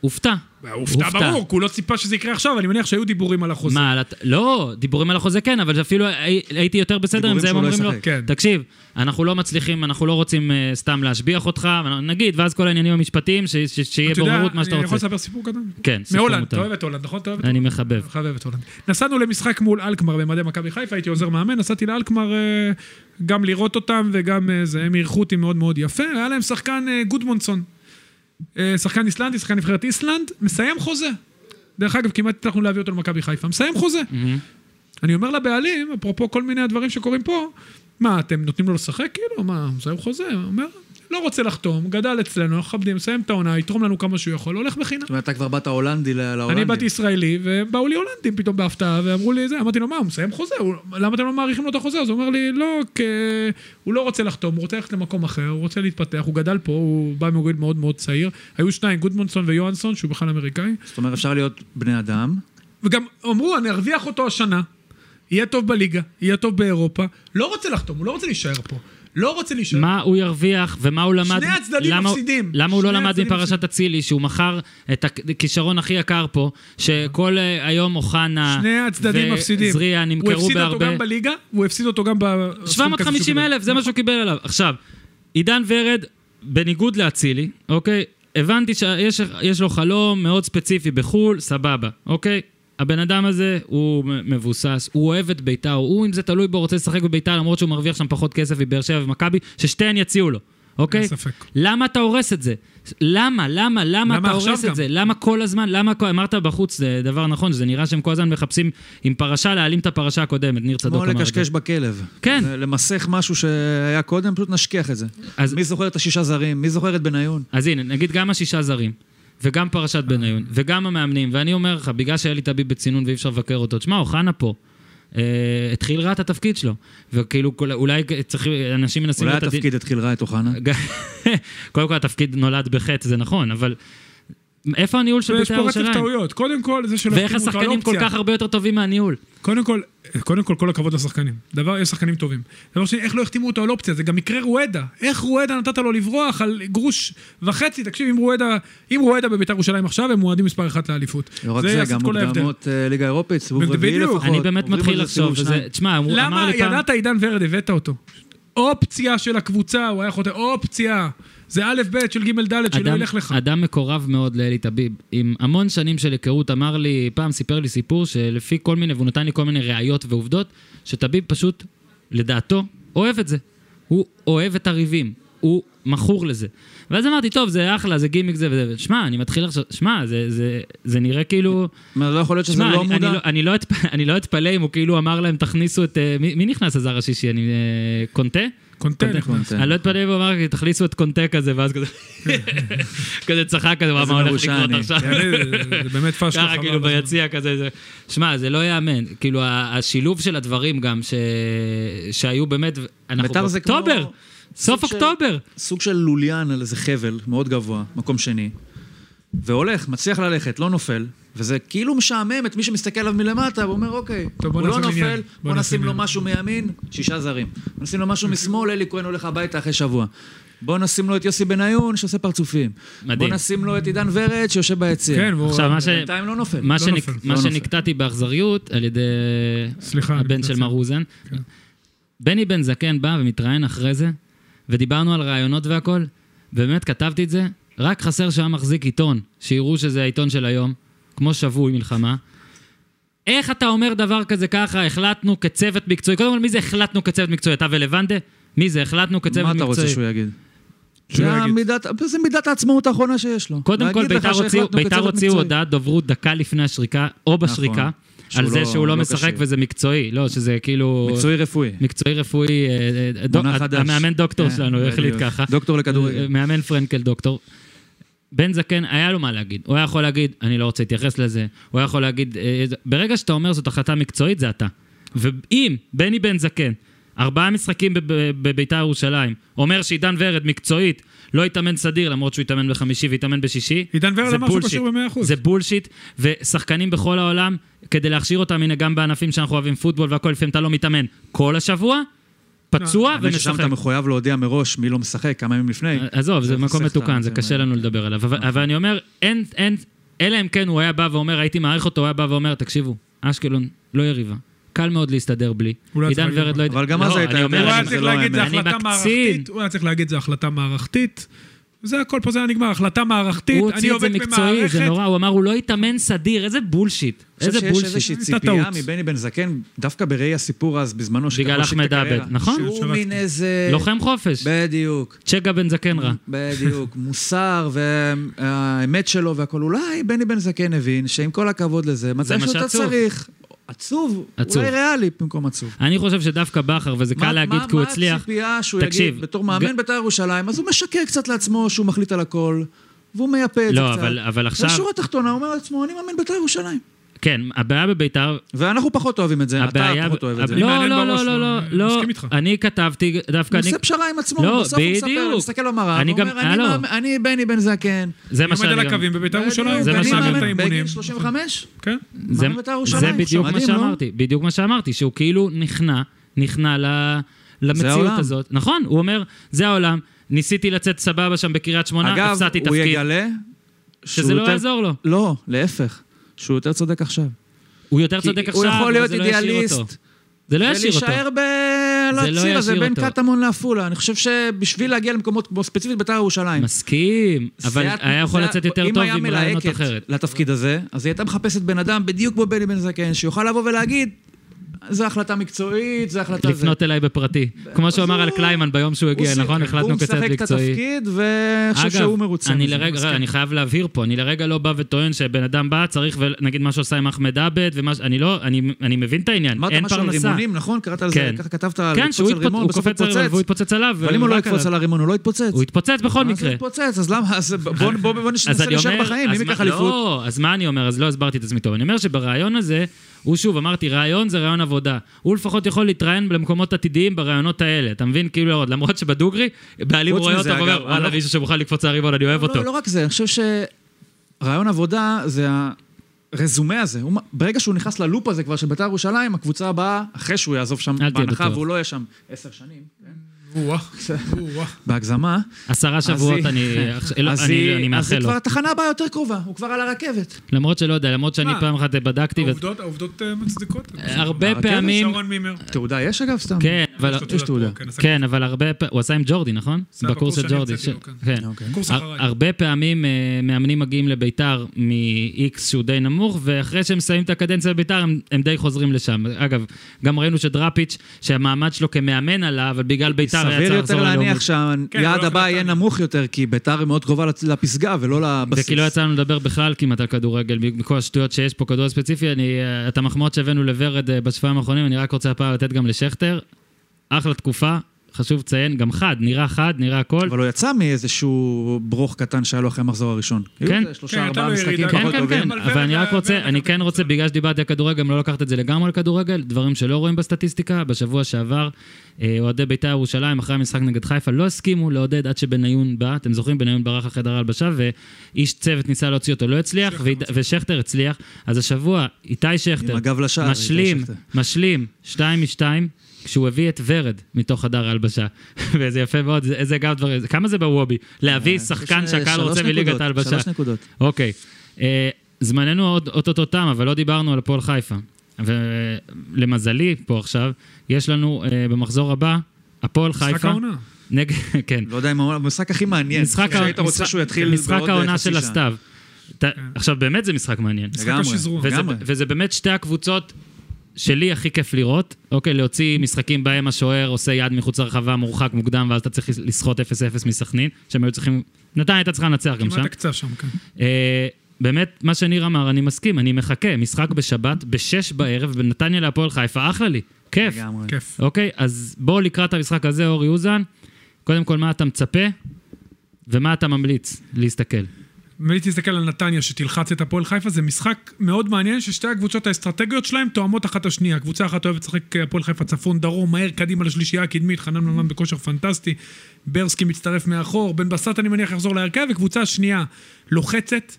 הופתע. הופתע.
הופתע ברור, כי הוא לא ציפה שזה יקרה עכשיו, אני מניח שהיו דיבורים על החוזה.
מה, על הת- לא, דיבורים על החוזה כן, אבל אפילו הי- הייתי יותר בסדר
דיבורים
עם זה, הם
שהוא לא
אומרים לו,
ישחק.
כן.
תקשיב, אנחנו לא מצליחים, אנחנו לא רוצים אה, סתם להשביח אותך, אבל נגיד, ואז כל העניינים המשפטיים, ש- ש- שיהיה
אתה יודע,
ברור מה שאתה
אני יכול
רוצה.
לספר סיפור קטן?
כן, סיפור
מהולנד, אתה
מותר.
אוהב את הולנד, נכון? אתה אוהב את
אני מחבב.
חבב את הולנד. נסענו למשחק מול אלקמר במדי מכבי חיפה, הייתי עוזר מאמן, נסעתי לאלקמר אה, גם לראות אותם וגם אה, זה, הם אירחו אותי מאוד מאוד יפה, היה להם שחקן אה, גודמונסון. אה, שחקן איסלנדי, שחקן נבחרת איסלנד, מסיים חוזה. דרך אגב, כמעט הצלחנו להביא אותו למכבי חיפה, מסיים חוזה. אני אומר לבעלים, אפרופו כל מיני הדברים שקורים פה, מה, אתם נותנים לו לשחק? כאילו, מה, הוא מסיים חוזה? הוא אומר, לא רוצה לחתום, גדל אצלנו, אנחנו מכבדים, מסיים את העונה, יתרום לנו כמה שהוא יכול, הולך בחינם.
זאת אומרת, אתה כבר באת הולנדי ל- להולנדים.
אני באתי ישראלי, ובאו לי הולנדים פתאום בהפתעה, ואמרו לי זה, אמרתי לו, מה, הוא מסיים חוזה, הוא, למה אתם לא מאריכים לו את החוזה? אז הוא אומר לי, לא, כי הוא לא רוצה לחתום, הוא רוצה ללכת למקום אחר, הוא רוצה להתפתח, הוא גדל פה, הוא בא מגיל מאוד מאוד צעיר. היו שניים, גודמונסון ויוהנסון, שהוא בכלל אמריקאי,
זאת אומרת, אפשר להיות בני אדם.
וגם אמרו, אני ארוויח אותו השנה, יהיה טוב בליגה, יהיה טוב באירופה, לא רוצה לחתום, הוא לא רוצה להישאר פה. לא רוצה להישאר.
מה הוא ירוויח ומה הוא למד...
שני הצדדים
למה-
מפסידים.
למה הוא לא
שני
למד
הצדדים
מפרשת
מפסידים.
אצילי, שהוא מכר את הכישרון הכי יקר פה, שכל אה, היום אוחנה
שני הצדדים מפסידים.
וזריה
הוא
נמכרו
הפסיד אותו
בהרבה...
גם בליגה, הוא הפסיד אותו גם ב...
750 אלף, זה מה שהוא קיבל עליו. עכשיו, עידן ורד, בניגוד לאצילי, אוקיי? הבנתי שיש יש לו חלום מאוד ספציפי בחו"ל, סבבה, אוקיי? הבן אדם הזה הוא מ- מבוסס, הוא אוהב את ביתר, הוא אם זה תלוי בו רוצה לשחק בביתר למרות שהוא מרוויח שם פחות כסף מבאר שבע ומכבי, ששתיהן יציעו לו, אוקיי?
אין ספק.
למה אתה הורס את זה? למה, למה, למה
למה
אתה
עכשיו
הורס את
גם?
זה? למה כל הזמן, למה, כל- אמרת בחוץ, זה דבר נכון, שזה נראה שהם כל הזמן מחפשים עם פרשה להעלים את הפרשה הקודמת, ניר צדוק
כמו
אמר את זה.
לקשקש בכלב.
כן.
זה למסך משהו שהיה קודם, פשוט נשכיח את זה.
אז-
מי זוכר את השישה זרים? מי זוכר את בניון?
אז הנה, נגיד גם השישה זרים, וגם פרשת בניון, וגם המאמנים, ואני אומר לך, בגלל שאלי טביב בצינון ואי אפשר לבקר אותו, תשמע, אוחנה פה. אה, התחיל רע את התפקיד שלו, וכאילו כל- אולי צריך, אנשים מנסים...
אולי
להיות עדין-
התפקיד התחיל רע את אוחנה.
גם- קודם כל התפקיד נולד בחטא, זה נכון, אבל איפה הניהול של
יש
בית"ר
פה רצף
ירושלים?
טעויות. קודם כל, זה שלא
ואיך
החתימו אותו על
השחקנים כל
אופציה.
כך הרבה יותר טובים מהניהול?
קודם כל, קודם כל, כל הכבוד לשחקנים. דבר, יש שחקנים טובים. דבר שני, איך לא החתימו אותו על אופציה? זה גם מקרה רואדה. איך רואדה נתת לו לברוח על גרוש וחצי? תקשיב, אם רואדה, אם רואדה בביתר ירושלים עכשיו, הם מועדים מספר אחת לאליפות.
לא רק זה,
יעשה
גם
את כל ההבדל.
מוקדמות אה, ליגה אירופית, סיבוב
בדיוק.
רביעי לפחות.
אני באמת
נכון, עוברים
מתחיל
על זה סיבוב
לחשוב שזה...
שניים.
תשמע, הוא אמר
למה
לי פעם...
ידעת עידן ורד, הבאת אותו? אופציה של הקבוצה, הוא היה חוטא, אופציה. זה א' ב' של ג' ד' שלא
אדם-
ילך לך.
אדם מקורב מאוד לאלי טביב, עם המון שנים של היכרות, אמר לי, פעם סיפר לי סיפור שלפי כל מיני, והוא נתן לי כל מיני ראיות ועובדות, שטביב פשוט, לדעתו, אוהב את זה. הוא אוהב את הריבים. הוא מכור לזה. ואז אמרתי, טוב, זה אחלה, זה גימיק זה וזה. שמע, אני מתחיל עכשיו, שמע, זה, זה, זה נראה כאילו...
מה, לא יכול להיות שזה
שמע,
לא
אני, אני,
מודע?
לא, אני, לא אתפ... אני לא אתפלא אם הוא כאילו אמר להם, תכניסו את... אה, מי, מי נכנס הזר השישי? אני... אה, קונטה?
קונטנט.
קונטה.
אני לא אתפלא אם הוא אמר, תכניסו את קונטה כזה, ואז כזה... כזה צחק כזה, "וואי, מה הולך
מרושע
לקרות
אני." כן.
עכשיו?
זה באמת פשלה.
ככה כאילו ביציע כזה, זה... שמע, זה לא ייאמן. כאילו, ה- השילוב של הדברים גם, ש... שהיו באמת... אנחנו
בית"ר זה כמו-
באוקטובר, סוף
סוג של-
אוקטובר.
סוג של לוליין על איזה חבל מאוד גבוה, מקום שני, והולך, מצליח ללכת, לא נופל, וזה כאילו משעמם את מי שמסתכל עליו מלמטה, ואומר, אוקיי,
טוב, בוא
הוא לא
נעשה עניין.
נופל,
בוא
בוא
נעשה
נשים לו
עניין."
משהו מימין, שישה זרים. בוא נשים לו משהו משמאל, אלי כהן הולך הביתה אחרי שבוע. בוא נשים לו את יוסי בניון, שעושה פרצופים.
מדהים.
בוא נשים לו את עידן ורד, שיושב ביציע.
כן, והוא...
עכשיו, מה ש...
בינתיים לא נופל.
מה,
לא
שנק...
נופל,
מה
לא נופל.
שנקטעתי באכזריות על ידי
סליחה, אני
הבן
מתנצל. כן.
של מר אוזן. בני בן זקן בא ומתראיין אחרי זה, ודיברנו על רעיונות והכל, ובאמת כתבתי את זה, רק חסר שהיה מחזיק עיתון, שיראו שזה העיתון של היום, כמו שבוי מלחמה. איך אתה אומר דבר כזה ככה, החלטנו כצוות מקצועי? קודם כל, מי זה החלטנו כצוות מקצועי? אתה ולבנדה? מי זה החלטנו כצוות מקצועי?
מה אתה רוצה שהוא יגיד?
שהוא
זה
יגיד.
מידת- זה מידת העצמאות האחרונה שיש לו.
קודם כל,
להגיד לך
ביתר הוציאו-
שהחלטנו
ביתר
כצוות
הוציאו
מקצועי.
הודעת דוברות דקה לפני השריקה, או בשריקה, על
שהוא
זה
לא-
שהוא לא
לא
משחק
כשיר.
וזה מקצועי. לא, שזה כאילו...
מקצועי רפואי.
מקצועי רפואי, אה, אה, דוק-
מונח חדש.
המאמן דוקטור
כן,
שלנו החליט
בדיוק.
ככה.
דוקטור לכדורגל.
אה, מאמן פרנקל דוקטור. בן זקן, היה לו מה להגיד. הוא היה יכול להגיד, אני לא רוצה להתייחס לזה. הוא היה יכול להגיד, אה, אה, זה- ברגע שאתה אומר זאת החלטה מקצועית, זה אתה. ואם בני בן זקן, ארבעה משחקים בב- בביתר ירושלים, אומר שעידן ורד מקצועית לא יתאמן סדיר, למרות שהוא יתאמן בחמישי ויתאמן בשישי,
עידן ורד
זה
אמר שהוא
בולשיט.
קשור במאה אחוז.
זה בולשיט, ושחקנים בכל העולם, כדי להכשיר אותם, הנה גם בענפים שאנחנו אוהבים פוטבול והכל, לפעמים אתה לא מתאמן כל השבוע, פצוע
האמת ששם
ומשחק.
אתה מחויב להודיע מראש מי לא משחק, כמה ימים לפני.
עזוב, זה
זה כן,
מקום
סחטן,
מתוקן,
זה
זה קשה
מה-
לנו לדבר עליו. אבל- אבל אני אומר, אין, אין, אלא אם כן הוא היה בא ואומר, הייתי מעריך אותו, הוא היה בא ואומר, תקשיבו, אשקלון לא יריבה. קל מאוד להסתדר בלי.
הוא לא
עידן
צריך
ורד
להגיד.
לא...
אבל גם אז
לא,
היית
אני
יודע
הוא
אומר,
שזה
היה
אני-
צריך
לא
להגיד, זה
האמת.
אני
החלטה
מקצין.
מערכתית. הוא היה צריך להגיד, זה החלטה מערכתית. זה הכל פה, זה היה נגמר, החלטה מערכתית.
הוא הוציא
אני
את זה
עובד
מקצועי, זה
במערכת.
נורא, הוא אמר, הוא לא יתאמן סדיר, איזה בולשיט.
אני
איזה
חושב שיש
בולשיט.
איזושהי
הייתה
ציפייה
טעות.
מבני בן זקן, דווקא בראי הסיפור אז, בזמנו, שככה
בגלל
הוא שיק את
אחמד
הקריירה.
עבד, נכון?
שהוא מין איזה...
לוחם חופש.
בדיוק.
צ'גה בן זקן רע.
בדיוק, מוסר והאמת שלו והכול. אולי בני בן זקן הבין שעם כל הכבוד לזה, מתי
מה
שאתה
שעצוב.
צריך, עצוב,
עצוב.
אולי ריאלי במקום עצוב.
אני חושב שדווקא בכר, וזה קל
מה-
להגיד
מה-
כי הוא הצליח,
מה הציפייה שהוא
תקשיב,
יגיד בתור מאמן
ג-
בית"ר ירושלים? אז הוא משקר קצת לעצמו שהוא מחליט על הכל, והוא מייפה את זה
לא,
קצת.
אבל, אבל עכשיו,
בשורה התחתונה הוא אומר לעצמו, אני מאמן בית"ר ירושלים.
כן, הבעיה בביתר,
ואנחנו פחות אוהבים את זה, אתה
הבעיה,
פחות אוהב את זה.
לא,
הוא
לא,
מהנהן
לא, לא,
בראש,
לא, לא,
אני
לא,
מסכים איתך.
אני כתבתי, דווקא אני,
עושה פשרה עם עצמו,
לא,
בסוף הוא מספר,
בדיוק.
הוא מסתכל במראה,
אני
הוא
גם-
אומר, "אני
הלו.
מאמן- אני בני בן זקן.
זה
אני
מה
עומד על
שאני גם,
הקווים בביתר ירושלים.
זה
בדיוק,
מה
אני
שאמרת,
מאמן
את האימונים.
בגיל 35?
כן.
זה,
מאמן בית"ר
זה
ירושלים.
בדיוק מה
מדהים, לא?
שאמרתי, בדיוק מה שאמרתי, שהוא כאילו נכנע, נכנע ל, למציאות
העולם.
הזאת, נכון, הוא אומר, זה העולם, ניסיתי לצאת סבבה שם בקריית שמונה,
אגב,
הפסדתי
הוא
תפקיד,
יגלה שהוא
שזה לא
יותר-
יעזור לו,
לא, להפך. שהוא יותר צודק עכשיו.
הוא יותר
כי
צודק
הוא
עכשיו,
יכול
אבל
להיות
זה לא ישאיר אותו.
אידיאליסט.
זה לא ישאיר אותו.
ולהישאר ב... על
זה לא
הציר הזה
ישאיר
בין
אותו.
קטמון לעפולה. אני חושב שבשביל להגיע למקומות כמו ספציפית בית"ר ירושלים.
מסכים, אבל
זה
היה יכול
זה
לצאת יותר טוב עם רעיונות
אם היה
אחרת.
מלהקת לתפקיד הזה, אז היא הייתה מחפשת בן אדם בדיוק כמו בני בן זקן, שיוכל לבוא ולהגיד, זו החלטה מקצועית, זו החלטה זה.
לפנות אליי בפרטי. כמו שהוא אמר על קליימן ביום שהוא הגיע,
הוא
נכון?
ש-
החלטנו כצוות
הוא משחק את
מקצועי.
התפקיד, ואני חושב שהוא מרוצה.
אני
מזה,
לרגע,
מסכים.
רגע, אני חייב להבהיר פה, אני לרגע לא בא וטוען שבן אדם בא, צריך, ו- נגיד, מה שעושה עם אחמד עבד, ומה ש... אני לא, אני- אני מבין את העניין,
אמרת
אין
משהו על
פרנסה.
רימונים, נכון? קראת על זה,
כן.
ככה כתבת על
כן,
לקפוץ
שהוא
על
התפוצ-
רימון,
הוא
בסוף
קפץ עליו והוא יתפוצץ עליו.
אבל אם הוא לא
ורק
יתפוץ על הרימון, הוא לא יתפוצץ.
הוא יתפוצץ בכל
מה זה
מקרה.
יתפוצץ? אז למה, אז בוא- בוא- בוא בוא
אז
ננסה
אני
להישאר
אומר,
בחיים,
אז
אם
מה-
ייקח אליפות.
לא, אז מה אני אומר? אז לא הסברתי את עצמי טוב. אני אומר שברעיון הזה, הוא שוב, אמרתי, רעיון זה רעיון עבודה. הוא לפחות יכול להתראיין למקומות עתידיים ברעיונות האלה. אתה מבין? כאילו, למרות שבדוגרי, בעלים
חוץ
רואה
מזה,
אותו
אגב,
ואומר,
אני
וואלה,
לא-
מישהו שמוכן לקפוץ על הריבון, אני אוהב
לא,
אותו.
לא רק זה, אני חושב שרעיון עבודה זה הרזומה הזה. הוא... מ- ברגע שהוא נכנס ללופ הזה כבר של בית"ר ירושלים, הקבוצה הבאה, אחרי שהוא יעזוב שם,
אל תהיה
בהנחה,
בטוח.
והוא לא יהיה שם עשר שנים, כן?
או-אה, או-אה.
בהגזמה,
עשרה שבועות
היא-
אני עכשיו- לא,
אז,
אני-
היא,
אני
אז
מאחל
היא
לו. כן.
כבר התחנה הבאה יותר קרובה, הוא כבר על הרכבת.
למרות שלא יודע, למרות שאני
מה?
פעם אחת בדקתי, ו-
העובדות העובדות, אה, מצדיקות.
הרבה
הרכבת?
פעמים...
שרון מימר.
תעודה יש אגב סתם?
כן, אבל-
יש תעודה. פה, עשה
כן, אבל הרבה, פ- הוא עשה עם ג'ורדי, נכון?
עשה
בקורס
בקורס
של
שאני
ג'ורדי.
יצאתי
ש-
לו, כן.
כן.
אוקיי.
קורס
הר-
אחריי.
הרבה פעמים אה, מאמנים מגיעים לביתר מ-X שהוא די נמוך, ואחרי שהם מסיימים את הקדנציה בביתר, הם, הם די חוזרים לשם. אגב, גם ראינו שדראפיץ', שהמעמד שלו כמאמן עלה, אבל בגלל ביתר היה צריך
סביר
לחזור
יותר להניח
ללאומית.
כן, אבל
שהיעד
לא
הבא
החלטה.
יהיה נמוך יותר, כי ביתר היא מאוד קרובה לצ- לפסגה ולא לבסיס.
וכי לא יצא לנו לדבר בכלל כמעט על כדורגל, מכל השטויות שיש פה, כדורגל ספציפי, אני, אה, את המחמאות שהבאנו לוורד אה, בשבועיים האחרונים, אני רק רוצה הפעם לתת גם לשכטר. אחלה תקופה, חשוב לציין, גם חד, נראה חד, נראה הכל.
אבל הוא יצא מאיזשהו ברוך קטן שהיה לו אחרי המחזור הראשון. היו
כן.
איזה
כן,
שלושה,
הייתה
ארבעה
לו
משחקים
ירידה.
פחות
כן,
טובים.
כן, כן,
אבל
אבל אני
ורד-
רק רוצה,
ורד
אני
לקח את
כן רוצה, בגלל שדיברתי על כדורגל, גם לא לקחת את זה לגמרי על כדורגל, דברים שלא רואים בסטטיסטיקה. בשבוע שעבר, אה, אוהדי בית"ר ירושלים, אחרי המשחק נגד חיפה, לא הסכימו לעודד עד שבניון בא. אתם זוכרים, בניון ברח לחדר ההלבשה, ואיש צוות ניסה להוציא אותו, לא הצליח, ועיד- ושכטר הצליח. אז השבוע, איתי שכטר,
עם הגב לשער, איתי
משלים,
שכטר.
משלים, שתיים משתיים, כשהוא הביא את ורד מתוך חדר ההלבשה. וזה יפה מאוד, זה- איזה גב דברים, כמה זה בוובי? להביא שחקן
אה, יש,
שהקהל
שלוש
רוצה מליגת
נקודות,
ההלבשה.
שלוש נקודות.
אוקיי. אה, זמננו עוד אוטוטו תם, אבל לא דיברנו על הפועל חיפה. ולמזלי, פה עכשיו, יש לנו אה, במחזור הבא, הפועל
משחק
חיפה.
העונה.
נגד... כן.
לא יודע אם הוא המשחק הכי מעניין.
משחק
שהיית
ה-
רוצה
משחק-
שהוא יתחיל
משחק
בעוד אה,
העונה
חצי
של
שעה. כן.
הסתיו. אתה- עכשיו, באמת זה משחק מעניין.
משחק
לגמרי,
השזרוע.
וזה,
לגמרי.
וזה באמת שתי הקבוצות שלי הכי כיף לראות. אוקיי, להוציא משחקים בהם השוער עושה יד מחוץ לרחבה, מורחק מוקדם, ואז אתה צריך לסחוט 0-0 מסכנין, שהם היו צריכים... נתניה הייתה צריכה לנצח גם שם.
כמעט הקצה שם, כן.
אה, באמת, מה שניר אמר, אני מסכים, אני מחכה. משחק בשבת, בשש בערב, בנתניה להפועל חיפה, אחלה לי, כיף.
לגמרי.
כיף.
אוקיי, אז בואו לקראת המשחק הזה, אורי אוזן. קודם כל, מה אתה מצפה, ומה אתה ממליץ להסתכל.
אם הייתי מסתכל על נתניה שתלחץ את הפועל חיפה, זה משחק מאוד מעניין ששתי הקבוצות האסטרטגיות שלהם תואמות אחת את השנייה. קבוצה אחת אוהבת לשחק אה, הפועל חיפה צפון דרום, מהר קדימה לשלישייה הקדמית, חנן ממן בכושר פנטסטי, ברסקי מצטרף מאחור, בן בסט אני מניח יחזור להרכב, וקבוצה שנייה לוחצת,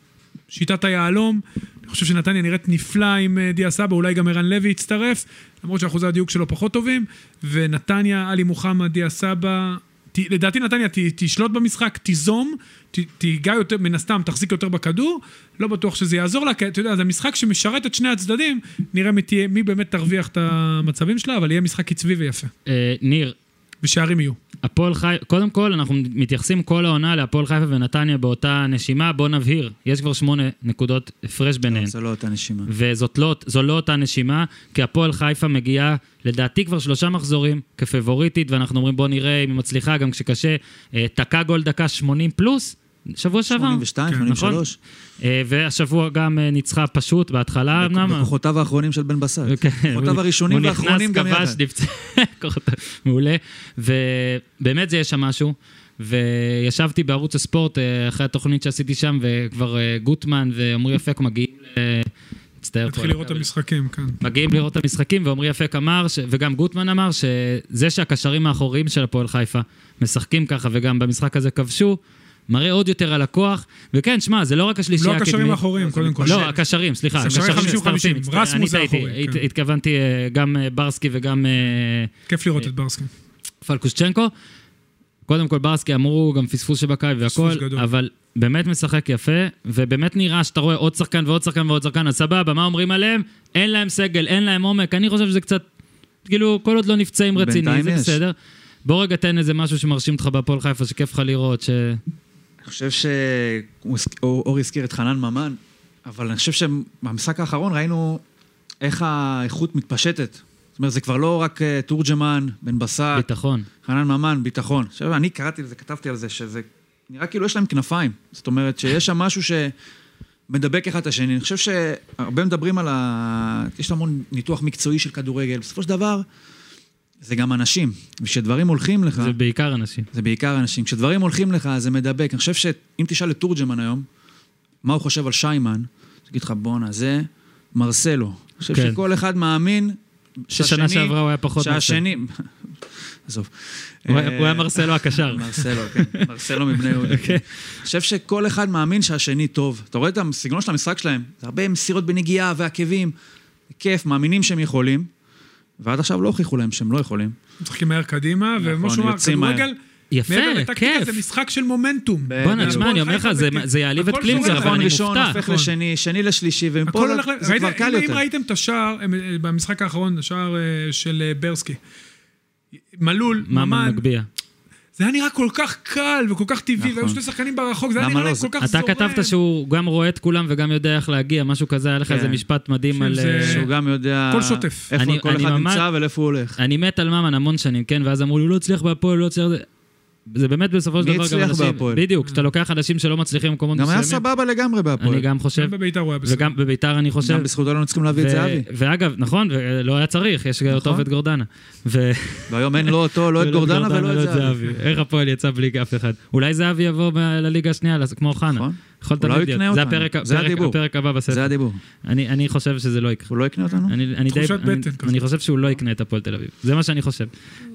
שיטת היהלום. אני חושב שנתניה נראית נפלא עם אה, דיה סבא, אולי גם ערן לוי יצטרף, למרות שאחוזי הדיוק שלו פחות טובים. ונתניה, עלי מוחמד, דיה סבא, ת, לדעתי נתניה ת, תשלוט במשחק, תיזום, ת, תיגע יותר, מן הסתם, תחזיק יותר בכדור, לא בטוח שזה יעזור לה, כי אתה יודע, זה משחק שמשרת את שני הצדדים, נראה מי, תהיה, מי באמת תרוויח את המצבים שלה, אבל יהיה משחק קצבי ויפה,
אה, ניר,
ושערים
נכון.
יהיו.
הפועל חיפה, קודם כל, אנחנו מתייחסים כל העונה להפועל חיפה ונתניה באותה נשימה, בואו נבהיר, יש כבר שמונה נקודות הפרש ביניהן.
זה לא אותה נשימה.
וזאת לא, זו לא אותה נשימה, כי הפועל חיפה מגיעה לדעתי כבר שלושה מחזורים כפבוריטית, ואנחנו אומרים בוא נראה אם היא מצליחה גם כשקשה. אה, תקע גול דקה 80 פלוס, שבוע שעבר.
82,
כן,
83.
אה, והשבוע גם אה, ניצחה פשוט בהתחלה, אמנם.
בכוחותיו האחרונים של בן בסט.
אה, כן.
כוחותיו הראשונים והאחרונים גם
הוא
יחד.
נכנס, כבש, נפצע, כוחותיו- מעולה. ובאמת זה יש שם משהו. וישבתי בערוץ הספורט אה, אחרי התוכנית שעשיתי שם, וכבר אה, גוטמן ועמרי אפק מגיעים ל... מצטער פה
נתחיל
על
לראות את
מכבי.
המשחקים, כן.
מגיעים לראות את המשחקים, ועמרי אפק אמר, ש... וגם גוטמן אמר, שזה שהקשרים האחוריים של הפועל חיפה משחקים ככה, וגם במשחק הזה כבשו, מראה עוד יותר על הכוח. וכן, שמע, זה לא רק השלישייה
לא
הקדמית.
הקשרים האחוריים, קודם כל.
לא, הקשרים, סליחה.
זה שערי
הקשרים
50-50,
מצטרפים, מצטרפים.
רסמוס
אני
זה
טעיתי,
האחורי,
הת-
כן.
התכוונתי אה, גם אה, ברסקי וגם אה,
כיף לראות את ברסקי.
פלקושצ'נקו. קודם כל ברסקי אמרו גם פספוס שבקיץ והכל,
גדול.
אבל באמת משחק יפה, ובאמת נראה שאתה רואה עוד שחקן ועוד שחקן ועוד שחקן, אז סבבה, מה אומרים עליהם? אין להם סגל, אין להם עומק, אני חושב שזה קצת, כאילו, כל עוד לא נפצעים רציני,
בינתיים
זה
יש.
בסדר. בוא רגע תן איזה משהו שמרשים אותך בהפועל חיפה, שכיף לך לראות, ש...
אני חושב שאורי הזכיר את חנן ממן, אבל אני חושב שבמשחק האחרון ראינו איך האיכות מתפשטת. זאת אומרת, זה כבר לא רק אה, תורג'מן, בן בסט,
ביטחון.
חנן ממן, ביטחון. עכשיו, אני קראתי על זה, כתבתי על זה, שזה נראה כאילו יש להם כנפיים. זאת אומרת, שיש שם משהו שמדבק אחד את השני. אני חושב שהרבה מדברים על ה... יש המון ניתוח מקצועי של כדורגל. בסופו של דבר, זה גם אנשים. וכשדברים הולכים לך...
זה בעיקר אנשים.
זה בעיקר אנשים. כשדברים הולכים לך, זה מדבק. אני חושב שאם תשאל את תורג'מן היום, מה הוא חושב על שיימן, הוא יגיד לך, בואנה, זה מרסלו. אני חושב
כן.
שכל אחד מאמין...
ששנה
שהשני-
שעברה הוא היה פחות מרסל.
שהשני... עזוב.
הוא היה- הוא היה
אה,
מרסלו אוקיי. הקשר.
מרסלו, כן. מרסלו מבני יהודה. כן. אני חושב שכל אחד מאמין שהשני טוב. אתה רואה את הסגנון של המשחק שלהם? זה הרבה מסירות בנגיעה ועקבים. כיף, מאמינים שהם יכולים, ועד עכשיו לא הוכיחו להם שהם לא יכולים.
משחקים מהר קדימה, ומה שהוא אמר,
נכון, יוצאים מהר.
כדורגל,
יפה,
מעבר לטקטיקה
כיף.
זה משחק של מומנטום.
בוא'נה,
והפועל
תשמע, אני אומר לך,
חיפה
זה-
בטיפ-
זה יעליב את
הכל
קלינזר,
זורם
אבל
נכון,
אני
ראשון
מופתע.
הופך
נכון.
לשני, שני לשלישי, ומפה
הכל
לא-
זה-
הולך... ל-
זה
ראיתם-
כבר קל
אם- אם
יותר.
ראיתם את השער, הם, אה, במשחק האחרון, השער אה, של אה, ברסקי, מלול,
ממן
ממן,
מגביה.
זה היה נראה כל כך קל וכל כך טבעי,
נכון.
והיו שני שחקנים ברחוק, זה היה
למה
נראה
לא?
להם
זה-
כל כך
אתה
זורם.
כתבת שהוא גם רואה את כולם וגם יודע איך להגיע, משהו כזה, היה לך איזה
כן.
משפט מדהים על...
שזה-
אה,
שהוא גם יודע...
הכל שוטף.
איפה
אני-
כל
אני
אחד
ממש-
נמצא ולאיפה הוא הולך.
אני מת על ממן המון שנים, כן? ואז אמרו לי, הוא לא הצליח בהפועל, הוא לא הצליח... זה- זה באמת בסופו של
מי
דבר גם אנשים...
הצליח בהפועל?
בדיוק,
Mm.
כשאתה לוקח אנשים שלא מצליחים במקומות
גם
מסוימים.
היה סבבה לגמרי בהפועל.
אני גם חושב,
גם בביתר הוא היה בסדר.
וגם בביתר אני חושב.
גם בזכותו לא היינו צריכים להביא את זהבי.
ו- ואגב, נכון, ולא היה צריך, יש
נכון.
אותו ואת גורדנה. ו-
והיום אין לא אותו, לא את
ולא
גורדנה ולא את זהבי.
איך הפועל יצא בלי אף אחד? אולי זהבי יבוא ב- לליגה השנייה, לס- כמו אוחנה.
נכון.
יכול
אולי
תמיד
הוא יקנה
להיות. זה
אותנו.
הפרק-
זה
הפרק-
הדיבור.
הפרק הבא
זה
בספר.
הדיבור.
אני אני חושב שזה לא יקרה.
הוא לא יקנה אותנו?
אני, אני די...
תחושת
אני,
בטן כזאת.
אני חושב שהוא לא יקנה את הפועל תל אביב. זה מה שאני חושב.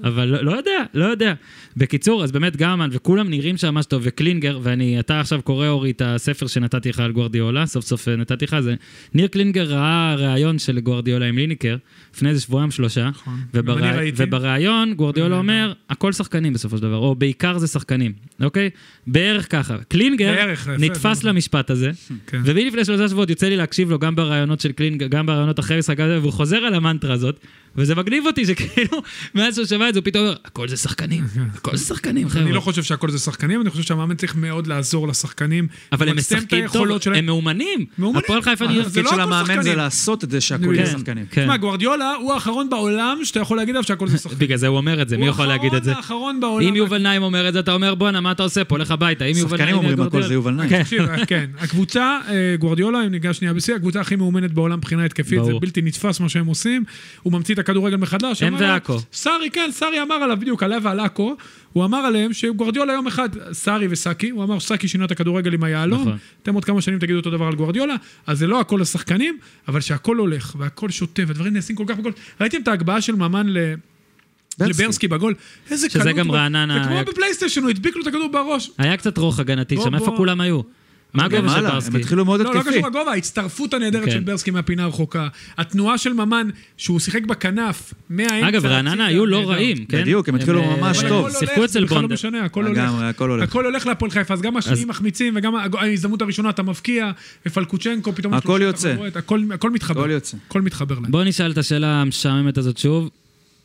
אבל לא, לא יודע, לא יודע. בקיצור, אז באמת גרמן, וכולם נראים שם ממש טוב, וקלינגר, ואני, אתה עכשיו קורא, אורי, את הספר שנתתי לך על גוארדיולה, סוף סוף אה, נתתי לך, זה... ניר קלינגר ראה ראיון של גוארדיולה עם ליניקר, לפני איזה שבועיים שלושה,
נכון.
גם אני
ובראי-
ראיתי.
ובראיון גוארדיולה אומר, הכל שחקנים בסופו של דבר, או בעיקר זה שחקנים, אוקיי? בערך ככה. קלינגר
בערך, יפה,
נתפס
זה-
למשפט הזה,
כן.
ומי לפני שלושה שבועות יוצא לי להקשיב לו גם ברעיונות של קלין, גם ברעיונות אחרי משחק, הזה, והוא חוזר על המנטרה הזאת, וזה מגניב אותי שכאילו, מאז שהוא שמע את זה, הוא פתאום אומר, הכל זה שחקנים, הכל זה שחקנים,
אני
חבר'ה.
לא חושב שהכל זה שחקנים, אני חושב שהמאמן צריך מאוד לעזור לשחקנים.
אבל הם
למקסם את
משחקים טוב,
היכולות שלהם.
הם מאומנים.
מאומנים.
הפועל חיפה
אה,
נראה...
זה
התפקיד
לא
של
הכל
המאמן זה
שחקנים.
לעשות את זה שהכול
כן,
יהיה שחקנים.
כן.
תשמע, גוורדיולה הוא האחרון בעולם שאתה יכול להגיד עליו שהכל זה שחקנים.
בגלל זה הוא אומר את זה, מי יכול להגיד את זה?
הוא האחרון האחרון
אם
בעולם.
יובל נעים אומר את זה, אתה אומר, בואנה, מה אתה עושה פה? לך הביתה. אם יובל
שחקנים
נעים...
אומרים
גורדיאל-
הכל זה יובל נעים.
כן.
תקשיב, כן, הקבוצה, אה, גוורדיולה, אם ניגע שנייה בשיא, הקבוצה הכי מאומנת בעולם מבחינה התקפית, זה
ברור.
בלתי נתפס מה שהם עושים. הוא ממציא את הכדורגל מחדש.
הם
אמר לו-
ועכו.
סארי, כן, סארי אמר עליו בדיוק, עליו ועל עכו. הוא אמר עליהם שגוורדיולה יום אחד, סארי וסאקי, הוא אמר שסאקי שינה את הכדורגל עם היהלום,
נכון.
אתם עוד כמה שנים תגידו אותו דבר על גוורדיולה, אז זה לא הכל לשחקנים, אבל שהכל הולך, והכל שוטף, הדברים נעשים כל כך בכל... ראיתם את ההגבהה של ממן ל...
ברסקי.
לברסקי בגול, איזה
שזה
קלות.
גם
הוא-
רעננה
זה
היה-
כמו בפלייסטיישן, הוא הדביק לו את הכדור בראש.
היה קצת רוח הגנתי
בוא,
שם, איפה
בוא.
כולם היו? מה
גם
הגובה של
הלאה, הם
ברסקי?
התחילו מאוד
לא, לא
התקפי.
קשור לגובה, ההצטרפות הנהדרת
כן.
של ברסקי מהפינה הרחוקה. התנועה של ממן, שהוא שיחק בכנף, מהאמצע...
אגב, רעננה
הצידה,
היו לא
נהדר.
רעים, כן?
בדיוק, הם התחילו
אה,
ממש
אבל
טוב.
הכל
שיחקו
הולך, זה
אצל
בכלל לא
בונדר.
משנה, הכל הולך.
לגמרי, הכל הולך.
הכל הולך להפועל חיפה, אז גם השניים מחמיצים, וגם הג- ההזדמנות הראשונה אתה מבקיע, ופלקוצ'נקו פתאום...
הכל
שלושה
יוצא.
תחבורות, הכל הכל מתחבר.
הכל יוצא.
הכל מתחבר להם.
בואו נשאל את השאלה המשעממת הזאת שוב.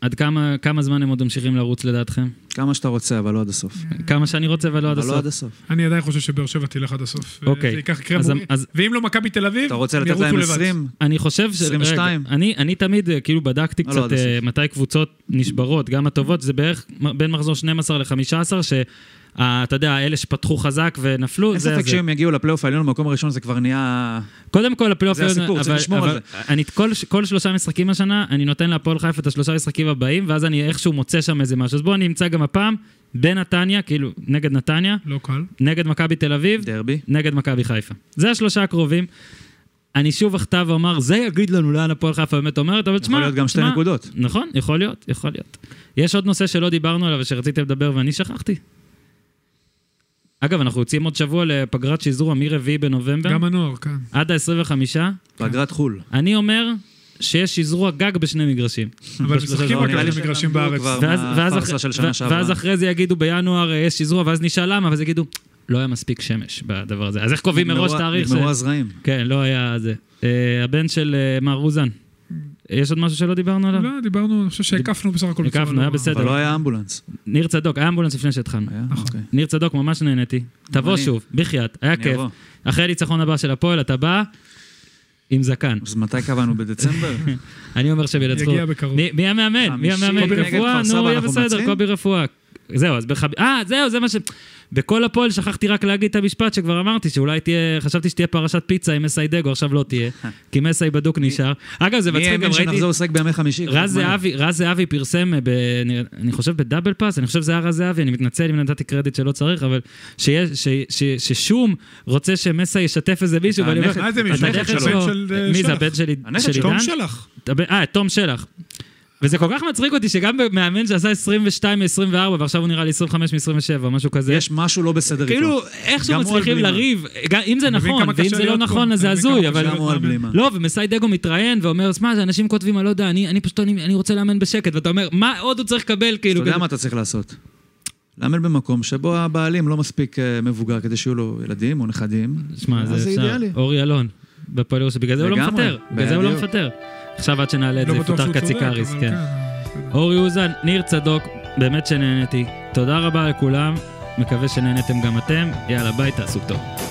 עד כמה, כמה זמן הם עוד ממשיכים לרוץ לדעתכם?
כמה שאתה רוצה, אבל לא עד הסוף.
כמה שאני רוצה ולא
אבל
עד
לא
הסוף.
עד הסוף.
אני עדיין חושב שבאר שבע תלך עד הסוף.
אוקיי.
זה ייקח קרם
אז-
מורי-
אז-
ואם לא מכבי תל אביב,
אתה רוצה
הם
לתת
ירוצו
להם
לבד.
20?
אני חושב ש...
22.
רגע, אני, אני תמיד אה, כאילו בדקתי
לא,
קצת
עד הסוף.
אה, מתי קבוצות נשברות, גם הטובות, זה בערך מ- בין מחזור 12 ל-15, שאתה יודע, אלה שפתחו חזק ונפלו,
אין
זה
ספק
זה.
שאם יגיעו לפלייאוף העליון במקום הראשון זה כבר נהיה...
קודם כל הפלייאוף...
זה
העליון,
הסיפור, צריך
אבל-
לשמור
אבל
על
אני כל, כל שלושה משחקים השנה, אני נותן להפועל חיפה את השלושה משחקים הבאים, ואז אני איכשהו מוצא שם איזה משהו. אז בואו אני אמצא גם הפעם, בנתניה, כאילו, נגד נתניה,
לא קל.
נגד מכבי תל אביב,
דרבי.
נגד מכבי חיפה. זה השלושה הקרובים. אני שוב אחטא ואומר, זה יגיד לנו לאן הפועל חיפה באמת אומרת, אבל תשמע...
יכול להיות גם שתי
תשמע,
נקודות.
נכון, יכול להיות, יכול להיות. יש עוד נושא שלא דיברנו עליו ושרציתי לדבר ואני שכחתי. אגב, אנחנו יוצאים עוד שבוע לפגרת שזרוע מ-4 בנובמבר,
גם הנוער, כן.
עד ה-25.
פגרת חול.
אני אומר שיש שזרוע גג בשני מגרשים.
אבל משחקים
נראה
רק
לי
על
שהם
מגרשים
למדו
בארץ.
לא, כבר.
ואז, ואז,
הפרסה
אחרי,
של שנה
ו-
שעברה.
ואז אחרי זה יגידו בינואר אה, יש שזרוע, ואז נשאל למה, ואז יגידו, לא היה מספיק שמש בדבר הזה. אז איך קובעים מראש
נגמרו-
תאריך?
נגמרו
ש-
הזרעים.
כן, לא היה זה. אה, הבן של אה, מר רוזן. יש עוד משהו שלא דיברנו עליו?
Mm. לא, דיברנו, אני חושב שהקפנו בסך הכל. בצורה
הקפנו, היה
לא רעה.
בסדר.
אבל לא היה אמבולנס.
ניר צדוק, היה אמבולנס לפני שהתחלנו.
היה? אוקיי.
ניר צדוק, ממש נהניתי. תבוא
אני.
שוב, בחייאת, היה
אני
כיף.
אבוא.
אחרי הניצחון הבא של הפועל, אתה בא עם זקן.
אז מתי קבענו? בדצמבר?
אני אומר שהם ינצחו.
יגיע בקרוב.
מי- מי המאמן?
חמישי
מי המאמן?
נגד כפר
רפואה?
סבא,
נו, יהיה
אנחנו
בסדר,
מנצחים?
קובי רפואה. זהו, אז בחב... אה, זהו, זה מה ש... בכל הפועל שכחתי רק להגיד את המשפט שכבר אמרתי, שאולי תהיה, חשבתי שתהיה פרשת פיצה עם מסי דגו, עכשיו לא תהיה, כי מסי בדוק נשאר. אגב, זה
מי
מצחיק, גם
האמין
ראיתי...
שנחזור לשחק בימי חמישי?
רז זהבי, רז זהבי פרסם, אה, ב, אני, אני חושב בדאבל פאס, אני חושב שזה היה רז זהבי, אני מתנצל אם נתתי קרדיט שלא צריך, אבל שיש, ש, ש, ששום רוצה שמסה ישתף איזה מישהו, ואני אומר,
מה זה מישהו?
"הנכד
הבן
שלו."
של, אה,
מי זה
שלח.
הבן שלי?
הנכד
של
שלו.
עידן?
תום שלח.
הבן- אה, תום שלח. וזה כל כך מצחיק אותי שגם במאמן שעשה 22 מ-24 ועכשיו הוא נראה לי 25 מ-27, משהו כזה.
יש משהו לא בסדר איתו.
כאילו, איכשהו
גם הוא על
מצליחים
בלימה.
לריב, גם- אם זה
אתה מבין
נכון,
כמה
ואם
קשה
זה לא
להיות פה?
נכון אז זה
אתה מבין כמה
הזוי,
קשה
אבל...
גם הוא על בלימה.
לא, ומסי דגו מתראיין ואומר, שמע, זה אנשים כותבים, אני לא יודע, אני, אני פשוט, אני, אני רוצה לאמן בשקט, ואתה אומר, מה עוד הוא צריך לקבל,
אתה
כאילו,
יודע
כזה?"
מה אתה צריך לעשות. לאמן במקום שבו הבעלים לא מספיק אה, מבוגר כדי שיהיו לו ילדים או נכדים.
שמע,
אז
זה אפשר,
אידיאלי.
אורי אלון, בפועל ירושלים, בגלל זה הוא לא
לגמרי,
מפטר, בגלל זה הוא לא
בדיוק.
מפטר. עכשיו עד שנעלה את זה,
לא בטוח
יפוטר
שהוא צודק,
קציקריס,
אבל
כן.
כן.
אורי אוזן, ניר צדוק, באמת שנהניתי. תודה רבה לכולם, מקווה שנהנתם גם אתם. יאללה, ביי, תעשו טוב.